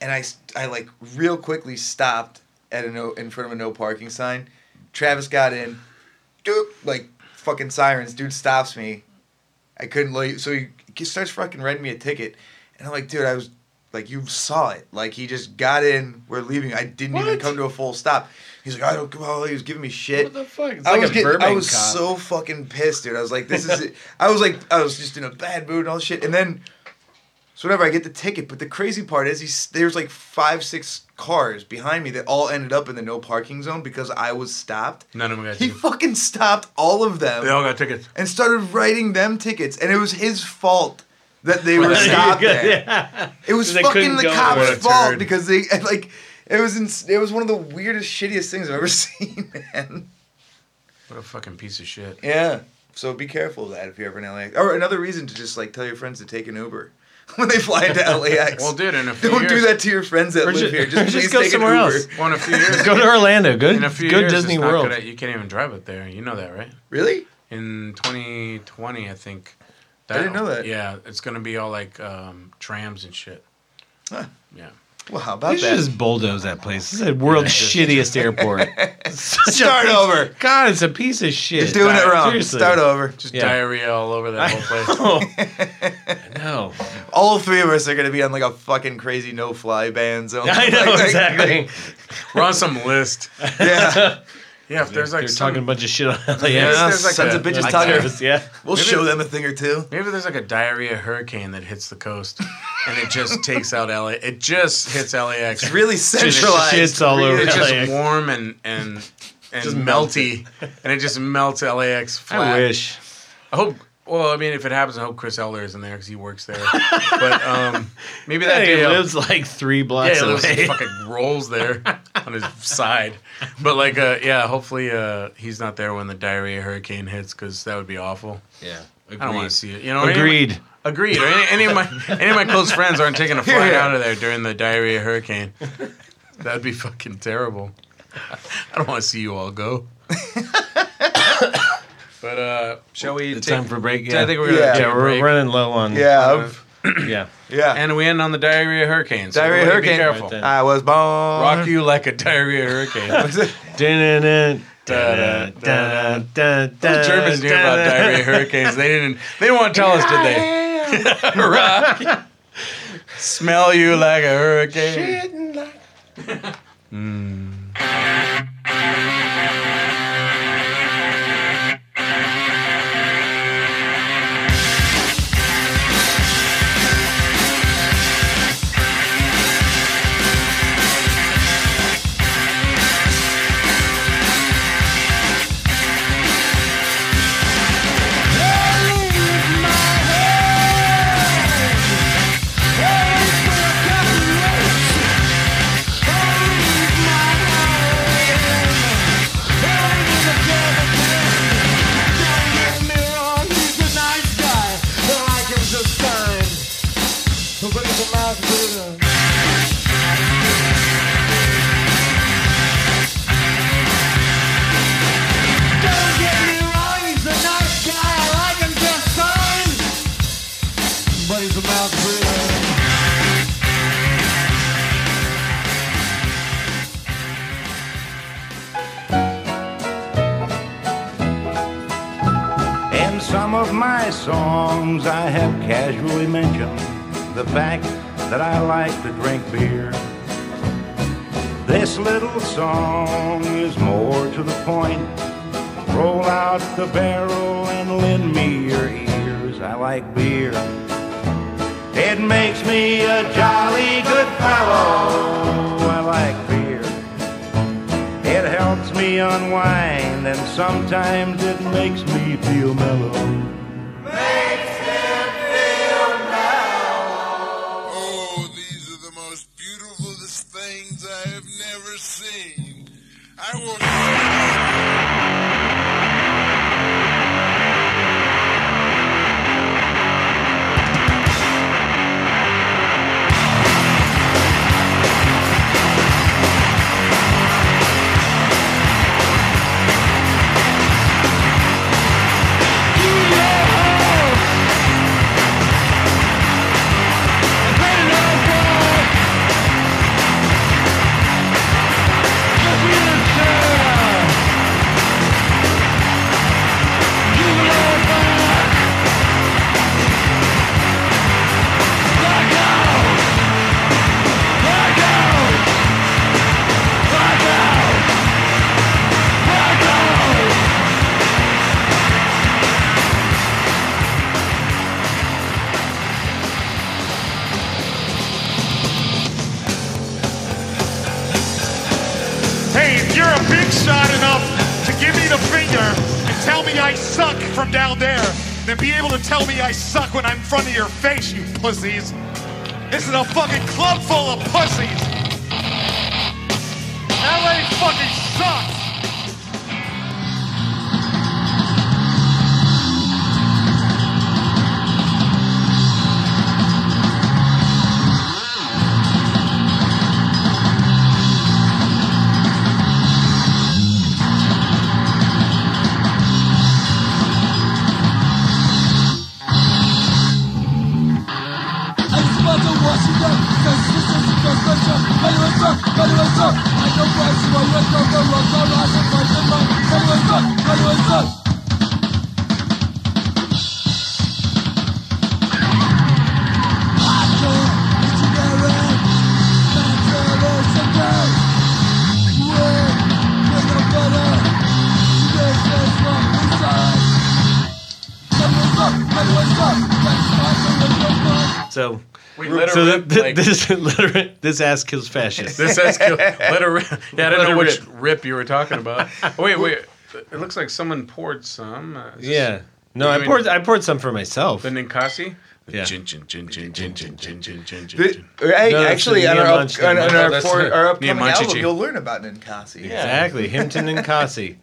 Speaker 2: and I s- I, like real quickly stopped at a no in front of a no parking sign. Travis got in, doop like fucking sirens. Dude stops me. I couldn't leave, so he, he starts fucking writing me a ticket, and I'm like, dude, I was like, you saw it. Like he just got in. We're leaving. I didn't even
Speaker 1: What?
Speaker 2: come to a full stop. He's like, I don't come. Oh, he was giving me shit.
Speaker 1: What the fuck? It's
Speaker 2: I
Speaker 1: like
Speaker 2: was
Speaker 1: a
Speaker 2: getting, I
Speaker 1: Burbank
Speaker 2: was
Speaker 1: cop.
Speaker 2: so fucking pissed, dude. I was like, this is it. I was like, I was just in a bad mood and all shit. And then, so whatever, I get the ticket. But the crazy part is, he's, there's like five, six cars behind me that all ended up in the no parking zone because I was stopped.
Speaker 3: None of them got
Speaker 2: He
Speaker 3: tickets.
Speaker 2: fucking stopped all of them
Speaker 3: They all got tickets.
Speaker 2: and started writing them tickets. And it was his fault that they were stopped there. It was
Speaker 1: They
Speaker 2: fucking
Speaker 1: couldn't
Speaker 2: the
Speaker 1: go.
Speaker 2: cops'
Speaker 3: What a
Speaker 2: fault
Speaker 3: turd.
Speaker 2: because they like it was ins- it was one of the weirdest, shittiest things I've ever seen, man.
Speaker 3: What a fucking piece of shit.
Speaker 2: Yeah. So be careful of that if you're ever in LAX. Or another reason to just like tell your friends to take an Uber when they fly into LAX.
Speaker 3: Well, dude, in a few
Speaker 2: don't
Speaker 3: years,
Speaker 2: do that to your friends that
Speaker 1: Or
Speaker 2: live
Speaker 1: ju-
Speaker 2: here.
Speaker 1: or
Speaker 2: Just
Speaker 1: just
Speaker 2: please
Speaker 1: go
Speaker 2: take
Speaker 1: somewhere
Speaker 2: an Uber.
Speaker 1: else.
Speaker 3: Well, in a few years,
Speaker 1: Go to Orlando. Good,
Speaker 3: in a few
Speaker 1: good
Speaker 3: years,
Speaker 1: Disney
Speaker 3: it's not
Speaker 1: World.
Speaker 3: Good at, you can't even drive up there. You know that, right?
Speaker 2: Really?
Speaker 3: in 2020 i think
Speaker 2: didn't know that.
Speaker 3: yeah it's gonna be all like um, trams and shit
Speaker 2: Huh.
Speaker 3: yeah
Speaker 2: Well,
Speaker 1: They
Speaker 2: how about
Speaker 1: should
Speaker 2: that?
Speaker 1: just bulldoze that place. This is the world's shittiest airport. Such a
Speaker 2: Start
Speaker 1: piece-
Speaker 2: over.
Speaker 1: God, it's a piece of shit.
Speaker 2: You're doing it wrong.
Speaker 1: Seriously.
Speaker 2: Start over.
Speaker 3: Just
Speaker 1: Yeah.
Speaker 3: diarrhea all over that whole place.
Speaker 1: Oh. no.
Speaker 2: All three of us are gonna be on like a fucking crazy no-fly ban zone.
Speaker 1: I know,
Speaker 2: Like, like,
Speaker 1: exactly.
Speaker 3: We're on some list.
Speaker 2: yeah.
Speaker 3: Yeah, if there's like
Speaker 1: They're
Speaker 3: some,
Speaker 1: talking a bunch of shit on LAX.
Speaker 3: Yeah, there's like
Speaker 2: sons
Speaker 3: a-
Speaker 2: of bitches
Speaker 1: Like
Speaker 2: talking.
Speaker 1: terrorists, Yeah.
Speaker 2: We'll
Speaker 3: Maybe-
Speaker 2: show them a thing or two.
Speaker 3: maybe there's like a diarrhea hurricane that hits the coast, and it just takes out LA. It just hits LAX.
Speaker 2: It's really centralized.
Speaker 1: Shit's all over
Speaker 3: It's just
Speaker 1: LAX.
Speaker 3: warm and and and
Speaker 1: Just melts
Speaker 3: melty, and it just melts LAX flat.
Speaker 1: I wish.
Speaker 3: I hope. Well, I mean, if it happens, I hope Chris Eller is in there because he works there. but um, maybe that
Speaker 1: Hey,
Speaker 3: day
Speaker 1: he
Speaker 3: I'll-
Speaker 1: lives like three
Speaker 3: Yeah,
Speaker 1: blocks
Speaker 3: he lives-
Speaker 1: away.
Speaker 3: fucking rolls there on his side. But like, uh, yeah, hopefully uh, he's not there when the diarrhea hurricane hits because that would be awful.
Speaker 1: Yeah.
Speaker 3: I don't want
Speaker 1: Agreed.
Speaker 3: to see it. You know, any-
Speaker 1: Agreed.
Speaker 3: agreed. Or any, any of my any of my close friends aren't taking a flight out of there during the diarrhea hurricane. That'd be fucking terrible. I don't want to see you all go. but uh, shall we?
Speaker 1: It's
Speaker 3: take-
Speaker 1: time for break. Yeah.
Speaker 3: I think we're gonna
Speaker 2: Yeah.
Speaker 3: take
Speaker 1: yeah,
Speaker 3: a
Speaker 1: we're
Speaker 3: break.
Speaker 1: running low on.
Speaker 2: Yeah,
Speaker 3: Uh,
Speaker 1: Yeah.
Speaker 2: yeah.
Speaker 3: and we end on the diarrhea hurricane. So
Speaker 2: Diarrhea
Speaker 3: everybody
Speaker 2: hurricane.
Speaker 3: Be careful.
Speaker 1: Right then.
Speaker 2: I was born.
Speaker 3: Rock you like a diarrhea hurricane.
Speaker 1: Dun-dun-dun,
Speaker 3: Da-da,
Speaker 1: dun-dun, dun-dun, dun-dun,
Speaker 3: The Germans knew about
Speaker 1: dun-dun.
Speaker 3: diarrhea hurricanes. They didn't. They didn't want to tell us, did they? Rock. Smell you like a hurricane.
Speaker 4: Don't get me wrong, he's a nice guy. I like him just fine. But he's a mouth breather.
Speaker 5: In some of my songs, I have casually mentioned the fact that I like to drink beer. This little song is more to the point. Roll out the barrel and lend me your ears. I like beer. It makes me a jolly good fellow. I like beer. It helps me unwind and sometimes it makes me feel mellow. Makes him feel
Speaker 6: Oh, these are the most beautiful things I have never seen. I will.
Speaker 7: Hey, if you're a big shot enough to give me the finger and tell me I suck from down there, then be able to tell me I suck when I'm in front of your face, you pussies. This is a fucking club full of pussies. LA fucking sucks.
Speaker 4: I smell the washing up, because this is the construction.
Speaker 1: So,
Speaker 3: We let her
Speaker 1: so
Speaker 3: rip,
Speaker 1: th-
Speaker 3: like-
Speaker 1: this literate, this ass kills fascists.
Speaker 3: This says kill. Let her rip. Yeah,
Speaker 1: Let
Speaker 3: I don't know
Speaker 1: her
Speaker 3: which rip you were talking about. Wait, wait. It looks like someone poured some. Uh, is this
Speaker 1: yeah. No,
Speaker 3: You
Speaker 1: I
Speaker 3: mean-
Speaker 1: poured I poured some for myself.
Speaker 3: The Ninkasi?
Speaker 1: Yeah.
Speaker 3: Chin, chin, chin, chin, chin, chin, chin, chin, chin,
Speaker 2: Th-
Speaker 3: chin.
Speaker 2: hey,
Speaker 1: No, that's
Speaker 2: actually,
Speaker 1: the
Speaker 2: on our,
Speaker 1: Neon
Speaker 2: up,
Speaker 1: Munch-
Speaker 2: on, on
Speaker 1: No,
Speaker 2: our,
Speaker 1: that's
Speaker 2: for,
Speaker 1: the-
Speaker 2: our
Speaker 3: Neon
Speaker 2: upcoming
Speaker 3: Munchichi.
Speaker 2: album, you'll learn about Ninkasi.
Speaker 1: Exactly, Himton and Kasi.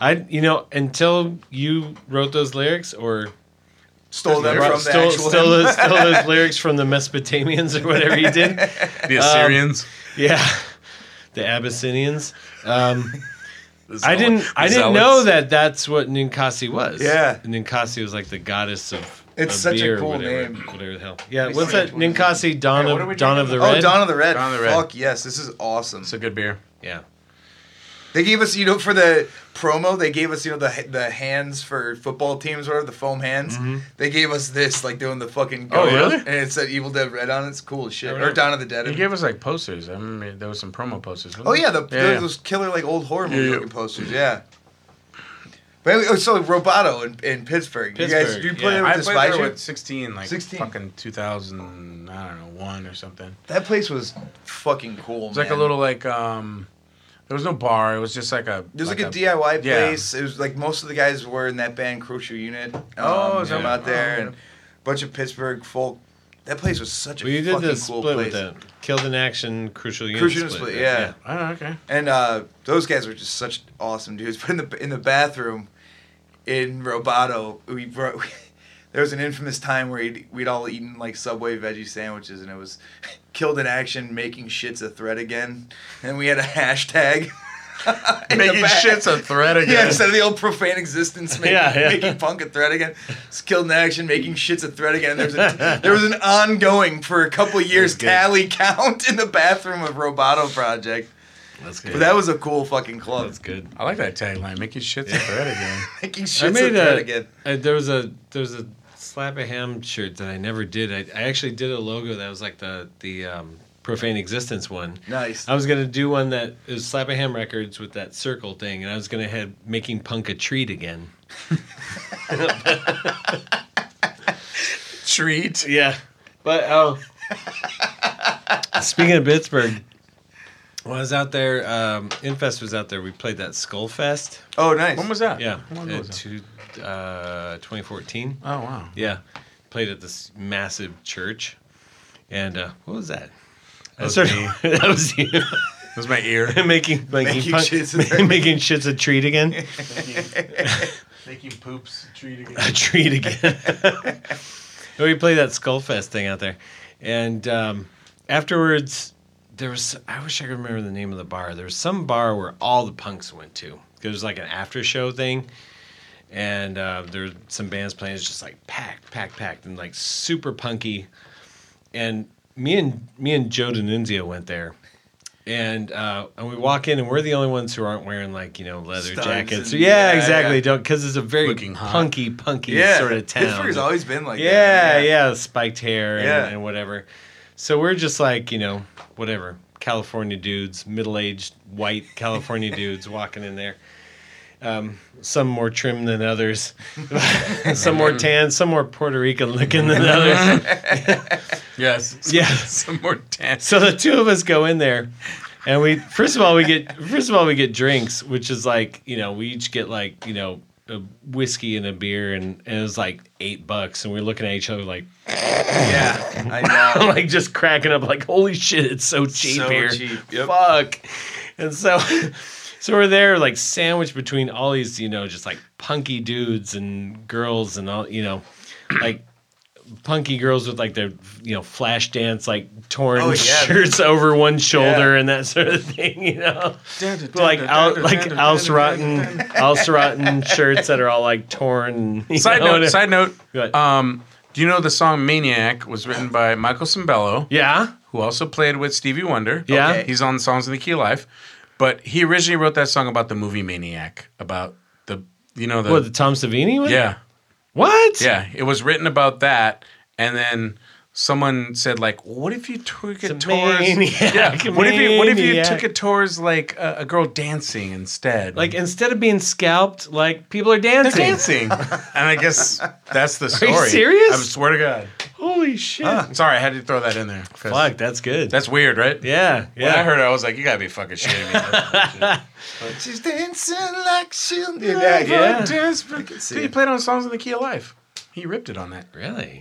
Speaker 1: I, you know, until you wrote those lyrics or
Speaker 2: Stole them
Speaker 1: Right,
Speaker 2: from the
Speaker 1: stole,
Speaker 2: actual.
Speaker 1: stole those, stole those lyrics from the Mesopotamians or whatever you did.
Speaker 3: The Assyrians.
Speaker 1: Yeah, the Abyssinians. Um,
Speaker 3: The
Speaker 1: I
Speaker 3: Zeal-
Speaker 1: didn't. I
Speaker 3: the
Speaker 1: didn't
Speaker 3: Zealots.
Speaker 1: know that. That's what Ninkasi was.
Speaker 2: Yeah.
Speaker 1: Ninkasi was like the goddess of.
Speaker 2: It's
Speaker 1: of
Speaker 2: such a
Speaker 1: beer or
Speaker 2: cool
Speaker 1: whatever,
Speaker 2: name.
Speaker 1: Whatever the hell. Yeah.
Speaker 2: It's
Speaker 1: What's
Speaker 2: such
Speaker 1: that?
Speaker 2: a cool name.
Speaker 1: Ninkasi Dawn
Speaker 3: Hey, what are we
Speaker 1: of Dawn
Speaker 3: talking
Speaker 1: of the
Speaker 2: Oh,
Speaker 1: Red.
Speaker 2: Dawn of the Red.
Speaker 3: Dawn of the Red.
Speaker 2: Fuck yes, this is awesome.
Speaker 3: It's a good beer.
Speaker 1: yeah.
Speaker 2: They gave us, you know, for the promo, they gave us, you know, the the hands for football teams, whatever, the foam hands.
Speaker 1: Mm-hmm.
Speaker 2: They gave us this, like doing the fucking.
Speaker 3: Oh,
Speaker 2: goat.
Speaker 3: really?
Speaker 2: And it said Evil Dead Red on it. It's cool as shit.
Speaker 3: I
Speaker 2: Or Dawn of the
Speaker 3: You
Speaker 2: Dead.
Speaker 3: gave us like posters. I remember there was some promo posters. wasn't
Speaker 2: oh
Speaker 3: there?
Speaker 2: yeah, the
Speaker 3: yeah.
Speaker 2: those killer like old horror movie
Speaker 3: Yeah, yeah.
Speaker 2: looking posters. Yeah. But anyway, oh, so Roboto in, in Pittsburgh. You guys,
Speaker 1: Pittsburgh,
Speaker 2: do you play
Speaker 1: yeah.
Speaker 2: there
Speaker 3: I
Speaker 2: with
Speaker 3: played
Speaker 2: the spy
Speaker 3: there
Speaker 2: ship?
Speaker 3: with 16, like
Speaker 2: 16.
Speaker 3: fucking 2000, I don't know, one or something. It
Speaker 2: That place was fucking cool.
Speaker 3: was like a little like um, there was no bar. It was just like a.
Speaker 2: It was like,
Speaker 3: a
Speaker 2: a, DIY
Speaker 3: yeah.
Speaker 2: place. It was like most of the guys were in that band Crucial Unit. Um,
Speaker 3: Oh, is that
Speaker 2: from
Speaker 3: what-
Speaker 2: out there
Speaker 3: oh,
Speaker 2: and a bunch of Pittsburgh folk. That place was such a
Speaker 1: Well, you did
Speaker 2: fucking
Speaker 1: the
Speaker 2: cool
Speaker 1: split with
Speaker 2: place.
Speaker 1: that. Killed in action, crucial unit.
Speaker 2: Crucial Unit split, yeah.
Speaker 3: Oh, okay.
Speaker 2: And uh, those guys were just such awesome dudes. But in the in the bathroom in Roboto, we brought. We, there was an infamous time where he'd, we'd all eaten like Subway veggie sandwiches, and it was killed in action, making shits a threat again. And we had a hashtag. in the
Speaker 3: Making
Speaker 2: back.
Speaker 3: shit's a threat again.
Speaker 2: Yeah, instead of the old profane existence making,
Speaker 1: Yeah, yeah.
Speaker 2: making punk a threat again, it's killed in action, making shit's a threat again. There's a, there was an ongoing for a couple years
Speaker 3: good.
Speaker 2: tally count in the bathroom of Roboto Project.
Speaker 1: That's
Speaker 2: But
Speaker 1: good.
Speaker 2: that was a cool fucking club.
Speaker 1: That's good.
Speaker 3: I like that tagline. Making shit's a threat again.
Speaker 2: Making shit's
Speaker 1: I
Speaker 2: a
Speaker 1: made
Speaker 2: threat
Speaker 1: a,
Speaker 2: again.
Speaker 1: I- there was a there was a slap a ham shirt that I never did. I, I actually did a logo that was like the the um, profane existence one.
Speaker 2: Nice.
Speaker 1: I was gonna do one that it was slap a ham records with that circle thing, and I was gonna have making punk a treat again.
Speaker 3: Treat.
Speaker 1: Yeah, but oh, speaking of Pittsburgh, when I was out there, um, Infest was out there. We played that Skull Fest.
Speaker 2: Oh, nice.
Speaker 3: When was that?
Speaker 1: Yeah,
Speaker 3: When
Speaker 1: uh,
Speaker 3: was that?
Speaker 1: two, uh, 2014.
Speaker 3: Oh wow.
Speaker 1: Yeah, played at this massive church, and uh, what was that? That was me. that was you
Speaker 3: It was my ear.
Speaker 1: making making
Speaker 2: Making
Speaker 1: punk-
Speaker 2: shits a-
Speaker 1: making shits a treat again,
Speaker 3: Making poops treat again.
Speaker 1: a treat again. we played that Skullfest thing out there, and um, afterwards there was I wish I could remember the name of the bar. There was some bar where all the punks went to. It was like an after show thing. and uh, there were some bands playing. It's just like packed, packed, packed, and like super punky. And me and me and Joe Denunzio went there, and uh, and we walk in, and we're the only ones who aren't wearing like you know leather
Speaker 2: Studs
Speaker 1: jackets.
Speaker 2: and-
Speaker 1: yeah,
Speaker 2: yeah,
Speaker 1: exactly.
Speaker 2: yeah.
Speaker 1: Don't because it's a very
Speaker 3: Looking hot.
Speaker 1: punky, punky
Speaker 2: yeah.
Speaker 1: sort of town.
Speaker 2: Pittsburgh's always been like
Speaker 1: yeah,
Speaker 2: that.
Speaker 1: yeah, spiked hair and,
Speaker 2: Yeah.
Speaker 1: and whatever. So we're just like you know whatever California dudes, middle aged white California dudes walking in there Um, some more trim than others, some more tan, some more Puerto Rican looking than others.
Speaker 3: Yes.
Speaker 1: Yeah.
Speaker 3: Some more dance.
Speaker 1: So the two of us go in there, and we first of all we get first of all we get drinks, which is like you know we each get like you know a whiskey and a beer, and, and it was like eight bucks, and we're looking at each other like
Speaker 2: Yeah, I know.
Speaker 1: like just cracking up like holy shit, it's so cheap
Speaker 2: So
Speaker 1: here,
Speaker 2: cheap, yep.
Speaker 1: fuck, and so. So we're there, like sandwiched between all these, you know, just like punky dudes and girls and all, you know, like punky girls with like their, you know, flash dance, like torn
Speaker 2: Oh, yeah.
Speaker 1: shirts over one shoulder and that sort of thing, you know, like al, like Alsrotten, Alsrotten shirts that are all like torn. you
Speaker 3: Side
Speaker 1: know,
Speaker 3: note.
Speaker 1: and-
Speaker 3: Side note.
Speaker 1: Good.
Speaker 3: Um, do you know the song "Maniac" was written by Michael Cimbello,
Speaker 1: yeah,
Speaker 3: who also played with Stevie Wonder?
Speaker 1: Yeah. Okay.
Speaker 3: he's on songs in the Key Life, but he originally wrote that song about the movie Maniac, about the you know the
Speaker 1: what the Tom Savini one?
Speaker 3: yeah
Speaker 1: what?
Speaker 3: yeah. It was written about that, and then someone said like, "What if you took it
Speaker 1: It's a
Speaker 3: towards?"
Speaker 1: maniac,
Speaker 3: Yeah. What if you What if you
Speaker 1: maniac.
Speaker 3: took it towards like a, a girl dancing instead?
Speaker 1: Like instead of being scalped, like people are dancing.
Speaker 3: dancing. and I guess that's the story.
Speaker 1: you serious?
Speaker 3: I swear to God.
Speaker 1: Holy shit!
Speaker 3: Sorry, I had to throw that in there. 'cause
Speaker 1: Fuck, that's good.
Speaker 3: That's weird, right?
Speaker 1: yeah,
Speaker 3: When I
Speaker 1: yeah.
Speaker 3: heard it, I was like, you gotta be fucking shitting me.
Speaker 2: She's dancing like she'll never
Speaker 1: yeah.
Speaker 3: Dude, he played on songs in the key of life. He ripped it on that.
Speaker 1: Really?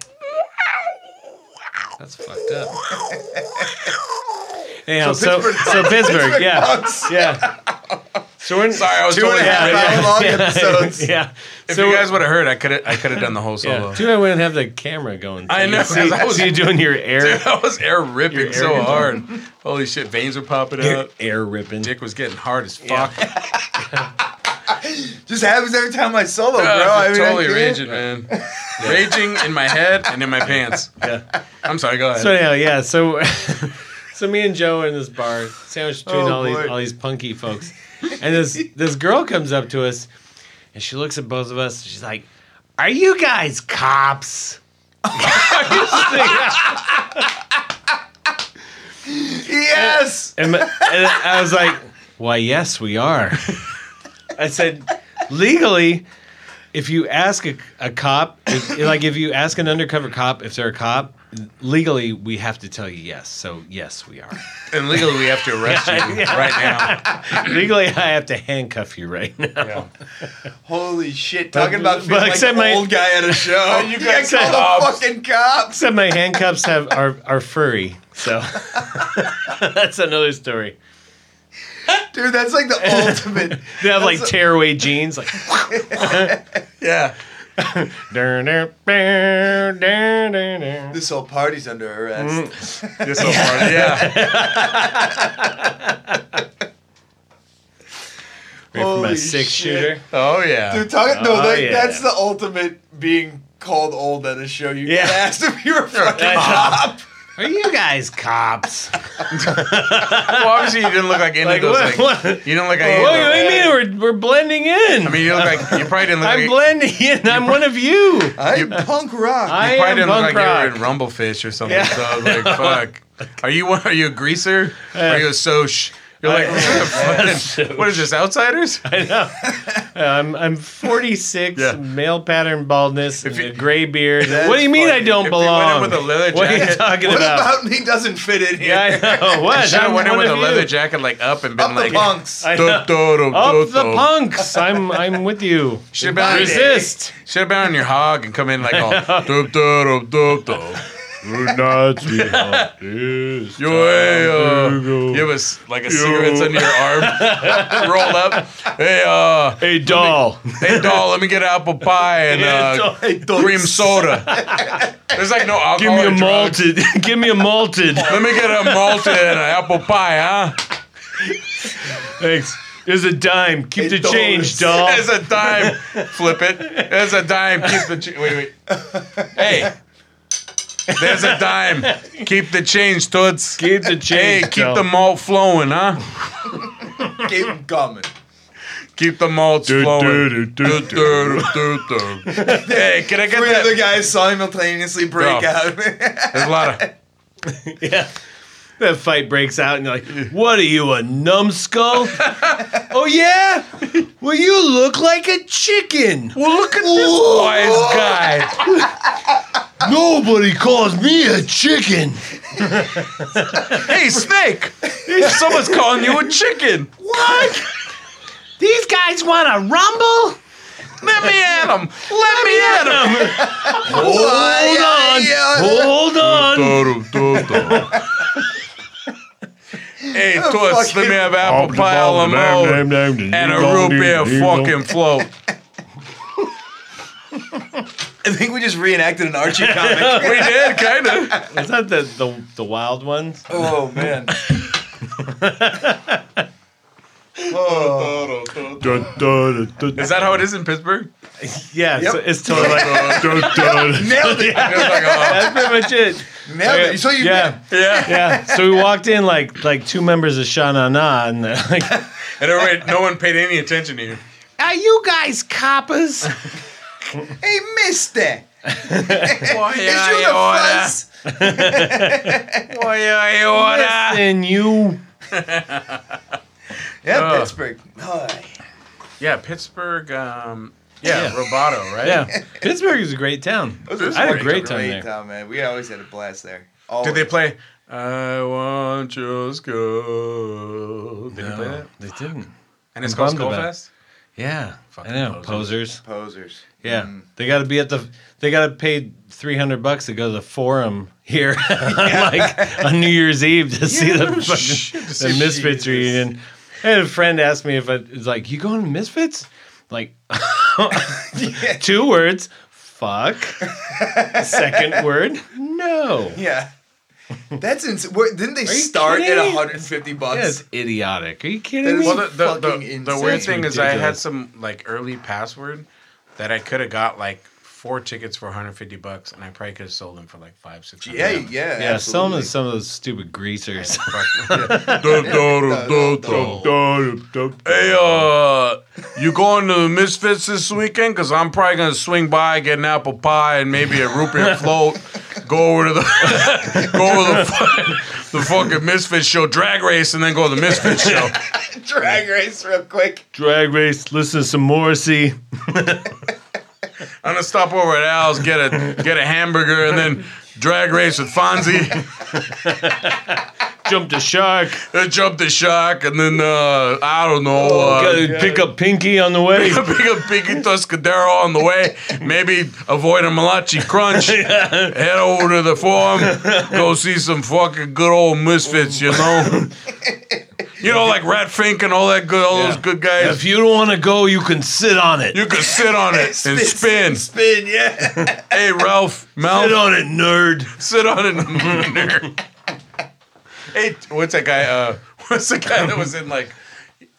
Speaker 1: That's fucked up. Anyhow, so so Pittsburgh, yeah, yeah. So we're in,
Speaker 3: Sorry, I was
Speaker 2: Two and a
Speaker 3: totally
Speaker 2: half hour
Speaker 3: ripped.
Speaker 2: long episodes.
Speaker 1: yeah.
Speaker 3: If
Speaker 1: so
Speaker 3: you guys would have heard, I could have I could have done the whole solo.
Speaker 1: yeah. Too bad we didn't have the camera going. So
Speaker 3: I know,
Speaker 1: you See,
Speaker 3: 'cause I was-
Speaker 1: so you doing your air
Speaker 3: I was air ripping
Speaker 1: You're air
Speaker 3: so
Speaker 1: ripping.
Speaker 3: hard. Holy shit, veins were popping
Speaker 1: air,
Speaker 3: out.
Speaker 1: air ripping.
Speaker 3: Dick was getting hard as fuck.
Speaker 2: Just happens every time I solo, bro.
Speaker 3: Uh,
Speaker 2: I
Speaker 3: just
Speaker 2: mean, I
Speaker 3: totally
Speaker 2: can't-
Speaker 3: raging, man. Raging in my head and in my pants.
Speaker 1: Yeah.
Speaker 3: I'm sorry, go ahead.
Speaker 1: So anyhow, yeah. So so me and Joe are in this bar, sandwiched between
Speaker 2: Oh,
Speaker 1: all these
Speaker 2: boy.
Speaker 1: all these punky folks, and this this girl comes up to us, and she looks at both of us. And she's like, "Are you guys cops?"
Speaker 2: Yes.
Speaker 1: And, my- and I was like, "Why, yes, we are." I said, "Legally, if you ask a, a cop, if, like if you ask an undercover cop if they're a cop, legally we have to tell you yes. So yes, we are.
Speaker 3: and legally we have to arrest you right now.
Speaker 1: legally, I have to handcuff you right now."
Speaker 2: Holy shit! Talking about
Speaker 1: but
Speaker 2: feeling like
Speaker 1: except
Speaker 2: an
Speaker 1: my- Oh,
Speaker 2: old guy at a show. you guys
Speaker 1: said
Speaker 2: call the fucking cops.
Speaker 1: Except my handcuffs have are are furry, so that's another story.
Speaker 2: dude. That's like the
Speaker 1: Mm.
Speaker 2: ultimate.
Speaker 1: They have like
Speaker 2: That's-
Speaker 1: tearaway jeans, like.
Speaker 3: Yeah.
Speaker 1: "Dun, dun, dun, dun, dun, dun."
Speaker 2: This whole party's under
Speaker 1: Mm.
Speaker 2: arrest.
Speaker 3: You're so hard. Yeah.
Speaker 1: Ready for my
Speaker 2: Holy
Speaker 1: six
Speaker 2: shit.
Speaker 1: shooter.
Speaker 3: Oh yeah.
Speaker 2: Dude, talking no,
Speaker 1: Oh,
Speaker 2: like,
Speaker 1: yeah.
Speaker 2: that's the ultimate being called old at a show. You
Speaker 1: Yeah.
Speaker 2: get asked if you were fucking
Speaker 1: Are you guys cops?
Speaker 3: well, obviously you didn't look like any
Speaker 1: Like,
Speaker 3: of
Speaker 1: what-
Speaker 3: those. Like,
Speaker 1: what-
Speaker 3: You didn't look like
Speaker 1: What do
Speaker 3: any of those.
Speaker 1: you mean? We're, we're blending in.
Speaker 3: I mean, you look like you probably didn't look
Speaker 1: I'm
Speaker 3: like
Speaker 1: blending in. I'm one of you.
Speaker 2: I'm punk rock.
Speaker 1: I
Speaker 3: you probably
Speaker 1: am
Speaker 3: didn't look
Speaker 1: punk
Speaker 3: like you
Speaker 1: rock.
Speaker 3: were in Rumblefish or something.
Speaker 1: Yeah.
Speaker 3: So I was like, fuck. Are you one? Are you a greaser? are you a soch? You're like,
Speaker 1: soch.
Speaker 3: what is this? Outsiders?
Speaker 1: I'm, I'm 46,
Speaker 3: Yeah.
Speaker 1: male pattern baldness,
Speaker 3: If
Speaker 1: and
Speaker 3: you-
Speaker 1: a gray beard.
Speaker 2: That's
Speaker 1: What do you mean I
Speaker 2: funny.
Speaker 1: don't
Speaker 3: If you went in
Speaker 1: belong?
Speaker 3: with a leather
Speaker 1: what are you
Speaker 3: jacket-
Speaker 1: talking
Speaker 2: what
Speaker 1: about?
Speaker 2: about me doesn't fit in here?
Speaker 1: Yeah, I know. What?
Speaker 3: Should have
Speaker 1: I'm
Speaker 3: went in
Speaker 1: one
Speaker 3: with a
Speaker 1: of
Speaker 3: leather
Speaker 1: you.
Speaker 3: jacket, like up and been
Speaker 2: Up
Speaker 3: like,
Speaker 2: the punks.
Speaker 1: I know. Up
Speaker 3: Up
Speaker 1: the punks. I'm I'm with you.
Speaker 3: Should have been, on-
Speaker 1: Resist.
Speaker 3: should have been on your hog and come in like all. "Dup, dup, dup, dup, dup." You, hey, uh, you have a, s- like a cigarette's under your arm. Roll up. Hey, uh,
Speaker 1: Hey doll.
Speaker 3: hey, doll, let me get an apple pie and uh,
Speaker 2: Hey, don't-
Speaker 3: cream soda. There's like no alcohol.
Speaker 1: Give me a
Speaker 3: or drugs.
Speaker 1: malted. Give me a malted.
Speaker 3: Let me get a malted and an apple pie, huh?
Speaker 1: Thanks. There's a dime. Keep the
Speaker 2: dollars.
Speaker 1: change, doll.
Speaker 3: There's a dime. Flip it. There's a dime. Keep the ch- wait, wait. Hey. There's a dime. Keep the change, Toots.
Speaker 1: Keep the change.
Speaker 3: Hey, keep
Speaker 1: doll.
Speaker 3: the malt flowing, huh?
Speaker 2: Keep 'em coming.
Speaker 3: Keep the malts flowing. hey, can I get
Speaker 2: Three other
Speaker 3: that?
Speaker 2: guys simultaneously break
Speaker 3: No.
Speaker 2: out.
Speaker 3: There's a lot of.
Speaker 1: Yeah. That fight breaks out, and you're like, "What are you, a numbskull? oh yeah. Well, you look like a chicken.
Speaker 3: Well, look at this wise guy.
Speaker 1: Nobody calls me a chicken.
Speaker 3: Hey, snake. Someone's calling you a chicken.
Speaker 1: What? These guys want to rumble?
Speaker 3: Let me at him. Let me at him.
Speaker 1: Hold on. Hold on.
Speaker 3: hey, Toots, let me have apple pie a la mode and a root beer fucking float.
Speaker 2: I think we just reenacted an Archie comic.
Speaker 3: We did, kind of.
Speaker 1: Is that the, the the wild ones?
Speaker 2: oh man.
Speaker 3: Is that how it is in Pittsburgh?
Speaker 1: Yeah,
Speaker 2: Yep.
Speaker 1: so it's totally like
Speaker 2: Nailed it.
Speaker 3: It was like, oh,
Speaker 1: that's pretty much it.
Speaker 2: Nailed it. So you
Speaker 1: yeah,
Speaker 3: yeah.
Speaker 1: yeah. So we walked in like like two members of Sha Na Na, and they're like,
Speaker 3: And everybody, no one paid any attention to you.
Speaker 1: "Are you guys coppers?"
Speaker 2: Hey, mister. Is you the
Speaker 3: oh,
Speaker 2: fuzz?
Speaker 1: Listen, you.
Speaker 2: Yeah,
Speaker 3: Uh.
Speaker 2: Pittsburgh. Oh,
Speaker 3: Yeah, Pittsburgh. Um, Yeah,
Speaker 1: Yeah.
Speaker 3: Roboto, right?
Speaker 1: Yeah, Pittsburgh is a great town.
Speaker 2: It was
Speaker 1: I had a great time there.
Speaker 2: man. We always had a blast there. Always.
Speaker 3: Did they play I Want Your Skull? Did they play that?
Speaker 1: They didn't.
Speaker 3: And it's
Speaker 1: I'm
Speaker 3: called
Speaker 1: bummed about
Speaker 3: Skullfest?
Speaker 1: Yeah,
Speaker 3: Fucking
Speaker 1: I know posers.
Speaker 3: posers.
Speaker 2: posers?
Speaker 1: Yeah,
Speaker 2: Mm.
Speaker 1: they got to be at the. They got to pay three hundred bucks to go to the forum here, like on New Year's Eve to see the fucking the Misfits reunion. I had a friend ask me if I was like, "You going to Misfits?" Like,
Speaker 2: Mm.
Speaker 1: two words, fuck. Second word, no.
Speaker 2: Yeah. That's insane. Didn't they start at
Speaker 1: kidding?
Speaker 2: 150 bucks?
Speaker 1: That's idiotic. Are you
Speaker 2: That
Speaker 1: kidding
Speaker 2: is
Speaker 1: me?
Speaker 3: Well, the, the,
Speaker 2: Fucking
Speaker 3: the, the weird
Speaker 2: insane.
Speaker 3: thing is I had
Speaker 1: Ridiculous.
Speaker 3: some like early password that I could have got like four tickets for 150 bucks, and I probably could have sold them for like five, six.
Speaker 2: Yeah, yeah.
Speaker 1: Yeah, some
Speaker 2: absolutely.
Speaker 1: of some of those stupid greasers.
Speaker 3: Hey, uh, you going to the Misfits this weekend? Because I'm probably going to swing by, get an apple pie, and maybe a root beer float. Go over to the go over the, fu- the fucking Misfits show, drag race, and then go to the Misfits show.
Speaker 2: Drag race, real quick.
Speaker 1: Drag race. Listen to some Morrissey.
Speaker 3: I'm gonna stop over at Al's, get a get a hamburger, and then drag race with Fonzie,
Speaker 1: Jump the shark.
Speaker 3: then jump the shark, and then uh, I don't know.
Speaker 1: Gotta
Speaker 3: Uh,
Speaker 1: pick up Pinky on the way.
Speaker 3: Pick up Pinky Tuscadero on the way. Maybe avoid a Malachi Crunch. Head over to the farm. Go see some fucking good old misfits, you know? You know, like Rat Fink and all that good, all those
Speaker 1: Yeah.
Speaker 3: good guys.
Speaker 1: If you don't want to go, you can sit on it.
Speaker 3: You could sit on it and spin.
Speaker 2: Spin, yeah.
Speaker 3: Hey, Ralph, Mel,
Speaker 1: sit on it, nerd.
Speaker 3: sit on it. hey, what's that guy? Uh, what's the guy that was in like?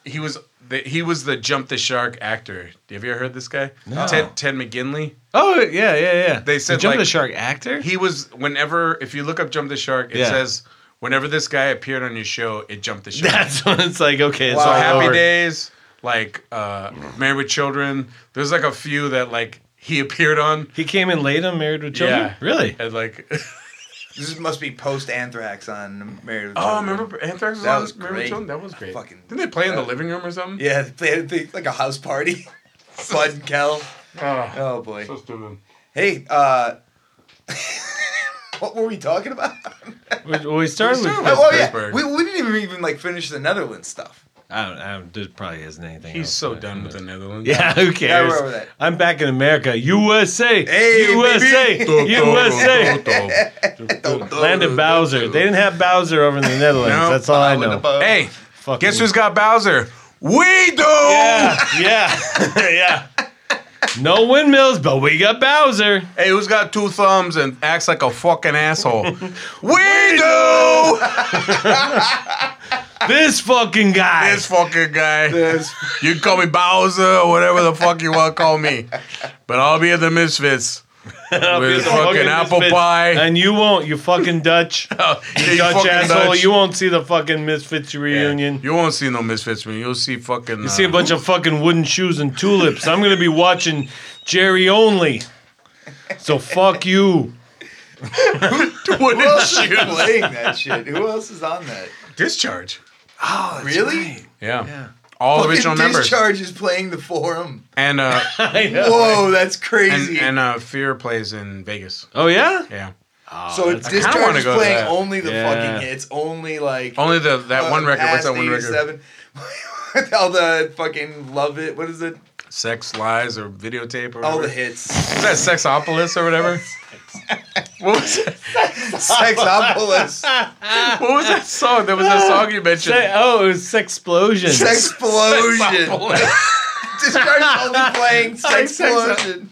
Speaker 3: He was the, he was the jump the shark actor. Have you ever heard this guy? Ted Ted McGinley.
Speaker 1: Oh yeah, yeah, yeah.
Speaker 3: They said,
Speaker 1: the jump
Speaker 3: like-
Speaker 1: the shark actor.
Speaker 3: He was whenever if you look up jump the shark, it
Speaker 1: Yeah.
Speaker 3: says whenever this guy appeared on your show, it jumped the shark.
Speaker 1: That's when it's like okay, it's
Speaker 3: so
Speaker 1: all
Speaker 3: happy
Speaker 1: over.
Speaker 3: days, like uh, married with children. There's like a few that like he appeared on.
Speaker 1: He came in late on Married with Children.
Speaker 3: Yeah.
Speaker 1: Really?
Speaker 3: And like,
Speaker 2: this must be post Anthrax on Married with
Speaker 3: oh,
Speaker 2: Children.
Speaker 3: remember Anthrax was
Speaker 2: That
Speaker 3: on
Speaker 2: was
Speaker 3: Married with
Speaker 2: great.
Speaker 3: Children? That was great.
Speaker 2: Fucking-
Speaker 3: Didn't they play in the living room or something?
Speaker 2: Yeah, they had a big, like a house party. Bud and Kel.
Speaker 3: Ah.
Speaker 2: Oh, boy. Hey, uh, what were we talking about?
Speaker 1: We, we started with.
Speaker 3: started
Speaker 2: Oh, yeah.
Speaker 3: Pittsburgh.
Speaker 2: We, we didn't even, even like finish the Netherlands stuff.
Speaker 1: I don't, I don't, there probably isn't anything.
Speaker 3: He's
Speaker 1: else
Speaker 3: so
Speaker 1: that-
Speaker 3: done with the Netherlands.
Speaker 1: Yeah, who cares?
Speaker 2: we're over that.
Speaker 1: I'm back in America. USA!
Speaker 2: Hey,
Speaker 1: USA! USA! Land of Bowser. They didn't have Bowser over in the Netherlands.
Speaker 3: Oh, No,
Speaker 1: That's all I
Speaker 2: With
Speaker 1: know.
Speaker 2: the bug.
Speaker 3: Hey,
Speaker 1: Fucking-
Speaker 3: guess who's got Bowser? We do.
Speaker 1: Yeah, yeah, yeah. No windmills, but we got Bowser.
Speaker 3: Hey, who's got two thumbs and acts like a fucking asshole? we do.
Speaker 1: This fucking guy.
Speaker 3: This fucking guy. You can call me Bowser or whatever the fuck you want to call me, but I'll be at the Misfits with
Speaker 1: the
Speaker 3: fucking
Speaker 1: fucking
Speaker 3: apple
Speaker 1: Misfits.
Speaker 3: pie.
Speaker 1: and you won't, you fucking Dutch,
Speaker 3: Yeah, you
Speaker 1: Dutch
Speaker 3: fucking
Speaker 1: asshole.
Speaker 3: Dutch.
Speaker 1: You won't see the fucking Misfits reunion.
Speaker 3: You won't see no Misfits man. You'll see fucking. uh,
Speaker 1: You see a bunch of fucking wooden shoes and tulips. I'm gonna be watching Jerry only. So fuck you.
Speaker 3: wooden
Speaker 2: Who else is
Speaker 3: shoes.
Speaker 2: playing that shit? Who else is on that?
Speaker 3: Discharge.
Speaker 2: really?
Speaker 3: Yeah. Oh, All the original
Speaker 2: Fucking
Speaker 3: members
Speaker 2: Discharge is playing the forum.
Speaker 3: and uh
Speaker 1: I know.
Speaker 2: Whoa, that's
Speaker 3: and,
Speaker 2: crazy.
Speaker 3: and uh Fear plays in Vegas.
Speaker 1: Oh yeah?
Speaker 3: Yeah.
Speaker 2: so it's
Speaker 3: kinda wanna
Speaker 2: Discharge is
Speaker 3: go to
Speaker 2: playing
Speaker 3: that.
Speaker 2: only the
Speaker 1: Yeah.
Speaker 2: fucking hits, only like
Speaker 3: Only the that
Speaker 2: uh,
Speaker 3: one record. What's
Speaker 2: past
Speaker 3: that one record?
Speaker 2: 87. All the fucking love it. What is it?
Speaker 3: Sex Lies or videotape or
Speaker 2: All
Speaker 3: whatever.
Speaker 2: Oh, the hits.
Speaker 3: Is that Sexopolis or whatever? what was that?
Speaker 2: Sexopolis.
Speaker 3: What was that song? There was a
Speaker 2: Uh,
Speaker 3: song you mentioned.
Speaker 1: Say- oh, it was Sexplosion.
Speaker 2: Sexplosion. Discharge is only playing Sexplosion.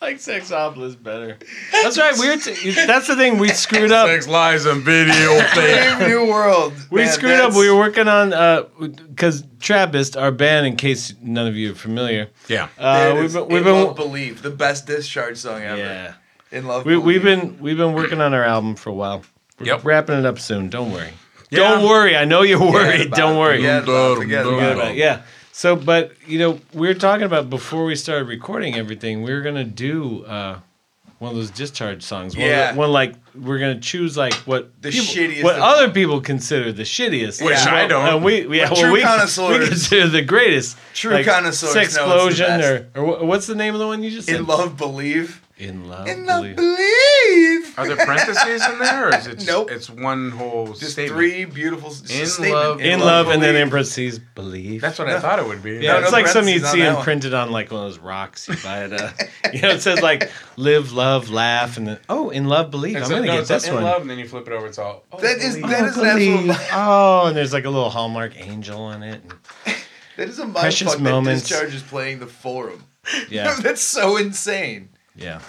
Speaker 1: like Sexopolis better. That's right. We're t- that's the thing we screwed up.
Speaker 3: Sex lies and video tape.
Speaker 2: Brave New World.
Speaker 1: We
Speaker 2: Man,
Speaker 1: screwed up.
Speaker 2: that's-
Speaker 1: We were working on because Trappist, our band, in case none of you are familiar.
Speaker 3: Yeah.
Speaker 1: Uh,
Speaker 2: Dude,
Speaker 1: we've
Speaker 2: it's
Speaker 1: been, we've
Speaker 2: In
Speaker 1: been,
Speaker 2: Love Believe, the best Discharge song ever.
Speaker 1: yeah,
Speaker 2: In Love
Speaker 1: we,
Speaker 2: Believe.
Speaker 1: we've been we've been working on our album for a while. We're
Speaker 3: Yep.
Speaker 1: wrapping it up soon. Don't worry.
Speaker 3: Yeah.
Speaker 1: Don't worry. I know you're worried.
Speaker 2: about
Speaker 1: Don't
Speaker 2: it.
Speaker 1: worry.
Speaker 2: Forget about it. Forget
Speaker 3: Dum,
Speaker 2: about
Speaker 1: Forget
Speaker 2: it.
Speaker 1: about it. Yeah. So, but you know, we were talking about before we started recording everything. We were gonna do uh, one of those discharge songs. One,
Speaker 2: Yeah.
Speaker 1: yeah. one like we're gonna choose like what
Speaker 2: The
Speaker 1: people-
Speaker 2: shittiest
Speaker 1: what
Speaker 2: of-
Speaker 1: other people consider the shittiest,
Speaker 2: Which
Speaker 1: and
Speaker 3: I
Speaker 1: what-
Speaker 3: don't.
Speaker 1: And we, we- yeah,
Speaker 2: But
Speaker 1: well,
Speaker 2: true
Speaker 1: we,
Speaker 2: connoisseurs-
Speaker 1: we consider the greatest.
Speaker 2: True connoisseurs know it's the
Speaker 1: Explosion
Speaker 2: best.
Speaker 1: or, or wha- what's the name of the one you just said?
Speaker 2: In love, believe.
Speaker 1: In love.
Speaker 2: In love,
Speaker 1: Believe.
Speaker 2: believe.
Speaker 3: Are there parentheses in there, or is it just,
Speaker 2: Nope.
Speaker 3: it's one whole
Speaker 2: Just
Speaker 3: statement?
Speaker 2: three beautiful. s-
Speaker 3: In
Speaker 2: statement.
Speaker 3: love,
Speaker 1: In love, and then
Speaker 2: believe.
Speaker 1: in parentheses, believe.
Speaker 3: That's what I thought it would be.
Speaker 1: yeah,
Speaker 2: No,
Speaker 1: it's
Speaker 2: no
Speaker 1: like something
Speaker 2: parentheses
Speaker 1: you'd
Speaker 2: on
Speaker 1: see
Speaker 2: that
Speaker 1: and
Speaker 2: one.
Speaker 1: printed on like one of those rocks you buy at a, you know, it says like live, love, laugh, and then oh, in love, believe. I'm
Speaker 3: So-
Speaker 1: gonna
Speaker 3: no,
Speaker 1: get
Speaker 3: it's like
Speaker 1: this
Speaker 3: in
Speaker 1: one.
Speaker 3: love, and then you flip it over. It's all. Oh,
Speaker 2: That is
Speaker 3: believe.
Speaker 2: that is an absolute.
Speaker 1: Believe. Oh, and there's like a little Hallmark angel in it.
Speaker 2: That is a
Speaker 1: Precious
Speaker 2: mindfuck that
Speaker 1: moments.
Speaker 2: Discharge is playing the forum.
Speaker 1: Yeah,
Speaker 2: That's so insane.
Speaker 1: yeah.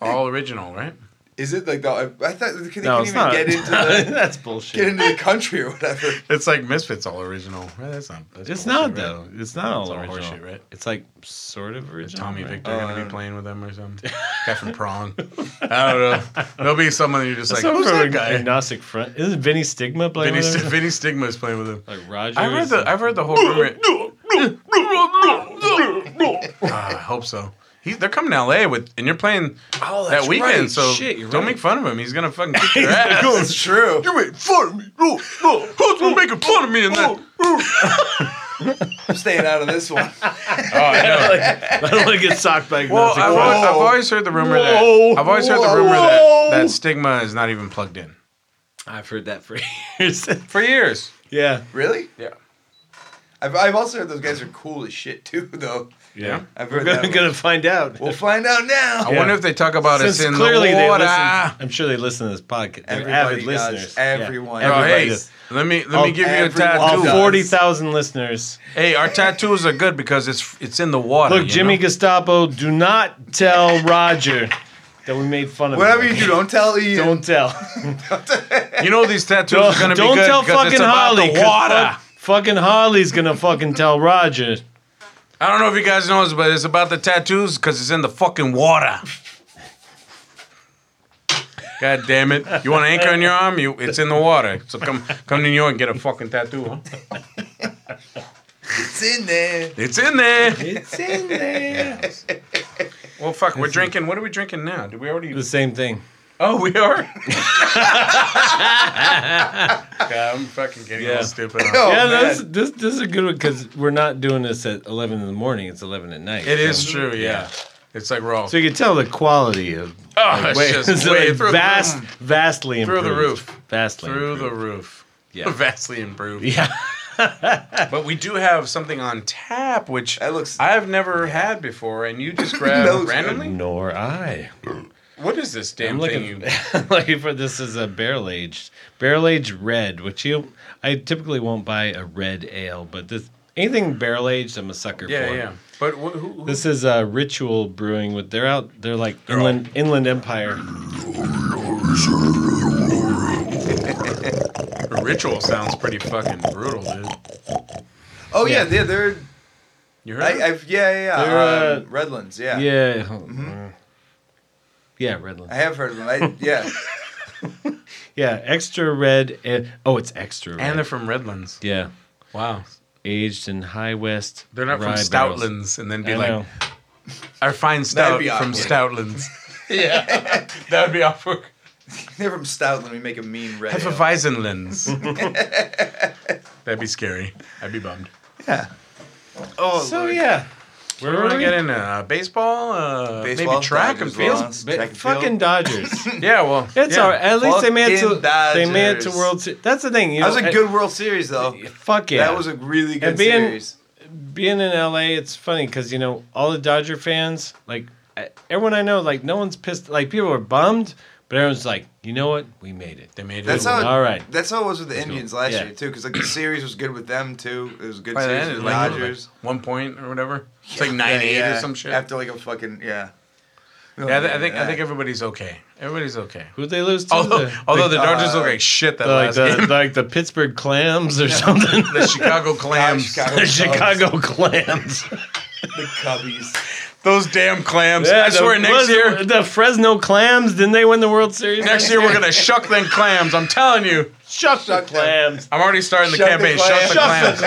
Speaker 3: all original, right?
Speaker 2: Is it like the? I, I thought they couldn't
Speaker 1: No, it's
Speaker 2: even
Speaker 1: not.
Speaker 2: get into the
Speaker 1: that's
Speaker 2: get
Speaker 1: bullshit.
Speaker 2: into the country or whatever.
Speaker 3: It's like Misfits all original. Right? That's not. That's
Speaker 1: It's
Speaker 3: bullshit,
Speaker 1: not
Speaker 3: right?
Speaker 1: though. It's not all
Speaker 3: all
Speaker 1: original.
Speaker 3: horseshit, right?
Speaker 1: It's like sort of original.
Speaker 3: Tommy
Speaker 1: right?
Speaker 3: Victor gonna be playing with them or something. guy from Prong. I don't know. There'll be someone you're just like,
Speaker 1: Someone
Speaker 3: who's
Speaker 1: from
Speaker 3: that
Speaker 1: Ag-
Speaker 3: guy?
Speaker 1: Agnostic Front. Isn't Vinny Stigma playing?
Speaker 3: Vinny,
Speaker 1: with
Speaker 3: St-
Speaker 1: him?
Speaker 3: Vinny Stigma is playing with him.
Speaker 1: Like Roger.
Speaker 3: I've heard the I've heard the whole rumor. Ah, I hope so. He's, they're coming to L.A. with, and you're playing
Speaker 1: Oh,
Speaker 3: that weekend.
Speaker 1: right.
Speaker 3: So
Speaker 1: Shit, you're
Speaker 3: don't
Speaker 1: right.
Speaker 3: make fun of him. He's gonna fucking kick your ass.
Speaker 2: It's true.
Speaker 3: You made fun of me. No, no. Who's been making fun of me in that?
Speaker 2: I'm staying out of this one.
Speaker 3: Oh,
Speaker 1: I don't want to get socked by
Speaker 3: Well,
Speaker 1: Agnostic
Speaker 3: I've
Speaker 1: Front.
Speaker 3: always, I've always heard the rumor
Speaker 1: Whoa.
Speaker 3: that I've always heard the rumor that that stigma is not even plugged in
Speaker 1: I've heard that for years.
Speaker 3: for years.
Speaker 1: yeah.
Speaker 2: Really?
Speaker 3: Yeah.
Speaker 2: I've, I've also heard those guys are cool as shit too, though.
Speaker 1: Yeah.
Speaker 2: I've heard that.
Speaker 1: We're
Speaker 2: one.
Speaker 1: gonna find out.
Speaker 2: We'll find out now.
Speaker 3: I wonder if they talk about us
Speaker 1: Since
Speaker 3: in
Speaker 1: clearly
Speaker 3: the
Speaker 1: they
Speaker 3: water.
Speaker 1: listen, I'm sure they listen to this podcast. They're avid
Speaker 2: Everybody does.
Speaker 1: listeners.
Speaker 2: Everyone.
Speaker 3: Oh,
Speaker 1: Everybody
Speaker 3: hey,
Speaker 1: does.
Speaker 3: let me let
Speaker 1: All-
Speaker 3: me give you a
Speaker 2: everyone
Speaker 1: All
Speaker 3: tattoo.
Speaker 2: does.
Speaker 1: forty thousand listeners.
Speaker 3: Hey, our tattoos are good because it's it's in the water.
Speaker 1: Look,
Speaker 3: you
Speaker 1: Jimmy
Speaker 3: know?
Speaker 1: Gestapo, do not tell Roger that we made fun of
Speaker 2: Whatever
Speaker 1: him.
Speaker 2: you do, don't tell Ian.
Speaker 1: Don't tell.
Speaker 3: You know these tattoos are gonna
Speaker 1: Don't,
Speaker 3: be good
Speaker 1: tell
Speaker 3: because
Speaker 1: fucking
Speaker 3: it's about
Speaker 1: Holly.
Speaker 3: the
Speaker 1: 'cause
Speaker 3: water.
Speaker 1: fuck- fucking Holly's gonna fucking tell Roger.
Speaker 3: I don't know if you guys know this, but it's about the tattoos because it's in the fucking water. God damn it! You want an anchor on your arm? You, it's in the water. So come, come to New York and get a fucking tattoo. Huh?
Speaker 2: It's in there.
Speaker 3: It's in there.
Speaker 1: It's in there.
Speaker 3: Well, fuck. We're drinking. What are we drinking now? Did we already?
Speaker 1: The same thing.
Speaker 3: Oh, we are. God, I'm fucking getting all
Speaker 1: Yeah.
Speaker 3: stupid.
Speaker 2: Oh,
Speaker 1: yeah,
Speaker 2: man.
Speaker 1: this, this this is a good one because we're not doing this at eleven in the morning. It's eleven at night.
Speaker 3: It
Speaker 1: so.
Speaker 3: is true. Yeah, it's like raw.
Speaker 1: So you can tell the quality of
Speaker 3: oh, it's
Speaker 1: Wait,
Speaker 3: just
Speaker 1: so
Speaker 3: way
Speaker 1: like
Speaker 3: through
Speaker 1: vast,
Speaker 3: the roof.
Speaker 1: vastly
Speaker 3: Through
Speaker 1: improved.
Speaker 3: the roof.
Speaker 1: Vastly
Speaker 3: Through the
Speaker 1: improved.
Speaker 3: roof.
Speaker 1: Yeah.
Speaker 3: Vastly improved.
Speaker 1: Yeah.
Speaker 3: But we do have something on tap, which
Speaker 2: That looks-
Speaker 3: I've never had before, and you just
Speaker 2: That
Speaker 3: grabbed
Speaker 2: looks
Speaker 3: randomly.
Speaker 1: Nor I.
Speaker 3: What is this damn
Speaker 1: I'm
Speaker 3: thing?
Speaker 1: looking,
Speaker 3: You
Speaker 1: I'm looking for this is a barrel aged, barrel aged red, which you I typically won't buy a red ale, but this anything barrel aged, I'm a sucker
Speaker 3: yeah,
Speaker 1: for.
Speaker 3: yeah. But wh- who, who,
Speaker 1: This is uh, Ritual Brewing. With they're out, they're like inland Inland Empire.
Speaker 3: ritual sounds pretty fucking brutal, dude.
Speaker 2: Oh yeah, they're, they're
Speaker 3: You
Speaker 2: I,
Speaker 3: heard? it?
Speaker 2: I've, yeah, yeah, yeah.
Speaker 1: They're, uh,
Speaker 2: um, Redlands, yeah.
Speaker 1: Yeah, hold-
Speaker 3: Mm-hmm.
Speaker 1: yeah, Redland.
Speaker 2: I have heard of them. I, yeah,
Speaker 1: Yeah, extra red. And, oh, it's extra red.
Speaker 3: and they're from Redlands.
Speaker 1: yeah,
Speaker 3: Wow.
Speaker 1: aged in High West.
Speaker 3: They're not
Speaker 1: rye barrels.
Speaker 3: from Stoutlands, and then be
Speaker 1: I
Speaker 3: like,
Speaker 1: know.
Speaker 3: our fine stout
Speaker 2: be
Speaker 3: from
Speaker 2: awkward.
Speaker 3: Stoutlands. yeah, that would be awkward.
Speaker 2: they're from Stoutland. We make a mean red. ale.
Speaker 3: Hefeweizenlands. That'd be scary. I'd be bummed.
Speaker 2: Yeah.
Speaker 3: Oh,
Speaker 1: So yeah,
Speaker 3: Where do we want to get in? Uh, baseball? Uh, maybe track and
Speaker 2: Dodgers
Speaker 3: field?
Speaker 2: lost,
Speaker 1: But
Speaker 2: track and
Speaker 1: fucking
Speaker 2: field.
Speaker 1: Dodgers.
Speaker 3: Yeah, well.
Speaker 1: It's
Speaker 3: yeah.
Speaker 1: all right. At least they made it to
Speaker 2: Fucking Dodgers.
Speaker 1: they made it to World Series. That's the thing. You
Speaker 2: That was
Speaker 1: know,
Speaker 2: a good World Series though.
Speaker 1: I- fuck yeah.
Speaker 2: That was a really good
Speaker 1: And being-
Speaker 2: series.
Speaker 1: being in LA. It's funny because you know all the Dodger fans, like I- everyone I know, like no one's pissed. Like people are bummed, but everyone's like, you know what, we made it.
Speaker 3: They made
Speaker 2: That's
Speaker 3: it.
Speaker 2: how. It,
Speaker 1: All right.
Speaker 2: That's how it was with the Indians last
Speaker 1: Yeah.
Speaker 2: year too, because like the series was good with them too. It was a good
Speaker 3: By the
Speaker 2: series
Speaker 3: end,
Speaker 2: with
Speaker 3: it's
Speaker 2: the
Speaker 3: like
Speaker 2: Dodgers.
Speaker 3: one point or whatever. It's like nine eight
Speaker 2: Yeah,
Speaker 3: or some shit.
Speaker 2: After like a fucking yeah.
Speaker 3: yeah, I, thi- I think I think everybody's okay. Everybody's okay.
Speaker 1: Who'd they lose to?
Speaker 3: Although
Speaker 1: the,
Speaker 3: although the
Speaker 2: uh,
Speaker 3: Dodgers look like shit that
Speaker 1: the- like
Speaker 3: last
Speaker 1: the
Speaker 3: game.
Speaker 1: like the Pittsburgh Clams or something.
Speaker 3: The Chicago clams.
Speaker 2: Chicago
Speaker 1: the
Speaker 2: Cubs,
Speaker 1: Chicago Clams.
Speaker 2: the Cubbies.
Speaker 3: Those damn clams. I
Speaker 1: the
Speaker 3: swear
Speaker 1: Fres-
Speaker 3: next year
Speaker 1: the Fresno Clams didn't they win the World Series?
Speaker 3: next year we're gonna shuck them clams. I'm telling you.
Speaker 1: shuck the
Speaker 2: Shuck them.
Speaker 1: clams.
Speaker 3: I'm already starting the
Speaker 2: Shuck the
Speaker 3: campaign.
Speaker 2: clams.
Speaker 3: Shuck the
Speaker 1: Shuck the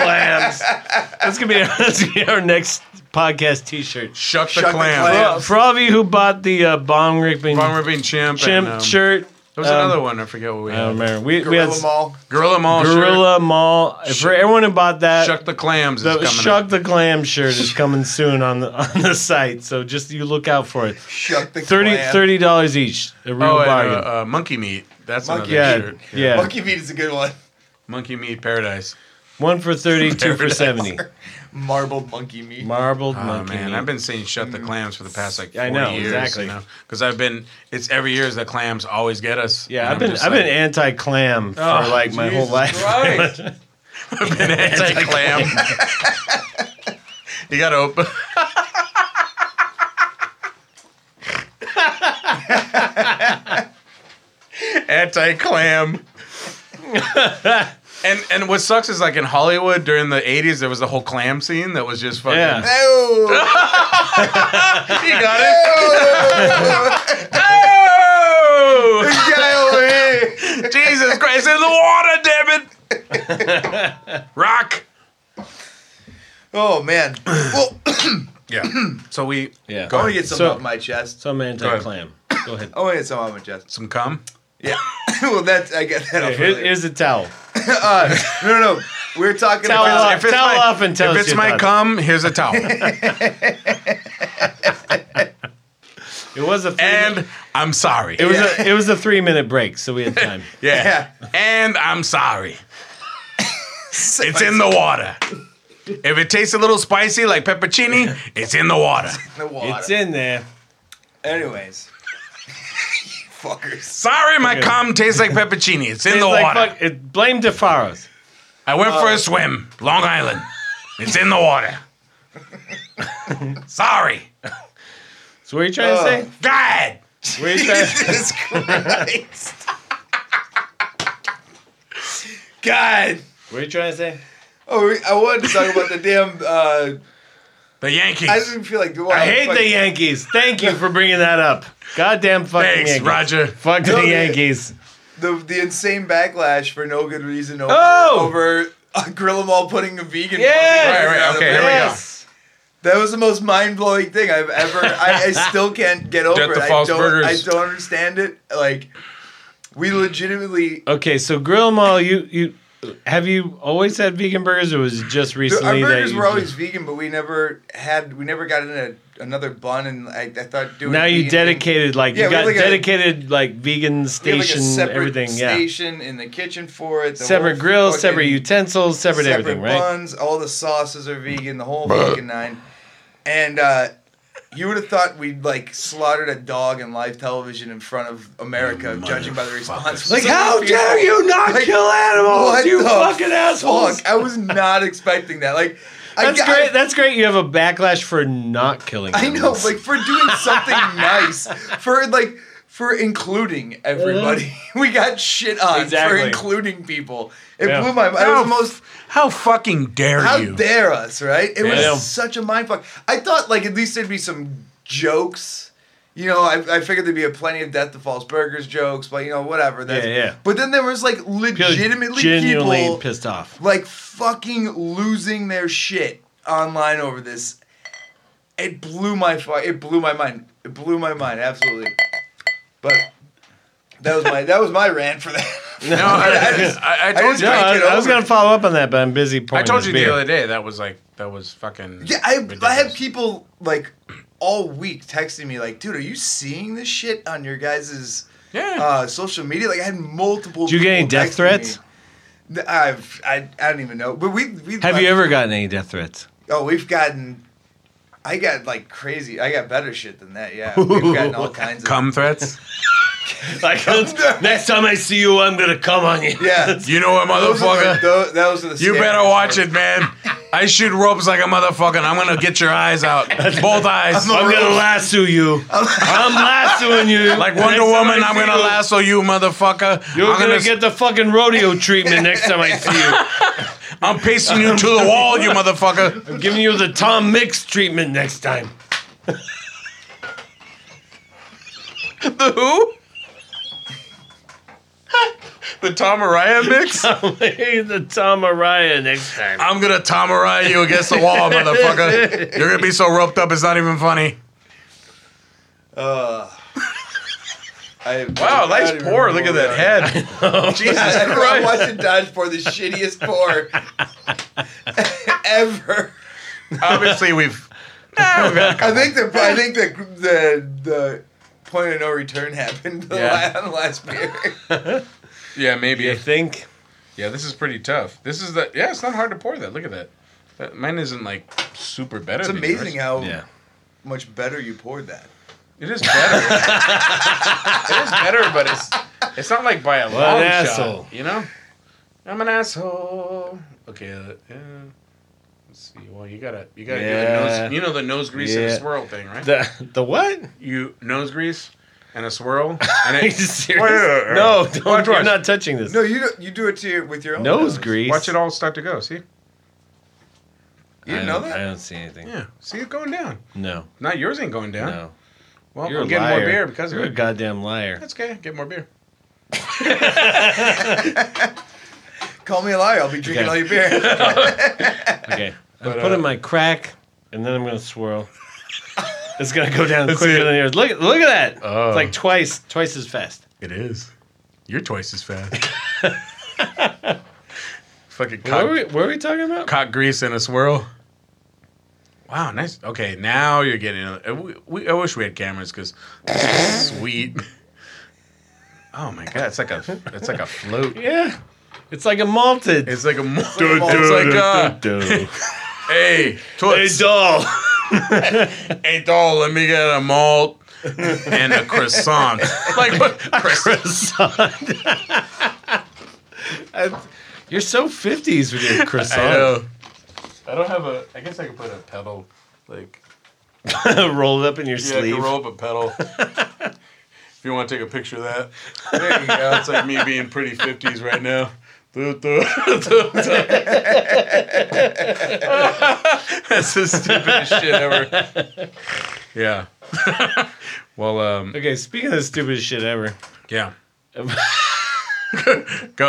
Speaker 3: clams.
Speaker 1: clams. That's gonna be our, that's gonna be our next podcast T-shirt.
Speaker 3: Shuck the
Speaker 2: Shuck the
Speaker 3: clam.
Speaker 2: clam.
Speaker 1: Uh, for all of you who bought the uh, Bomb Rickman
Speaker 3: Farmer being chimp.
Speaker 1: Chimp
Speaker 3: and, um,
Speaker 1: shirt,
Speaker 3: There was
Speaker 1: um,
Speaker 3: another one. I forget what we
Speaker 1: I don't
Speaker 3: had.
Speaker 1: remember. We, we had
Speaker 2: Gorilla Mall.
Speaker 3: Gorilla Mall
Speaker 1: Gorilla Mall. For everyone who bought that,
Speaker 3: shirt. Shuck the clams
Speaker 1: the
Speaker 3: is coming
Speaker 1: Shuck
Speaker 3: up.
Speaker 1: the Clam shirt is coming soon on the on the site. So just you look out for it.
Speaker 2: Shuck the 30,
Speaker 1: 30 dollars each. A real
Speaker 3: oh, and,
Speaker 1: bargain.
Speaker 3: uh, uh, monkey meat. That's
Speaker 2: Monkey
Speaker 3: another
Speaker 1: yeah,
Speaker 3: shirt.
Speaker 1: yeah.
Speaker 2: Monkey meat is a good one.
Speaker 3: Monkey meat paradise.
Speaker 1: One for thirty, two for seventy.
Speaker 2: Marbled monkey meat.
Speaker 1: Marbled
Speaker 3: Oh
Speaker 1: monkey.
Speaker 3: man,
Speaker 1: meat.
Speaker 3: I've been saying shut
Speaker 2: Mm.
Speaker 3: the clams for the past like 40
Speaker 1: I know,
Speaker 3: years,
Speaker 1: exactly.
Speaker 3: Because I've been, it's every year is the clams always get us.
Speaker 1: yeah,
Speaker 3: And
Speaker 1: I've
Speaker 3: I'm
Speaker 1: been
Speaker 3: just
Speaker 1: I've been
Speaker 3: like,
Speaker 1: anti clam for
Speaker 3: Oh,
Speaker 1: like my whole life.
Speaker 3: Right. I've been anti clam. you gotta open. anti clam. and and what sucks is like in Hollywood during the '80s, there was the whole clam scene that was just fucking.
Speaker 1: Yeah.
Speaker 2: Oh,
Speaker 3: You got it.
Speaker 2: this guy over here.
Speaker 3: Oh! Jesus Christ, in the water, damn it! Rock.
Speaker 2: Oh man, well,
Speaker 3: Yeah. so we
Speaker 1: Yeah.
Speaker 2: I want to get something
Speaker 1: So-
Speaker 2: off my Oh, chest.
Speaker 1: So I'm anti clam. Go ahead.
Speaker 2: I want to get something off my chest.
Speaker 3: some cum.
Speaker 2: Yeah. well, that's I got that.
Speaker 1: Here-
Speaker 2: off earlier.
Speaker 1: here's a towel.
Speaker 2: Uh, no, no, no. We're talking
Speaker 1: Towel
Speaker 2: about.
Speaker 1: off. Uh, Towel off and tell
Speaker 3: if
Speaker 1: us
Speaker 3: it's
Speaker 1: your
Speaker 3: my
Speaker 1: thoughts.
Speaker 3: cum, here's a towel.
Speaker 1: It was a three
Speaker 3: and I'm sorry.
Speaker 1: it was a it was a three minute break, so we had time.
Speaker 3: yeah. And I'm sorry. it's in the water. If it tastes a little spicy like peppercini, it's in the water.
Speaker 2: the water.
Speaker 1: it's in there.
Speaker 2: Anyways, fuckers.
Speaker 3: Sorry, my cum tastes like peppercini. It's in
Speaker 1: It's
Speaker 3: the
Speaker 1: like
Speaker 3: water.
Speaker 1: fuck, Uh, it, blame DeFaro's.
Speaker 3: I went for a swim, Long Island. It's in the water. Sorry.
Speaker 1: So what are you trying
Speaker 2: Oh.
Speaker 1: to
Speaker 3: God.
Speaker 1: say? What are you trying to
Speaker 2: Jesus Christ. God.
Speaker 1: What are you trying to say?
Speaker 2: Oh, we- I wanted to talk about the damn. Uh,
Speaker 3: The Yankees.
Speaker 2: I didn't feel like.
Speaker 1: I hate the Yankees. Thank you for bringing that up. Goddamn fucking
Speaker 3: Thanks,
Speaker 1: Yankees.
Speaker 3: Roger.
Speaker 1: Fuck the
Speaker 2: No, the-
Speaker 1: Yankees.
Speaker 2: the the insane backlash for no good reason over
Speaker 1: Oh!
Speaker 2: over uh, Gorilla Mall putting a vegan.
Speaker 1: Yes!
Speaker 2: fucking burger
Speaker 3: Right, right,
Speaker 2: out of
Speaker 3: okay,
Speaker 2: it.
Speaker 3: here we go.
Speaker 2: That was the most mind blowing thing I've ever. I, I still can't get over
Speaker 3: Death
Speaker 2: it.
Speaker 3: to false
Speaker 2: I don't.
Speaker 3: burgers.
Speaker 2: I don't understand it. Like, we legitimately.
Speaker 1: Okay, so Grill Mall, you you have you always had vegan burgers, or was it just
Speaker 2: Our
Speaker 1: recently that
Speaker 2: burgers
Speaker 1: you?
Speaker 2: were always vegan, but we never had. We never got in a, another bun, and I, I thought doing.
Speaker 1: now you
Speaker 2: vegan thing-
Speaker 1: dedicated like
Speaker 2: Yeah,
Speaker 1: you
Speaker 2: we had
Speaker 1: got
Speaker 2: like a-
Speaker 1: dedicated like vegan
Speaker 2: we had, like, a
Speaker 1: station,
Speaker 2: separate
Speaker 1: everything,
Speaker 2: Station in the kitchen for it. the
Speaker 1: yeah.
Speaker 2: whole
Speaker 1: Separate grills, separate
Speaker 2: fucking-
Speaker 1: utensils, separate,
Speaker 2: separate
Speaker 1: everything, right?
Speaker 2: buns. All the sauces are vegan. The whole fucking nine. And uh, you would have thought we'd like slaughtered a dog in live television in front of America, judging by the response.
Speaker 1: Like, how dare you not kill animals,
Speaker 2: what
Speaker 1: you
Speaker 2: the
Speaker 1: fucking assholes!
Speaker 2: Fuck, I was not expecting that. Like,
Speaker 1: That's
Speaker 2: I,
Speaker 1: great.
Speaker 2: I,
Speaker 1: That's great. You have a backlash for not killing.
Speaker 2: I know,
Speaker 1: animals.
Speaker 2: like for doing something nice, for like for including everybody. we got shit on
Speaker 1: Uh-huh. Exactly.
Speaker 2: for including people. It
Speaker 1: Yeah.
Speaker 2: blew my mind. It
Speaker 3: How
Speaker 2: was the most
Speaker 3: How fucking dare
Speaker 2: How
Speaker 3: you?
Speaker 2: dare us, right? It
Speaker 1: Yeah.
Speaker 2: was such a mind fuck. I thought like at least there'd be some jokes. You know, I, I figured there'd be a plenty of Death to Falls Burgers jokes, but you know, whatever. That's,
Speaker 1: Yeah, yeah.
Speaker 2: But then there was like
Speaker 1: Feel
Speaker 2: legitimately
Speaker 1: genuinely
Speaker 2: people
Speaker 1: pissed off.
Speaker 2: like fucking losing their shit online over this. It blew my fu- it blew my mind. It blew my mind, absolutely. But that was my that was my rant for that.
Speaker 3: No, I, I, just- I, I told
Speaker 2: just
Speaker 3: you.
Speaker 1: No,
Speaker 2: Can't
Speaker 1: I,
Speaker 2: get
Speaker 1: I was
Speaker 2: over
Speaker 1: going
Speaker 2: it.
Speaker 1: to follow up on that, but I'm busy pouring
Speaker 3: I told
Speaker 1: this
Speaker 3: you
Speaker 1: beer.
Speaker 3: the other day that was like that was fucking.
Speaker 2: Yeah, I, I had
Speaker 3: ridiculous.
Speaker 2: people like all week texting me like, dude, are you seeing this shit on your guys'
Speaker 3: Yeah.
Speaker 2: uh, social media? Like I had multiple.
Speaker 1: Did you get any
Speaker 2: people
Speaker 1: death
Speaker 2: texting
Speaker 1: threats?
Speaker 2: me. N- I've I, I don't even know. But we we
Speaker 1: Have you ever gotten any death threats?
Speaker 2: Oh, we've gotten. I got like crazy. I got better shit than that. Yeah, we've gotten all kinds of.
Speaker 3: cum threats.
Speaker 1: Like, next time I see you, I'm gonna come on you.
Speaker 2: Yeah,
Speaker 3: You know what,
Speaker 2: those are the,
Speaker 3: motherfucker?
Speaker 2: those, those are the.
Speaker 3: You
Speaker 2: scariest
Speaker 3: better watch
Speaker 2: ones.
Speaker 3: it, man. I shoot ropes like a motherfucker. and I'm gonna get your eyes out, both eyes.
Speaker 1: I'm gonna lasso you. I'm lassoing you.
Speaker 3: like
Speaker 1: Next
Speaker 3: Wonder
Speaker 1: time
Speaker 3: Woman,
Speaker 1: I
Speaker 3: I'm
Speaker 1: see
Speaker 3: gonna
Speaker 1: you,
Speaker 3: lasso you, motherfucker.
Speaker 1: You're
Speaker 3: I'm
Speaker 1: gonna, get the fucking rodeo treatment next time I see you.
Speaker 3: I'm pacing you to the wall, you motherfucker.
Speaker 1: I'm giving you the Tom Mix treatment next time.
Speaker 3: The who? The Tom Mariah mix?
Speaker 1: the Tom Mariah next time.
Speaker 3: I'm gonna Tom Mariah you against the wall, motherfucker. You're gonna be so roped up, it's not even funny.
Speaker 2: Uh, I
Speaker 3: Wow,
Speaker 2: life's
Speaker 3: life's poor. Look at that head.
Speaker 2: Jesus I'm watching Dodge pour the shittiest pour ever.
Speaker 3: Obviously, we've. Nah, we've had a
Speaker 2: I
Speaker 3: couple.
Speaker 2: think the I think the the the point of no return happened the
Speaker 3: Yeah.
Speaker 2: la- on the last beer.
Speaker 3: Yeah, maybe.
Speaker 1: you think?
Speaker 3: Yeah, this is pretty tough. This is the yeah. It's not hard to pour that. Look at that. That- mine isn't like super better.
Speaker 2: It's
Speaker 3: than
Speaker 2: amazing
Speaker 3: yours.
Speaker 2: how
Speaker 1: Yeah.
Speaker 2: much better you poured that.
Speaker 3: It is better. it is better, but it's it's not like by a
Speaker 1: What
Speaker 3: long
Speaker 1: an
Speaker 3: shot.
Speaker 1: asshole.
Speaker 3: You know, I'm an asshole. Okay. Uh, yeah. Let's see. Well, you gotta you gotta do the
Speaker 1: Yeah.
Speaker 3: nose. You know the nose grease and
Speaker 1: Yeah.
Speaker 3: a swirl thing, right?
Speaker 1: The the what?
Speaker 3: you nose grease and a swirl. And
Speaker 1: Are you
Speaker 3: it,
Speaker 1: serious?
Speaker 3: Wait,
Speaker 1: No,
Speaker 3: wait, wait.
Speaker 1: don't,
Speaker 3: Watch,
Speaker 1: you're
Speaker 3: watch.
Speaker 1: not touching this.
Speaker 2: No, you don't- you do it to your, with your own
Speaker 1: Nose grease.
Speaker 3: watch it all start to go. See?
Speaker 2: You
Speaker 1: I
Speaker 2: didn't know
Speaker 1: don't-
Speaker 2: that?
Speaker 1: I don't see anything.
Speaker 3: Yeah. See it going down.
Speaker 1: No,
Speaker 3: Not yours ain't going down.
Speaker 1: no.
Speaker 3: Well,
Speaker 1: You're
Speaker 3: I'm
Speaker 1: a
Speaker 3: getting
Speaker 1: liar.
Speaker 3: more beer because
Speaker 1: You're
Speaker 3: of
Speaker 1: a
Speaker 3: it.
Speaker 1: goddamn liar.
Speaker 3: That's okay. Get more beer.
Speaker 2: Call me a liar. I'll be
Speaker 1: Okay.
Speaker 2: drinking all your beer.
Speaker 1: Okay, I'm
Speaker 3: But, uh,
Speaker 1: putting my crack, and then I'm gonna swirl. it's gonna go down quicker than yours. Look, look at that.
Speaker 3: Oh.
Speaker 1: It's like twice, twice as fast.
Speaker 3: It is. You're twice as fast. Fucking
Speaker 1: What
Speaker 3: cock,
Speaker 1: were, we, what were we talking about?
Speaker 3: cock grease in a swirl. Wow, nice. Okay, now you're getting. uh, We, we, I wish we had cameras because sweet. Oh my god, it's like a it's like a float.
Speaker 1: Yeah, it's like a malted.
Speaker 3: It's like a mo- it's
Speaker 2: a malt.
Speaker 3: like uh,
Speaker 1: Duh.
Speaker 3: hey,
Speaker 1: hey,
Speaker 3: toots,
Speaker 1: doll.
Speaker 3: hey doll, let me get a malt and a croissant. like what? Croissant.
Speaker 1: croissant. I- You're so 50s with your croissant.
Speaker 3: I don't have a. I guess I could put a pedal, like
Speaker 1: Rolled up in your
Speaker 3: yeah, I
Speaker 1: sleeve.
Speaker 3: could roll up a pedal. if you want to take a picture of that,
Speaker 2: there you go.
Speaker 3: that's like me being pretty fifties right now. that's the stupidest shit ever. Yeah. well, um,
Speaker 1: Okay, speaking of the stupidest shit ever.
Speaker 3: yeah. Go.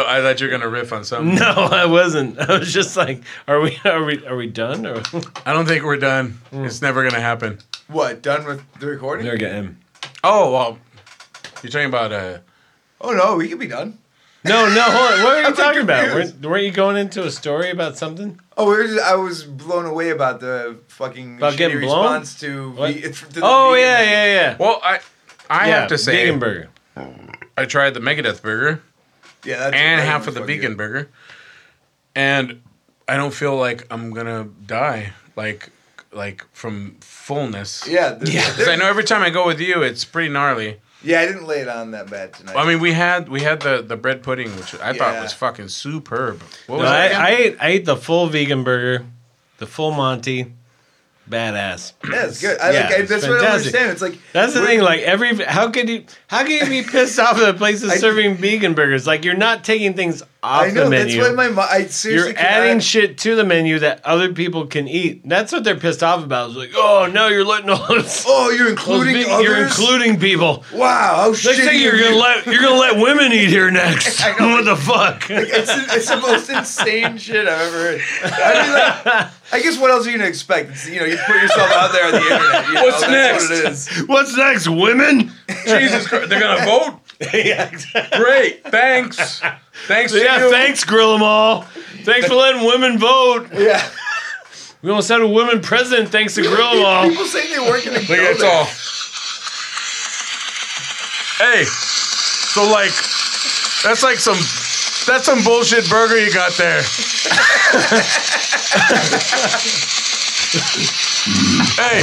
Speaker 3: I thought you were gonna riff on something.
Speaker 1: No, I wasn't. I was just like, are we are we are we done or
Speaker 3: I don't think we're done.
Speaker 1: Mm.
Speaker 3: It's never gonna happen.
Speaker 2: What? Done with the recording?
Speaker 1: getting.
Speaker 3: Oh well, you're talking about uh.
Speaker 2: Oh no, we can be done.
Speaker 1: No, no, hold on. What are you
Speaker 2: I'm
Speaker 1: talking about?
Speaker 2: confused.
Speaker 1: Weren't, weren't you going into a story about something?
Speaker 2: Oh, we were just, I was blown away about the fucking
Speaker 1: About
Speaker 2: shitty
Speaker 1: getting blown?
Speaker 2: response to,
Speaker 1: What?
Speaker 2: ve- to the
Speaker 1: Oh
Speaker 2: vegan
Speaker 1: yeah,
Speaker 2: thing.
Speaker 1: yeah, yeah.
Speaker 3: Well, I I
Speaker 1: yeah,
Speaker 3: have to say
Speaker 1: vegan burger.
Speaker 3: I tried the Megadeth burger
Speaker 2: yeah. That's
Speaker 3: and
Speaker 2: that
Speaker 3: half
Speaker 2: was
Speaker 3: of the
Speaker 2: fucking
Speaker 3: vegan burger, and I don't feel like I'm gonna die like like from fullness.
Speaker 2: good. Yeah, the-
Speaker 3: Because I know every time I go with you, it's pretty gnarly.
Speaker 2: yeah. I didn't lay it on that bad tonight.
Speaker 3: I mean, we had we had the, the bread pudding, which I
Speaker 2: Yeah.
Speaker 3: thought was fucking superb. What
Speaker 1: No,
Speaker 3: was that?
Speaker 1: I, I
Speaker 3: again?
Speaker 1: ate I ate the full vegan burger, the full Monty, badass.
Speaker 2: yeah, it's good. I,
Speaker 1: yeah,
Speaker 2: like, I,
Speaker 1: it's
Speaker 2: that's what I don't
Speaker 1: fantastic.
Speaker 2: understand. It's like
Speaker 1: That's the
Speaker 2: we're-
Speaker 1: thing. Like every, how could you, how can you be pissed off at a place that's
Speaker 2: I-
Speaker 1: serving vegan burgers? Like you're not taking things off
Speaker 2: I know
Speaker 1: the
Speaker 2: that's
Speaker 1: menu.
Speaker 2: why my mom. I seriously
Speaker 1: you're
Speaker 2: cannot-
Speaker 1: adding shit to the menu that other people can eat. That's what they're pissed off about. It's like, oh, now you're letting all this,
Speaker 2: Oh, you're
Speaker 1: all this
Speaker 2: including
Speaker 1: big-
Speaker 2: others.
Speaker 1: you're including people.
Speaker 2: wow, how
Speaker 1: Next
Speaker 2: shitty
Speaker 1: thing you're
Speaker 2: of
Speaker 1: gonna
Speaker 2: you.
Speaker 1: let you're gonna let women eat here next.
Speaker 2: I know.
Speaker 1: what the fuck?
Speaker 2: It's, it's the most insane shit I've ever heard. I, mean, like, I guess what else are you gonna expect? It's, you know, you put yourself out there on the internet. You
Speaker 3: What's
Speaker 2: know, that's What
Speaker 3: next?
Speaker 2: it is.
Speaker 1: What's next, women?
Speaker 3: Jesus Christ, they're gonna vote.
Speaker 1: yeah, exactly.
Speaker 3: Great, thanks, thanks. to
Speaker 1: yeah
Speaker 3: you.
Speaker 1: thanks, Grill 'em all. Thanks for letting women vote.
Speaker 2: Yeah,
Speaker 1: We almost had a woman president thanks to Grill 'em all.
Speaker 2: people say they work in a
Speaker 3: Look, it's all. Hey, so like, that's like some, that's some bullshit burger you got there. hey,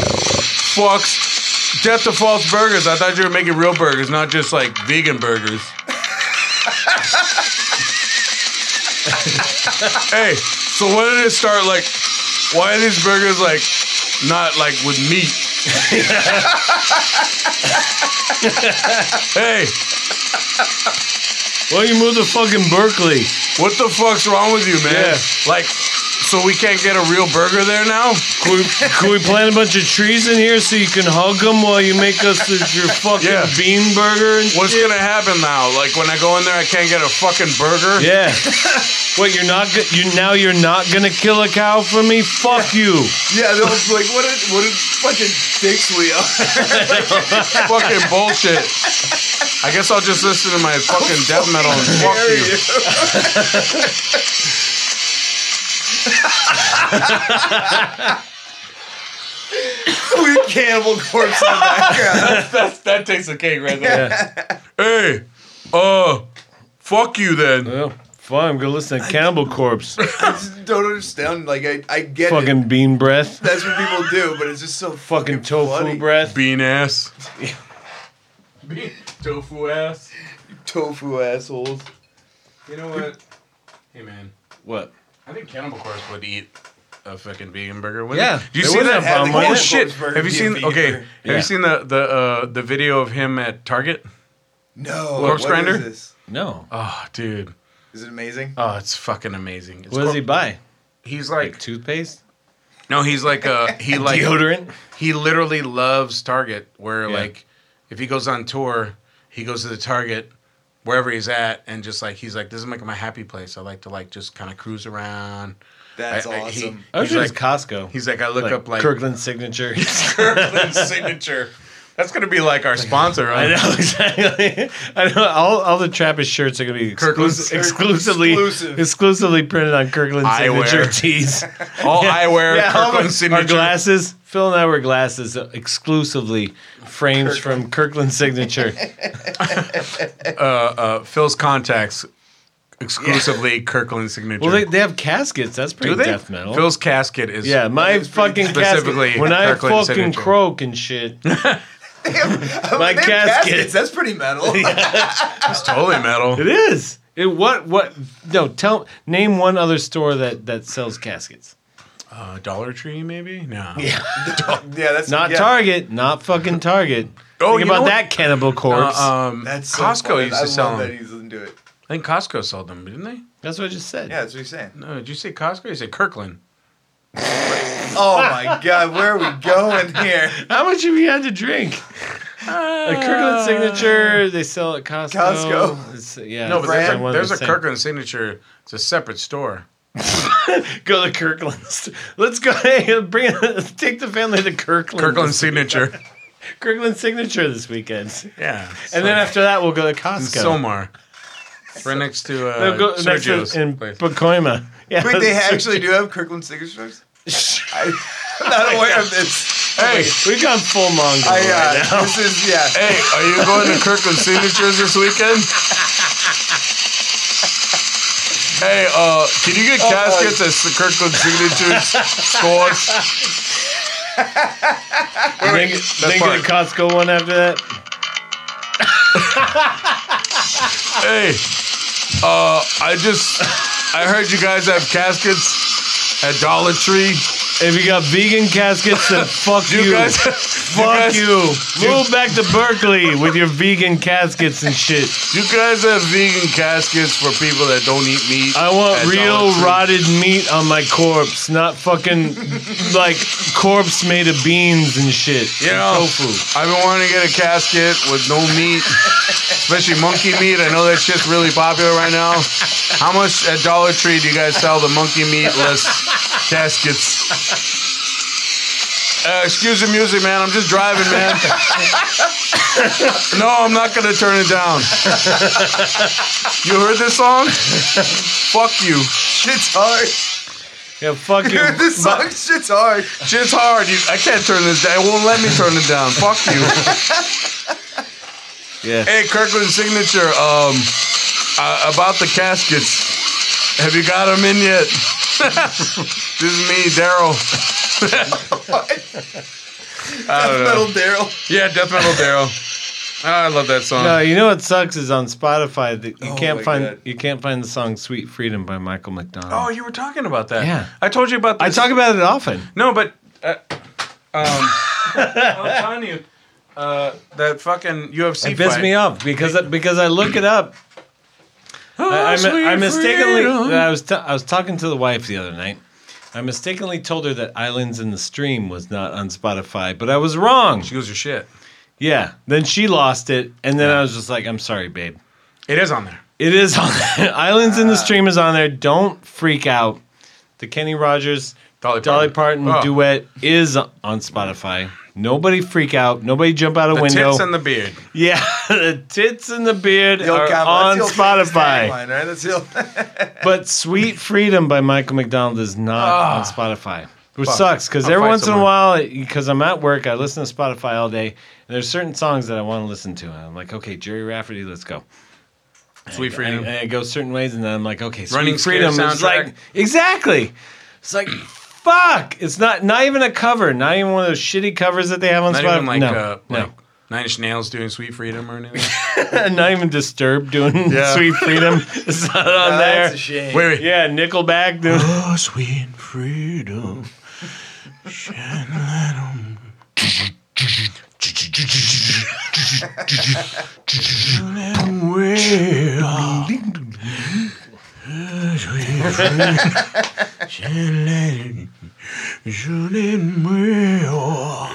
Speaker 3: fucks, death to false burgers. I thought you were making real burgers, not just like vegan burgers. hey, so when did it start? Like, why are these burgers like not like with meat? Hey,
Speaker 1: Why don't you move to fucking Berkeley?
Speaker 3: what the fuck's wrong with you, man?
Speaker 1: Yeah.
Speaker 3: Like, So we can't get a real burger there now?
Speaker 1: Can we, can we plant a bunch of trees in here so you can hug them while you make us your fucking
Speaker 3: Yeah.
Speaker 1: bean burger? And
Speaker 3: What's
Speaker 1: shit?
Speaker 3: gonna happen now? Like when I go in there, I can't get a fucking burger.
Speaker 1: Yeah. what you're not go- you now you're not gonna kill a cow for me? Fuck you.
Speaker 2: Yeah, that was like what a what a fucking dicks we are.
Speaker 3: Fucking bullshit. I guess I'll just listen to my fucking death metal and fuck you.
Speaker 2: Weird cannibal corpse in the background.
Speaker 3: That's, that takes the cake right there. Hey, uh, fuck you then.
Speaker 1: Well, fine. I'm gonna listen to Cannibal Corpse.
Speaker 2: I just don't understand. Like I, I get it.
Speaker 1: fucking bean breath.
Speaker 2: That's what people do, but it's just so
Speaker 1: Fucking tofu
Speaker 2: funny.
Speaker 1: breath.
Speaker 3: Bean ass. Bean tofu ass.
Speaker 2: tofu assholes.
Speaker 3: You know what? Hey man,
Speaker 1: What?
Speaker 3: I think Cannibal Corpse would eat a fucking vegan burger. With
Speaker 1: Yeah,
Speaker 3: it. Do you
Speaker 1: they
Speaker 3: see
Speaker 1: wouldn't
Speaker 3: that?
Speaker 1: have the
Speaker 3: oh
Speaker 1: Cannibal
Speaker 3: shit!
Speaker 2: Corpse burger
Speaker 3: Have you
Speaker 2: be a
Speaker 3: seen?
Speaker 2: vegan
Speaker 3: Okay,
Speaker 2: burger.
Speaker 3: have you
Speaker 1: Yeah.
Speaker 3: seen the the uh, the video of him at Target?
Speaker 2: No.
Speaker 3: Corpse
Speaker 2: what
Speaker 3: grinder?
Speaker 2: Is, this?
Speaker 1: No.
Speaker 3: Oh, dude.
Speaker 2: is it amazing?
Speaker 3: Oh, it's fucking amazing. It's
Speaker 1: What does he
Speaker 3: cor-
Speaker 1: buy?
Speaker 3: He's
Speaker 1: Like
Speaker 3: like
Speaker 1: toothpaste?
Speaker 3: no, he's like uh he like
Speaker 1: Deodorant?
Speaker 3: he literally loves Target. Where
Speaker 1: Yeah.
Speaker 3: like, if he goes on tour, he goes to the Target wherever he's at, and just like he's like, this is like my happy place. I like to like just kind of cruise around.
Speaker 2: That's
Speaker 3: I- I- he-
Speaker 2: awesome.
Speaker 1: I was
Speaker 3: he's
Speaker 1: just
Speaker 3: like,
Speaker 1: Costco.
Speaker 3: he's like, I look up like
Speaker 1: Kirkland signature.
Speaker 3: Kirkland signature. That's gonna be like our sponsor,
Speaker 1: I
Speaker 3: right?
Speaker 1: know exactly. I know all, all the Trappist shirts are going to be
Speaker 3: Kirkland's-
Speaker 1: exclus- exclusively
Speaker 2: Exclusive.
Speaker 1: exclusively printed on Kirkland
Speaker 3: Eyewear.
Speaker 1: signature tees.
Speaker 3: All eyewear,
Speaker 1: Yeah, all of
Speaker 3: Kirkland
Speaker 1: our, our
Speaker 3: signature.
Speaker 1: glasses. Phil and I wear glasses exclusively frames from Kirkland signature.
Speaker 3: Uh, Phil's contacts exclusively Kirkland signature.
Speaker 1: Well, they, they have caskets. That's pretty
Speaker 3: do they?
Speaker 1: death metal.
Speaker 3: Phil's casket is
Speaker 1: yeah, my
Speaker 2: That's pretty
Speaker 1: fucking casket.
Speaker 3: specifically
Speaker 1: When I
Speaker 3: Kirkland
Speaker 1: fucking
Speaker 3: signature.
Speaker 1: croak and shit, my
Speaker 2: They have
Speaker 1: casket.
Speaker 2: That's pretty metal.
Speaker 3: It's totally metal.
Speaker 1: It is. It what what? No, tell name one other store that that sells caskets.
Speaker 3: Uh, Dollar Tree, maybe? No.
Speaker 2: yeah, that's
Speaker 1: Not
Speaker 2: yeah.
Speaker 1: Target, not fucking Target.
Speaker 3: Oh,
Speaker 1: Think
Speaker 3: you know
Speaker 1: about
Speaker 3: what?
Speaker 1: that cannibal corpse.
Speaker 3: Uh, um,
Speaker 2: That's so
Speaker 3: Costco
Speaker 2: funny.
Speaker 3: used
Speaker 2: I
Speaker 3: to sell
Speaker 2: love
Speaker 3: them.
Speaker 2: that he doesn't do it.
Speaker 3: I think Costco sold them, didn't they?
Speaker 1: That's what I just said.
Speaker 2: Yeah, that's what he's saying.
Speaker 3: No, did you say Costco? You said Kirkland.
Speaker 2: Oh my god, where are we going here?
Speaker 1: How much have you had to drink? A Uh,
Speaker 3: Uh,
Speaker 1: Kirkland signature. They sell at Costco.
Speaker 2: Costco.
Speaker 1: It's, yeah.
Speaker 3: No, but
Speaker 1: it's
Speaker 3: there's
Speaker 1: like
Speaker 3: a,
Speaker 1: one of
Speaker 3: there's
Speaker 1: the
Speaker 3: a
Speaker 1: same.
Speaker 3: Kirkland signature. It's a separate store.
Speaker 1: Go to Kirkland. Let's go. Hey, bring take the family to Kirkland.
Speaker 3: Kirkland signature.
Speaker 1: Kirkland signature this weekend,
Speaker 3: Yeah.
Speaker 1: and then after that we'll go to Costco.
Speaker 3: Somar. Right next to uh,
Speaker 1: They'll go next to-
Speaker 3: Sergio's.
Speaker 1: in
Speaker 3: place.
Speaker 1: Pacoima. Yeah,
Speaker 2: Wait, they
Speaker 1: Sergio-
Speaker 2: actually do have Kirkland sticker strips? I- I'm not aware of this.
Speaker 3: hey,
Speaker 1: We've gone full Mongol
Speaker 2: I,
Speaker 1: right
Speaker 2: uh,
Speaker 1: now.
Speaker 2: this is yeah.
Speaker 3: hey, are you going to Kirkland signatures this weekend? Hey, uh, can you
Speaker 1: Oh,
Speaker 3: get caskets
Speaker 1: uh,
Speaker 3: at the Kirkland signatures stores?
Speaker 1: Then, then go to Costco one after that.
Speaker 3: Hey, uh, I just I heard you guys have caskets at Dollar Tree.
Speaker 1: If you got vegan caskets, then fuck you.
Speaker 3: You guys,
Speaker 1: fuck
Speaker 3: you,
Speaker 1: you. Move back to Berkeley with your vegan caskets and shit.
Speaker 3: guys- you guys have vegan caskets for people that don't eat meat.
Speaker 1: I want
Speaker 3: at
Speaker 1: real
Speaker 3: Dollar Tree.
Speaker 1: rotted meat on my corpse, not fucking like corpse made of beans and shit.
Speaker 3: You
Speaker 1: and
Speaker 3: know,
Speaker 1: tofu.
Speaker 3: I've been wanting to get a casket with no meat, especially monkey meat. I know that shit's really popular right now. How much at Dollar Tree do you guys sell the monkey meatless caskets? Uh, excuse the music, man. I'm just driving, man. no, I'm not gonna turn it down. You heard this song? Fuck you.
Speaker 2: Shit's hard.
Speaker 1: Yeah, fuck you.
Speaker 2: this song shit's hard.
Speaker 3: Shit's hard. You, I can't turn this down. It won't let me turn it down. Fuck you.
Speaker 1: Yeah.
Speaker 3: Hey, Kirkland signature. Um, uh, about the caskets. Have you got them in yet? this is me, Daryl.
Speaker 2: Metal Daryl.
Speaker 3: Yeah, death metal Daryl. Ah, I love that song.
Speaker 1: No, you know what sucks is on Spotify that you
Speaker 2: Oh
Speaker 1: can't
Speaker 2: my
Speaker 1: find
Speaker 2: God.
Speaker 1: you can't find the song "Sweet Freedom" by Michael McDonald.
Speaker 3: Oh, you were talking about that.
Speaker 1: Yeah.
Speaker 3: I told you about
Speaker 1: I
Speaker 3: this.
Speaker 1: talk about it often.
Speaker 3: No, but uh, um, I was telling you uh, that fucking UFC
Speaker 1: It pissed
Speaker 3: fight.
Speaker 1: me off because because I look it up.
Speaker 2: Oh,
Speaker 3: uh,
Speaker 1: I, I, mi- I mistakenly I was t- I was talking to the wife the other night, I mistakenly told her that Islands in the Stream was not on Spotify, but I was wrong.
Speaker 3: She goes, your shit.
Speaker 1: Yeah. Then she lost it, and then I was just like, I'm sorry, babe.
Speaker 3: It is on there.
Speaker 1: It is on there. Islands
Speaker 3: Ah.
Speaker 1: in the Stream is on there. Don't freak out. The Kenny Rogers,
Speaker 3: Dolly
Speaker 1: Dolly
Speaker 3: Parton.
Speaker 1: Parton,
Speaker 3: Oh.
Speaker 1: duet is on Spotify. Nobody freak out. Nobody jump out a
Speaker 3: The
Speaker 1: window.
Speaker 3: tits and the beard.
Speaker 1: yeah, the tits and the beard
Speaker 2: The old
Speaker 1: are
Speaker 2: combo-
Speaker 1: on
Speaker 2: that's the old
Speaker 1: Spotify.
Speaker 2: tagline, right? That's the old-
Speaker 1: But Sweet Freedom by Michael McDonald is not on Spotify. Which
Speaker 3: Ah. Fuck.
Speaker 1: sucks because
Speaker 3: I'll
Speaker 1: every
Speaker 3: find
Speaker 1: once in
Speaker 3: someone.
Speaker 1: a while, because I'm at work, I listen to Spotify all day, and there's certain songs that I want to listen to. And I'm like, okay, Jerry Rafferty, let's go.
Speaker 3: Sweet freedom.
Speaker 1: And, and it goes certain ways, and then I'm like, okay, Sweet
Speaker 3: Running Scared
Speaker 1: Freedom is
Speaker 3: soundtrack.
Speaker 1: like exactly. It's like fuck. It's not not even a cover. Not even one of those shitty covers that they have on
Speaker 3: Not
Speaker 1: Spotify.
Speaker 3: even like,
Speaker 1: no,
Speaker 3: uh,
Speaker 1: no.
Speaker 3: like Nine Inch Nails doing Sweet Freedom or anything.
Speaker 1: not even Disturbed doing
Speaker 3: Yeah.
Speaker 1: Sweet Freedom. It's not on
Speaker 2: That's
Speaker 1: there.
Speaker 2: a shame.
Speaker 3: wait, wait.
Speaker 1: Yeah, Nickelback doing.
Speaker 3: Oh, sweet freedom. Shed light on- Let 'em wear all- Oh, sweet freedom. Shed light on- Should it wear all-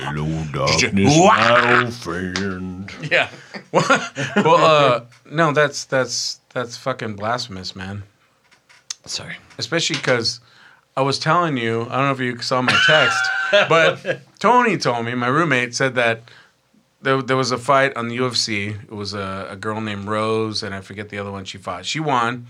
Speaker 1: my old friend.
Speaker 3: Yeah. well, uh, no, that's that's that's fucking blasphemous, man.
Speaker 1: Sorry.
Speaker 3: especially because I was telling you, I don't know if you saw my text, but Tony told me, my roommate said that there, there was a fight on the UFC. It was a, a girl named Rose, and I forget the other one she fought. She won,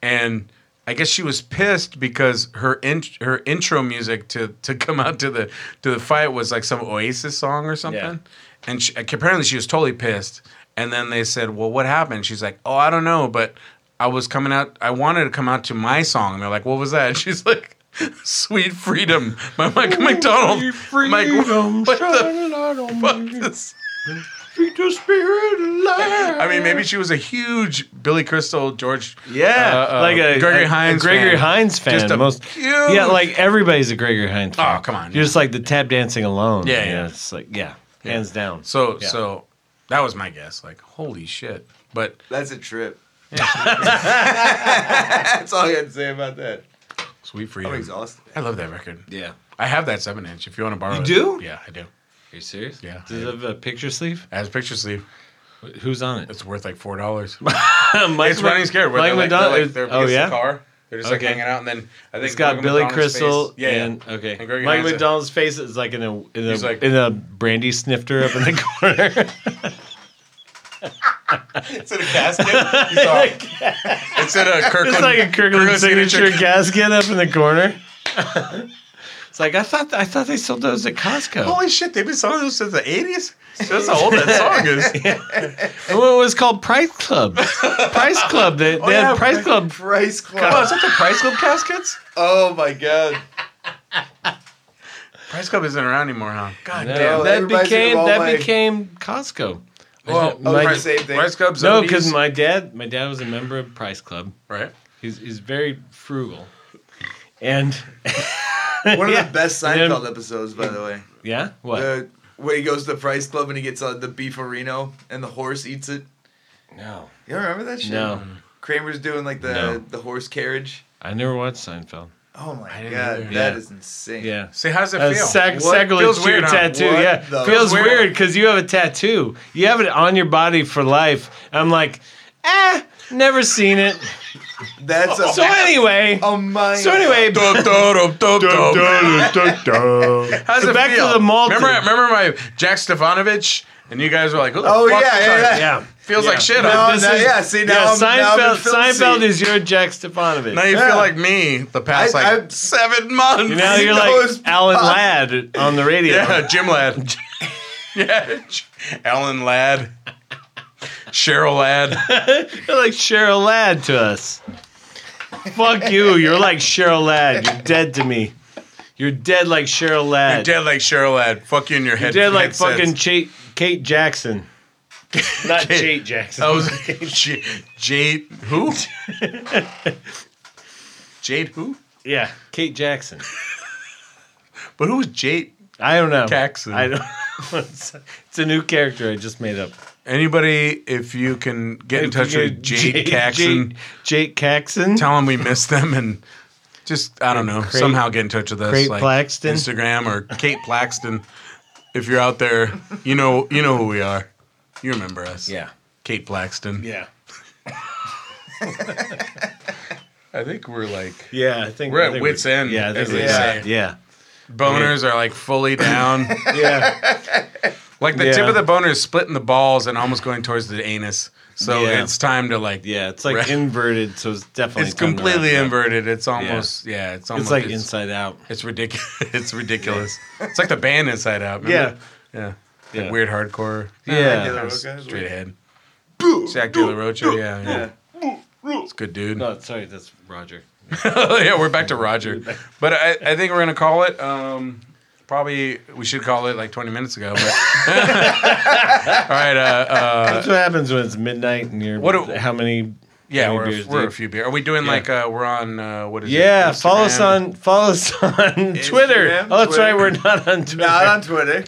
Speaker 3: and I guess she was pissed because her in, her intro music to, to come out to the to the fight was like some Oasis song or something, and she, apparently she was totally pissed. And then they said, "Well, what happened?" She's like, "Oh, I don't know, but I was coming out. I wanted to come out to my song." And they're like, "What was that?" And she's like. Sweet freedom, by Michael McDonald. I'm like, Oh, what the fuck is- I mean, maybe she was a huge Billy Crystal, George.
Speaker 1: Yeah,
Speaker 3: uh, uh,
Speaker 1: like a
Speaker 3: Gregory
Speaker 1: a- a
Speaker 3: Hines.
Speaker 1: Gregory
Speaker 3: fan.
Speaker 1: Hines fan.
Speaker 3: Just a
Speaker 1: most,
Speaker 3: huge-
Speaker 1: yeah, like everybody's a Gregory Hines fan.
Speaker 3: Oh, come on,
Speaker 1: You're just like the tap dancing alone.
Speaker 3: Yeah,
Speaker 1: you know,
Speaker 3: yeah.
Speaker 1: It's like yeah, hands down.
Speaker 3: So,
Speaker 1: Yeah.
Speaker 3: so that was my guess. Like, holy shit! But
Speaker 2: That's a trip. That's all I had to say about that.
Speaker 3: sweet
Speaker 2: I'm
Speaker 3: freedom.
Speaker 2: exhausted.
Speaker 3: I love that record.
Speaker 1: yeah.
Speaker 3: I have that seven inch. If you want to borrow, you it.
Speaker 2: do?
Speaker 3: Yeah, I do.
Speaker 1: Are you serious?
Speaker 3: Yeah.
Speaker 1: Does it have a picture sleeve?
Speaker 3: As picture sleeve,
Speaker 1: Who's on it?
Speaker 3: it's worth like four dollars.
Speaker 1: Mike
Speaker 3: it's running scared. Where
Speaker 1: Mike
Speaker 3: they're,
Speaker 1: Madonna-
Speaker 3: like, they're, like, they're
Speaker 1: oh
Speaker 3: against the
Speaker 1: yeah.
Speaker 3: car. They're just like
Speaker 1: Okay.
Speaker 3: hanging out, and then I think
Speaker 1: It's got
Speaker 3: Michael
Speaker 1: Billy
Speaker 3: McDonald's
Speaker 1: Crystal
Speaker 3: face- Yeah, yeah.
Speaker 1: and okay.
Speaker 3: And Gregory
Speaker 1: Mike
Speaker 3: Hines.
Speaker 1: McDonald's face is like in a in a
Speaker 3: He's like-
Speaker 1: in a brandy snifter up in the corner.
Speaker 3: It's in a casket. You saw it. it's in a Kirkland.
Speaker 1: It's like a Kirkland
Speaker 3: Kirkland signature
Speaker 1: signature gasket up in the corner. it's like I thought. I thought they sold those at Costco.
Speaker 3: Holy shit, they've been selling those since the eighties. That's how old that song is.
Speaker 1: Well, it was called Price Club. Price Club. They, they
Speaker 3: yeah,
Speaker 1: had Price Club.
Speaker 2: Price
Speaker 3: Oh,
Speaker 2: Club.
Speaker 3: is that the Price Club caskets?
Speaker 2: Oh my god.
Speaker 3: Price Club isn't around anymore, huh? God
Speaker 1: No,
Speaker 3: damn.
Speaker 2: No,
Speaker 1: that
Speaker 2: everybody's
Speaker 1: became
Speaker 2: all
Speaker 1: that
Speaker 2: my-
Speaker 1: became Costco.
Speaker 3: Well,
Speaker 1: I- my-
Speaker 2: Price- same thing.
Speaker 3: Price Club
Speaker 1: no,
Speaker 3: zombies.
Speaker 1: because my dad, my dad was a member of Price Club.
Speaker 3: right.
Speaker 1: He's he's very frugal, and
Speaker 2: One of
Speaker 1: Yeah.
Speaker 2: the best
Speaker 1: And then-
Speaker 2: Seinfeld episodes, by the way.
Speaker 1: yeah, what?
Speaker 2: The, where he goes to the Price Club and he gets uh, the beefarino and the horse eats it.
Speaker 1: no,
Speaker 2: You don't remember that shit?
Speaker 1: no,
Speaker 2: Kramer's doing like the
Speaker 1: No.
Speaker 2: the horse carriage.
Speaker 1: I never watched Seinfeld.
Speaker 2: Oh my
Speaker 3: I didn't
Speaker 2: god,
Speaker 3: either.
Speaker 2: that
Speaker 1: Yeah.
Speaker 2: is insane.
Speaker 1: Yeah.
Speaker 3: See, how's it
Speaker 1: A
Speaker 3: feel?
Speaker 1: sac-
Speaker 3: What?
Speaker 1: sacrilege
Speaker 3: Feels
Speaker 1: to
Speaker 3: weird,
Speaker 1: your
Speaker 3: huh?
Speaker 1: tattoo.
Speaker 2: What
Speaker 1: yeah,
Speaker 2: the-
Speaker 1: feels
Speaker 2: Feels weird.
Speaker 1: weird because you have a tattoo. You have it on your body for life. I'm like, eh, never seen it.
Speaker 2: That's a, Oh
Speaker 1: So anyway,
Speaker 2: a mind.
Speaker 1: so anyway,
Speaker 3: Dum, dum, dum, dum, dum. How's
Speaker 1: So
Speaker 3: it
Speaker 1: back to
Speaker 3: feel?
Speaker 1: the malt.
Speaker 3: Remember, remember my Jack Stefanovic, and you guys were like, "Who the
Speaker 2: Oh
Speaker 3: fuck
Speaker 2: yeah,
Speaker 3: is
Speaker 2: yeah,
Speaker 3: that?
Speaker 2: yeah.
Speaker 1: yeah.
Speaker 3: Feels like shit."
Speaker 2: No,
Speaker 3: huh?
Speaker 2: Oh, now- yeah, see, now I'm- now I'm in
Speaker 1: Seinfeld,
Speaker 2: Phil's
Speaker 1: Seinfeld
Speaker 2: seat.
Speaker 1: is your Jack Stefanovic.
Speaker 3: now you
Speaker 2: yeah.
Speaker 3: feel like me the past
Speaker 2: I-
Speaker 3: like
Speaker 2: I'm-
Speaker 3: seven months.
Speaker 1: now
Speaker 2: he
Speaker 1: you're
Speaker 2: knows
Speaker 1: like Alan
Speaker 2: pop-
Speaker 1: Ladd on the radio.
Speaker 3: Yeah, Jim Ladd. yeah, Alan Ladd. Cheryl Ladd.
Speaker 1: You're like Cheryl Ladd to us. Fuck you. You're like Cheryl Ladd. You're dead to me. You're dead like Cheryl Ladd.
Speaker 3: Dead like Cheryl Ladd. Fuck you in your head.
Speaker 1: You're dead like
Speaker 3: headsets.
Speaker 1: fucking Chate, Kate Jackson. Not Kate Jackson.
Speaker 3: That was J- Jade. Who? Jade who?
Speaker 1: Yeah, Kate Jackson.
Speaker 3: But who was Jade?
Speaker 1: I don't know.
Speaker 3: Jackson.
Speaker 1: I don't. It's, it's a new character I just made up.
Speaker 3: Anybody, if you can get in touch with Jade Jackson,
Speaker 1: Jade, Jade Jackson.
Speaker 3: tell them we miss them and Just I don't know.
Speaker 1: Crate-
Speaker 3: somehow get in touch with us.
Speaker 1: Crate Plaxton?
Speaker 3: Instagram or Kate Plaxton. If you're out there, you know you know who we are. You remember us.
Speaker 1: Yeah.
Speaker 3: Kate Plaxton.
Speaker 1: Yeah.
Speaker 3: I think we're like
Speaker 1: Yeah, I think
Speaker 3: We're
Speaker 1: I
Speaker 3: at
Speaker 1: think
Speaker 3: wits' end,
Speaker 1: Yeah, I think
Speaker 3: as they
Speaker 1: we're-
Speaker 3: say.
Speaker 1: yeah,
Speaker 3: boners are like fully down.
Speaker 1: yeah.
Speaker 3: like the tip
Speaker 1: Yeah.
Speaker 3: of the boner is splitting the balls and almost going towards the anus. So
Speaker 1: Yeah.
Speaker 3: it's time to like
Speaker 1: Yeah, it's like
Speaker 3: Right.
Speaker 1: inverted, so it's definitely
Speaker 3: It's
Speaker 1: time to
Speaker 3: completely
Speaker 1: wrap it up.
Speaker 3: inverted. It's almost yeah. it's almost
Speaker 1: It's like inside out.
Speaker 3: It's ridiculous. it's ridiculous. it's like the band Inside Out.
Speaker 1: Yeah.
Speaker 3: Remember? Yeah.
Speaker 1: Yeah.
Speaker 3: Like weird hardcore.
Speaker 1: Yeah.
Speaker 2: Jack De La Rocha.
Speaker 3: Straight ahead. Jack De La Rocha. Yeah. Yeah. It's a good dude.
Speaker 1: No, Oh, sorry, that's Roger.
Speaker 3: yeah, we're back to Roger. But I, I think we're gonna call it. Um, probably we should call it like 20 minutes ago. But all right. Uh, uh,
Speaker 1: That's what happens when it's midnight and you're.
Speaker 3: What do-
Speaker 1: how many?
Speaker 3: yeah,
Speaker 1: How many
Speaker 3: we're,
Speaker 1: beers
Speaker 3: we're a
Speaker 1: deep?
Speaker 3: few beer. Are we doing like uh, we're on uh, what is it?
Speaker 1: Yeah, follow us
Speaker 3: Instagram?
Speaker 1: on follow us on Twitter.
Speaker 2: Instagram,
Speaker 1: oh, that's
Speaker 2: Twitter.
Speaker 1: right, we're not on Twitter.
Speaker 2: Not on Twitter.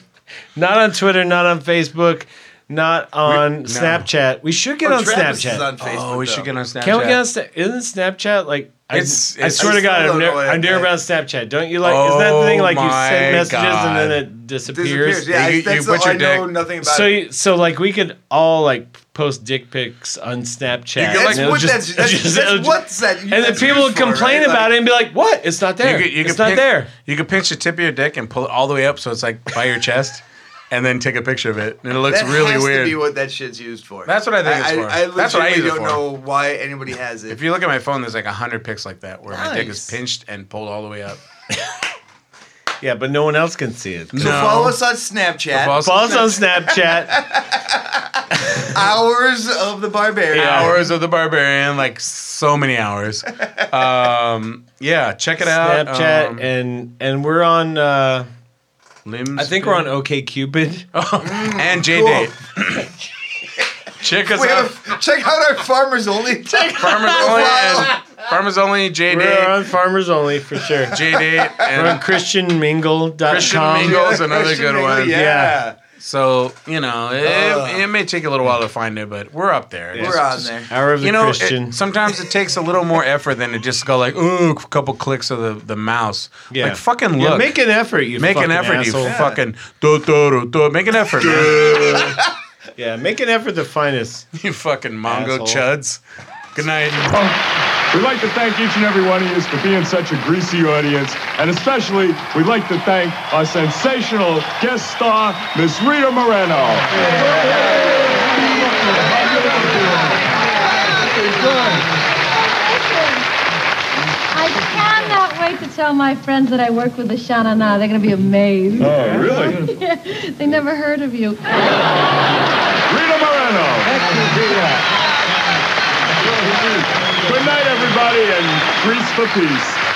Speaker 1: Not on Twitter. Not on Facebook. Not on
Speaker 3: no.
Speaker 1: Snapchat. We should get
Speaker 2: Oh,
Speaker 1: on
Speaker 2: Travis
Speaker 1: Snapchat.
Speaker 2: is on Facebook.
Speaker 3: Oh, we should
Speaker 2: though.
Speaker 3: get on Snapchat.
Speaker 1: Can we get on? Sna- isn't Snapchat like? I,
Speaker 3: It's-
Speaker 1: I
Speaker 3: it's-
Speaker 1: swear
Speaker 2: I
Speaker 1: to God,
Speaker 2: still
Speaker 1: I've
Speaker 2: don't
Speaker 1: never,
Speaker 2: know what
Speaker 1: I'm
Speaker 2: it
Speaker 1: never
Speaker 2: is.
Speaker 1: about Snapchat. Don't you like? isn't that the thing? Like you
Speaker 3: Oh
Speaker 1: send
Speaker 3: my
Speaker 1: messages
Speaker 3: God.
Speaker 1: and then it disappears.
Speaker 2: Disappears. Yeah,
Speaker 3: You-
Speaker 2: I,
Speaker 3: you
Speaker 2: that's
Speaker 3: put
Speaker 2: all I
Speaker 3: your
Speaker 2: know
Speaker 3: dick-
Speaker 2: nothing about.
Speaker 1: So,
Speaker 2: it.
Speaker 1: you, so like we could all like post dick pics on Snapchat.
Speaker 2: that's
Speaker 1: and it'll
Speaker 2: what
Speaker 1: just-
Speaker 2: that's, that's,
Speaker 1: just-
Speaker 2: that's
Speaker 1: it'll
Speaker 2: what that.
Speaker 1: and then people would complain about it and be like, "What? It's not there.
Speaker 3: You could, you
Speaker 1: it's
Speaker 3: could
Speaker 1: not
Speaker 3: pinch,
Speaker 1: there."
Speaker 3: You could pinch the tip of your dick and pull it all the way up so it's like by your chest, and then take a picture of it, and it looks
Speaker 2: That
Speaker 3: really
Speaker 2: has
Speaker 3: weird.
Speaker 2: to be what that shit's used for.
Speaker 3: That's what I think it's for.
Speaker 2: I, I
Speaker 3: That's what I
Speaker 2: legitimately
Speaker 3: use it
Speaker 2: don't
Speaker 3: for.
Speaker 2: know why anybody has it.
Speaker 3: if you look at my phone, there's like hundred pics like that where my dick
Speaker 1: Nice.
Speaker 3: is pinched and pulled all the way up.
Speaker 1: Yeah, but no one else can see it.
Speaker 2: so follow us on Snapchat.
Speaker 3: Follow us on
Speaker 1: Follow us on Snapchat.
Speaker 2: Hours of the Barbarian.
Speaker 3: Hours of the Barbarian, like so many hours. Um, yeah, check it out.
Speaker 1: Snapchat,
Speaker 3: Um,
Speaker 1: and and we're on. Uh,
Speaker 3: limbs.
Speaker 1: I think we're on OKCupid.
Speaker 3: and J Date. check us
Speaker 2: We
Speaker 3: out.
Speaker 2: have, check out our farmers only.
Speaker 3: Farmers only. and- Farmers only. J
Speaker 1: Oh, We're
Speaker 3: Date.
Speaker 1: on Farmers Only for sure.
Speaker 3: J Date
Speaker 1: We're on
Speaker 3: and
Speaker 1: ChristianMingle.com.
Speaker 3: Christian Mingle is another
Speaker 2: Christian
Speaker 3: good
Speaker 2: Mingle,
Speaker 3: one.
Speaker 2: Yeah.
Speaker 1: Yeah.
Speaker 3: So you know, it,
Speaker 2: Ugh.
Speaker 1: Uh.
Speaker 3: it may take a little while to find it, but we're up there. It's
Speaker 2: We're on
Speaker 3: just-
Speaker 2: there.
Speaker 1: Hour of the
Speaker 3: You know,
Speaker 1: Christian.
Speaker 3: it, sometimes it takes a little more effort than to just go like, ooh, a couple clicks of the, the mouse.
Speaker 1: Yeah.
Speaker 3: Like fucking look.
Speaker 1: yeah, make an effort. You
Speaker 3: Make an
Speaker 1: fucking
Speaker 3: effort,
Speaker 1: asshole.
Speaker 3: you fucking. Do, do, do, do. Make an effort, man.
Speaker 1: Yeah, make an effort to find us.
Speaker 3: you fucking mongo
Speaker 1: Asshole.
Speaker 3: chuds. Good night.
Speaker 8: We'd like to thank each and every one of you for being such a greasy audience, and especially we'd like to thank our sensational guest star, Miss Rita Moreno.
Speaker 9: I cannot wait to tell my friends that I work with the Shana Na. They're going to be amazed.
Speaker 8: Oh, really?
Speaker 9: they never heard of you.
Speaker 8: Rita Moreno. Good night, everybody, and grease for peace.